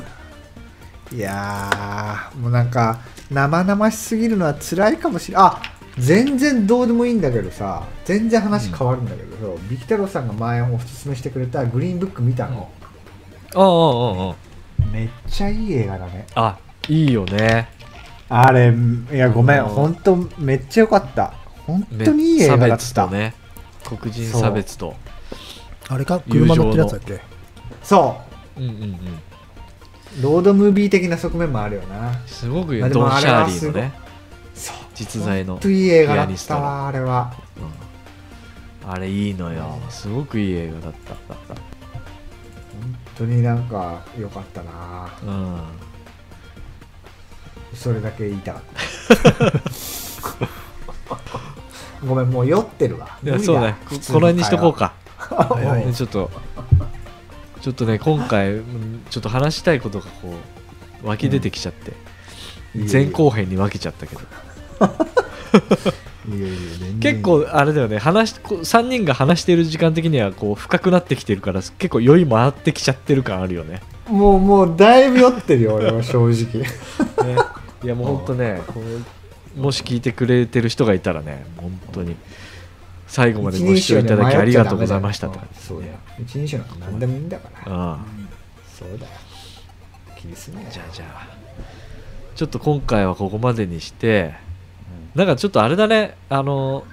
Speaker 3: えいやーもうなんか生々しすぎるのは辛いかもしれないあ全然どうでもいいんだけどさ全然話変わるんだけど、そうビキタロウさんが前おすすめしてくれたグリーンブック見たの、
Speaker 2: ああああ
Speaker 3: めっちゃいい映画だね
Speaker 2: ああいいよね
Speaker 3: あれいやごめん
Speaker 2: うん
Speaker 3: 本当めっちゃ良かった本
Speaker 2: め
Speaker 3: 当にいい映画だ
Speaker 2: 差
Speaker 3: っ
Speaker 2: 別
Speaker 3: た、
Speaker 2: とね黒人差別と
Speaker 1: あれか車乗ってるやつだっけ
Speaker 3: そ
Speaker 2: うんうんうん
Speaker 3: うロードムービー的な側面もあるよな
Speaker 2: すごく
Speaker 3: ま
Speaker 2: よ
Speaker 3: あで
Speaker 2: ド
Speaker 3: も
Speaker 2: ン・シャーリーの
Speaker 3: あれは
Speaker 2: ね
Speaker 3: そう
Speaker 2: 実在の
Speaker 3: 本当いい映画だ
Speaker 2: ピアニ
Speaker 3: っ
Speaker 2: スト
Speaker 3: た
Speaker 2: の
Speaker 3: わあれは
Speaker 2: あれいいのよすごくいい映画だった
Speaker 3: 本当になんか良かったな
Speaker 2: うん
Speaker 3: それだけ言いたかったごめんもう酔ってるわ
Speaker 2: いやそうねここの辺にしとこうか
Speaker 1: はいはい
Speaker 2: ねちょっとちょっとね今回うんちょっと話したいことがこう湧き出てきちゃって、
Speaker 3: うん
Speaker 2: 前後編に分けちゃったけど、
Speaker 3: いやいや全然
Speaker 2: 結構あれだよね話しこう3人が話している時間的にはこう深くなってきてるから結構酔い回ってきちゃってる感あるよね
Speaker 3: もうもうだいぶ酔ってるよ俺は正直
Speaker 2: ねいやもうほんとねこうもし聞いてくれてる人がいたらね本当に最後までご視聴いただきありがとうございましたって感じです
Speaker 3: そうだよ
Speaker 2: ね
Speaker 3: 一人称なんか何でもいいんだから
Speaker 2: ああ
Speaker 3: そうだよ気にすんなよ
Speaker 2: じゃあじゃあちょっと今回はここまでにしてなんかちょっとあれだねあの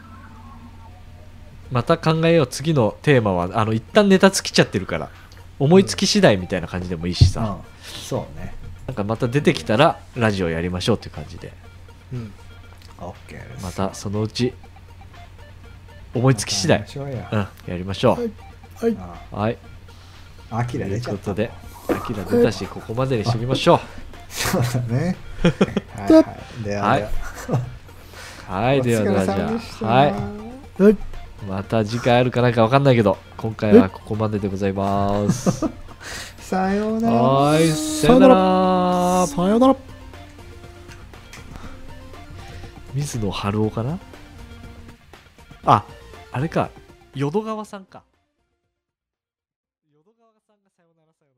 Speaker 2: また考えよう次のテーマはあの一旦ネタ尽きちゃってるから思いつき次第みたいな感じでもいいしさ、
Speaker 3: うんそうね
Speaker 2: なんかまた出てきたらラジオやりましょうっていう感じで
Speaker 1: うん、
Speaker 3: オッケーです
Speaker 2: またそのうち思いつき次第
Speaker 3: 面、白いや
Speaker 2: うん、やりましょう
Speaker 1: はい
Speaker 3: あ
Speaker 2: はい
Speaker 3: あき
Speaker 2: と
Speaker 3: ら
Speaker 2: い
Speaker 3: 出
Speaker 2: う
Speaker 3: ちゃ
Speaker 2: こ
Speaker 3: った
Speaker 2: とでアキラ出たしここまでにしてみましょ
Speaker 3: そうだね
Speaker 2: (laughs)
Speaker 3: はいはいではでは
Speaker 2: うはいではではじ
Speaker 3: お疲れ様でし
Speaker 2: ゃあ
Speaker 3: た
Speaker 2: はい
Speaker 1: はい
Speaker 2: また次回あるかなんかわかんないけど今回はここまででございます
Speaker 3: さよ (laughs) うなら
Speaker 2: はーいさよなら
Speaker 1: さよなら
Speaker 2: 水野晴夫かなああれか淀川さんか淀川さんがさよならさよなら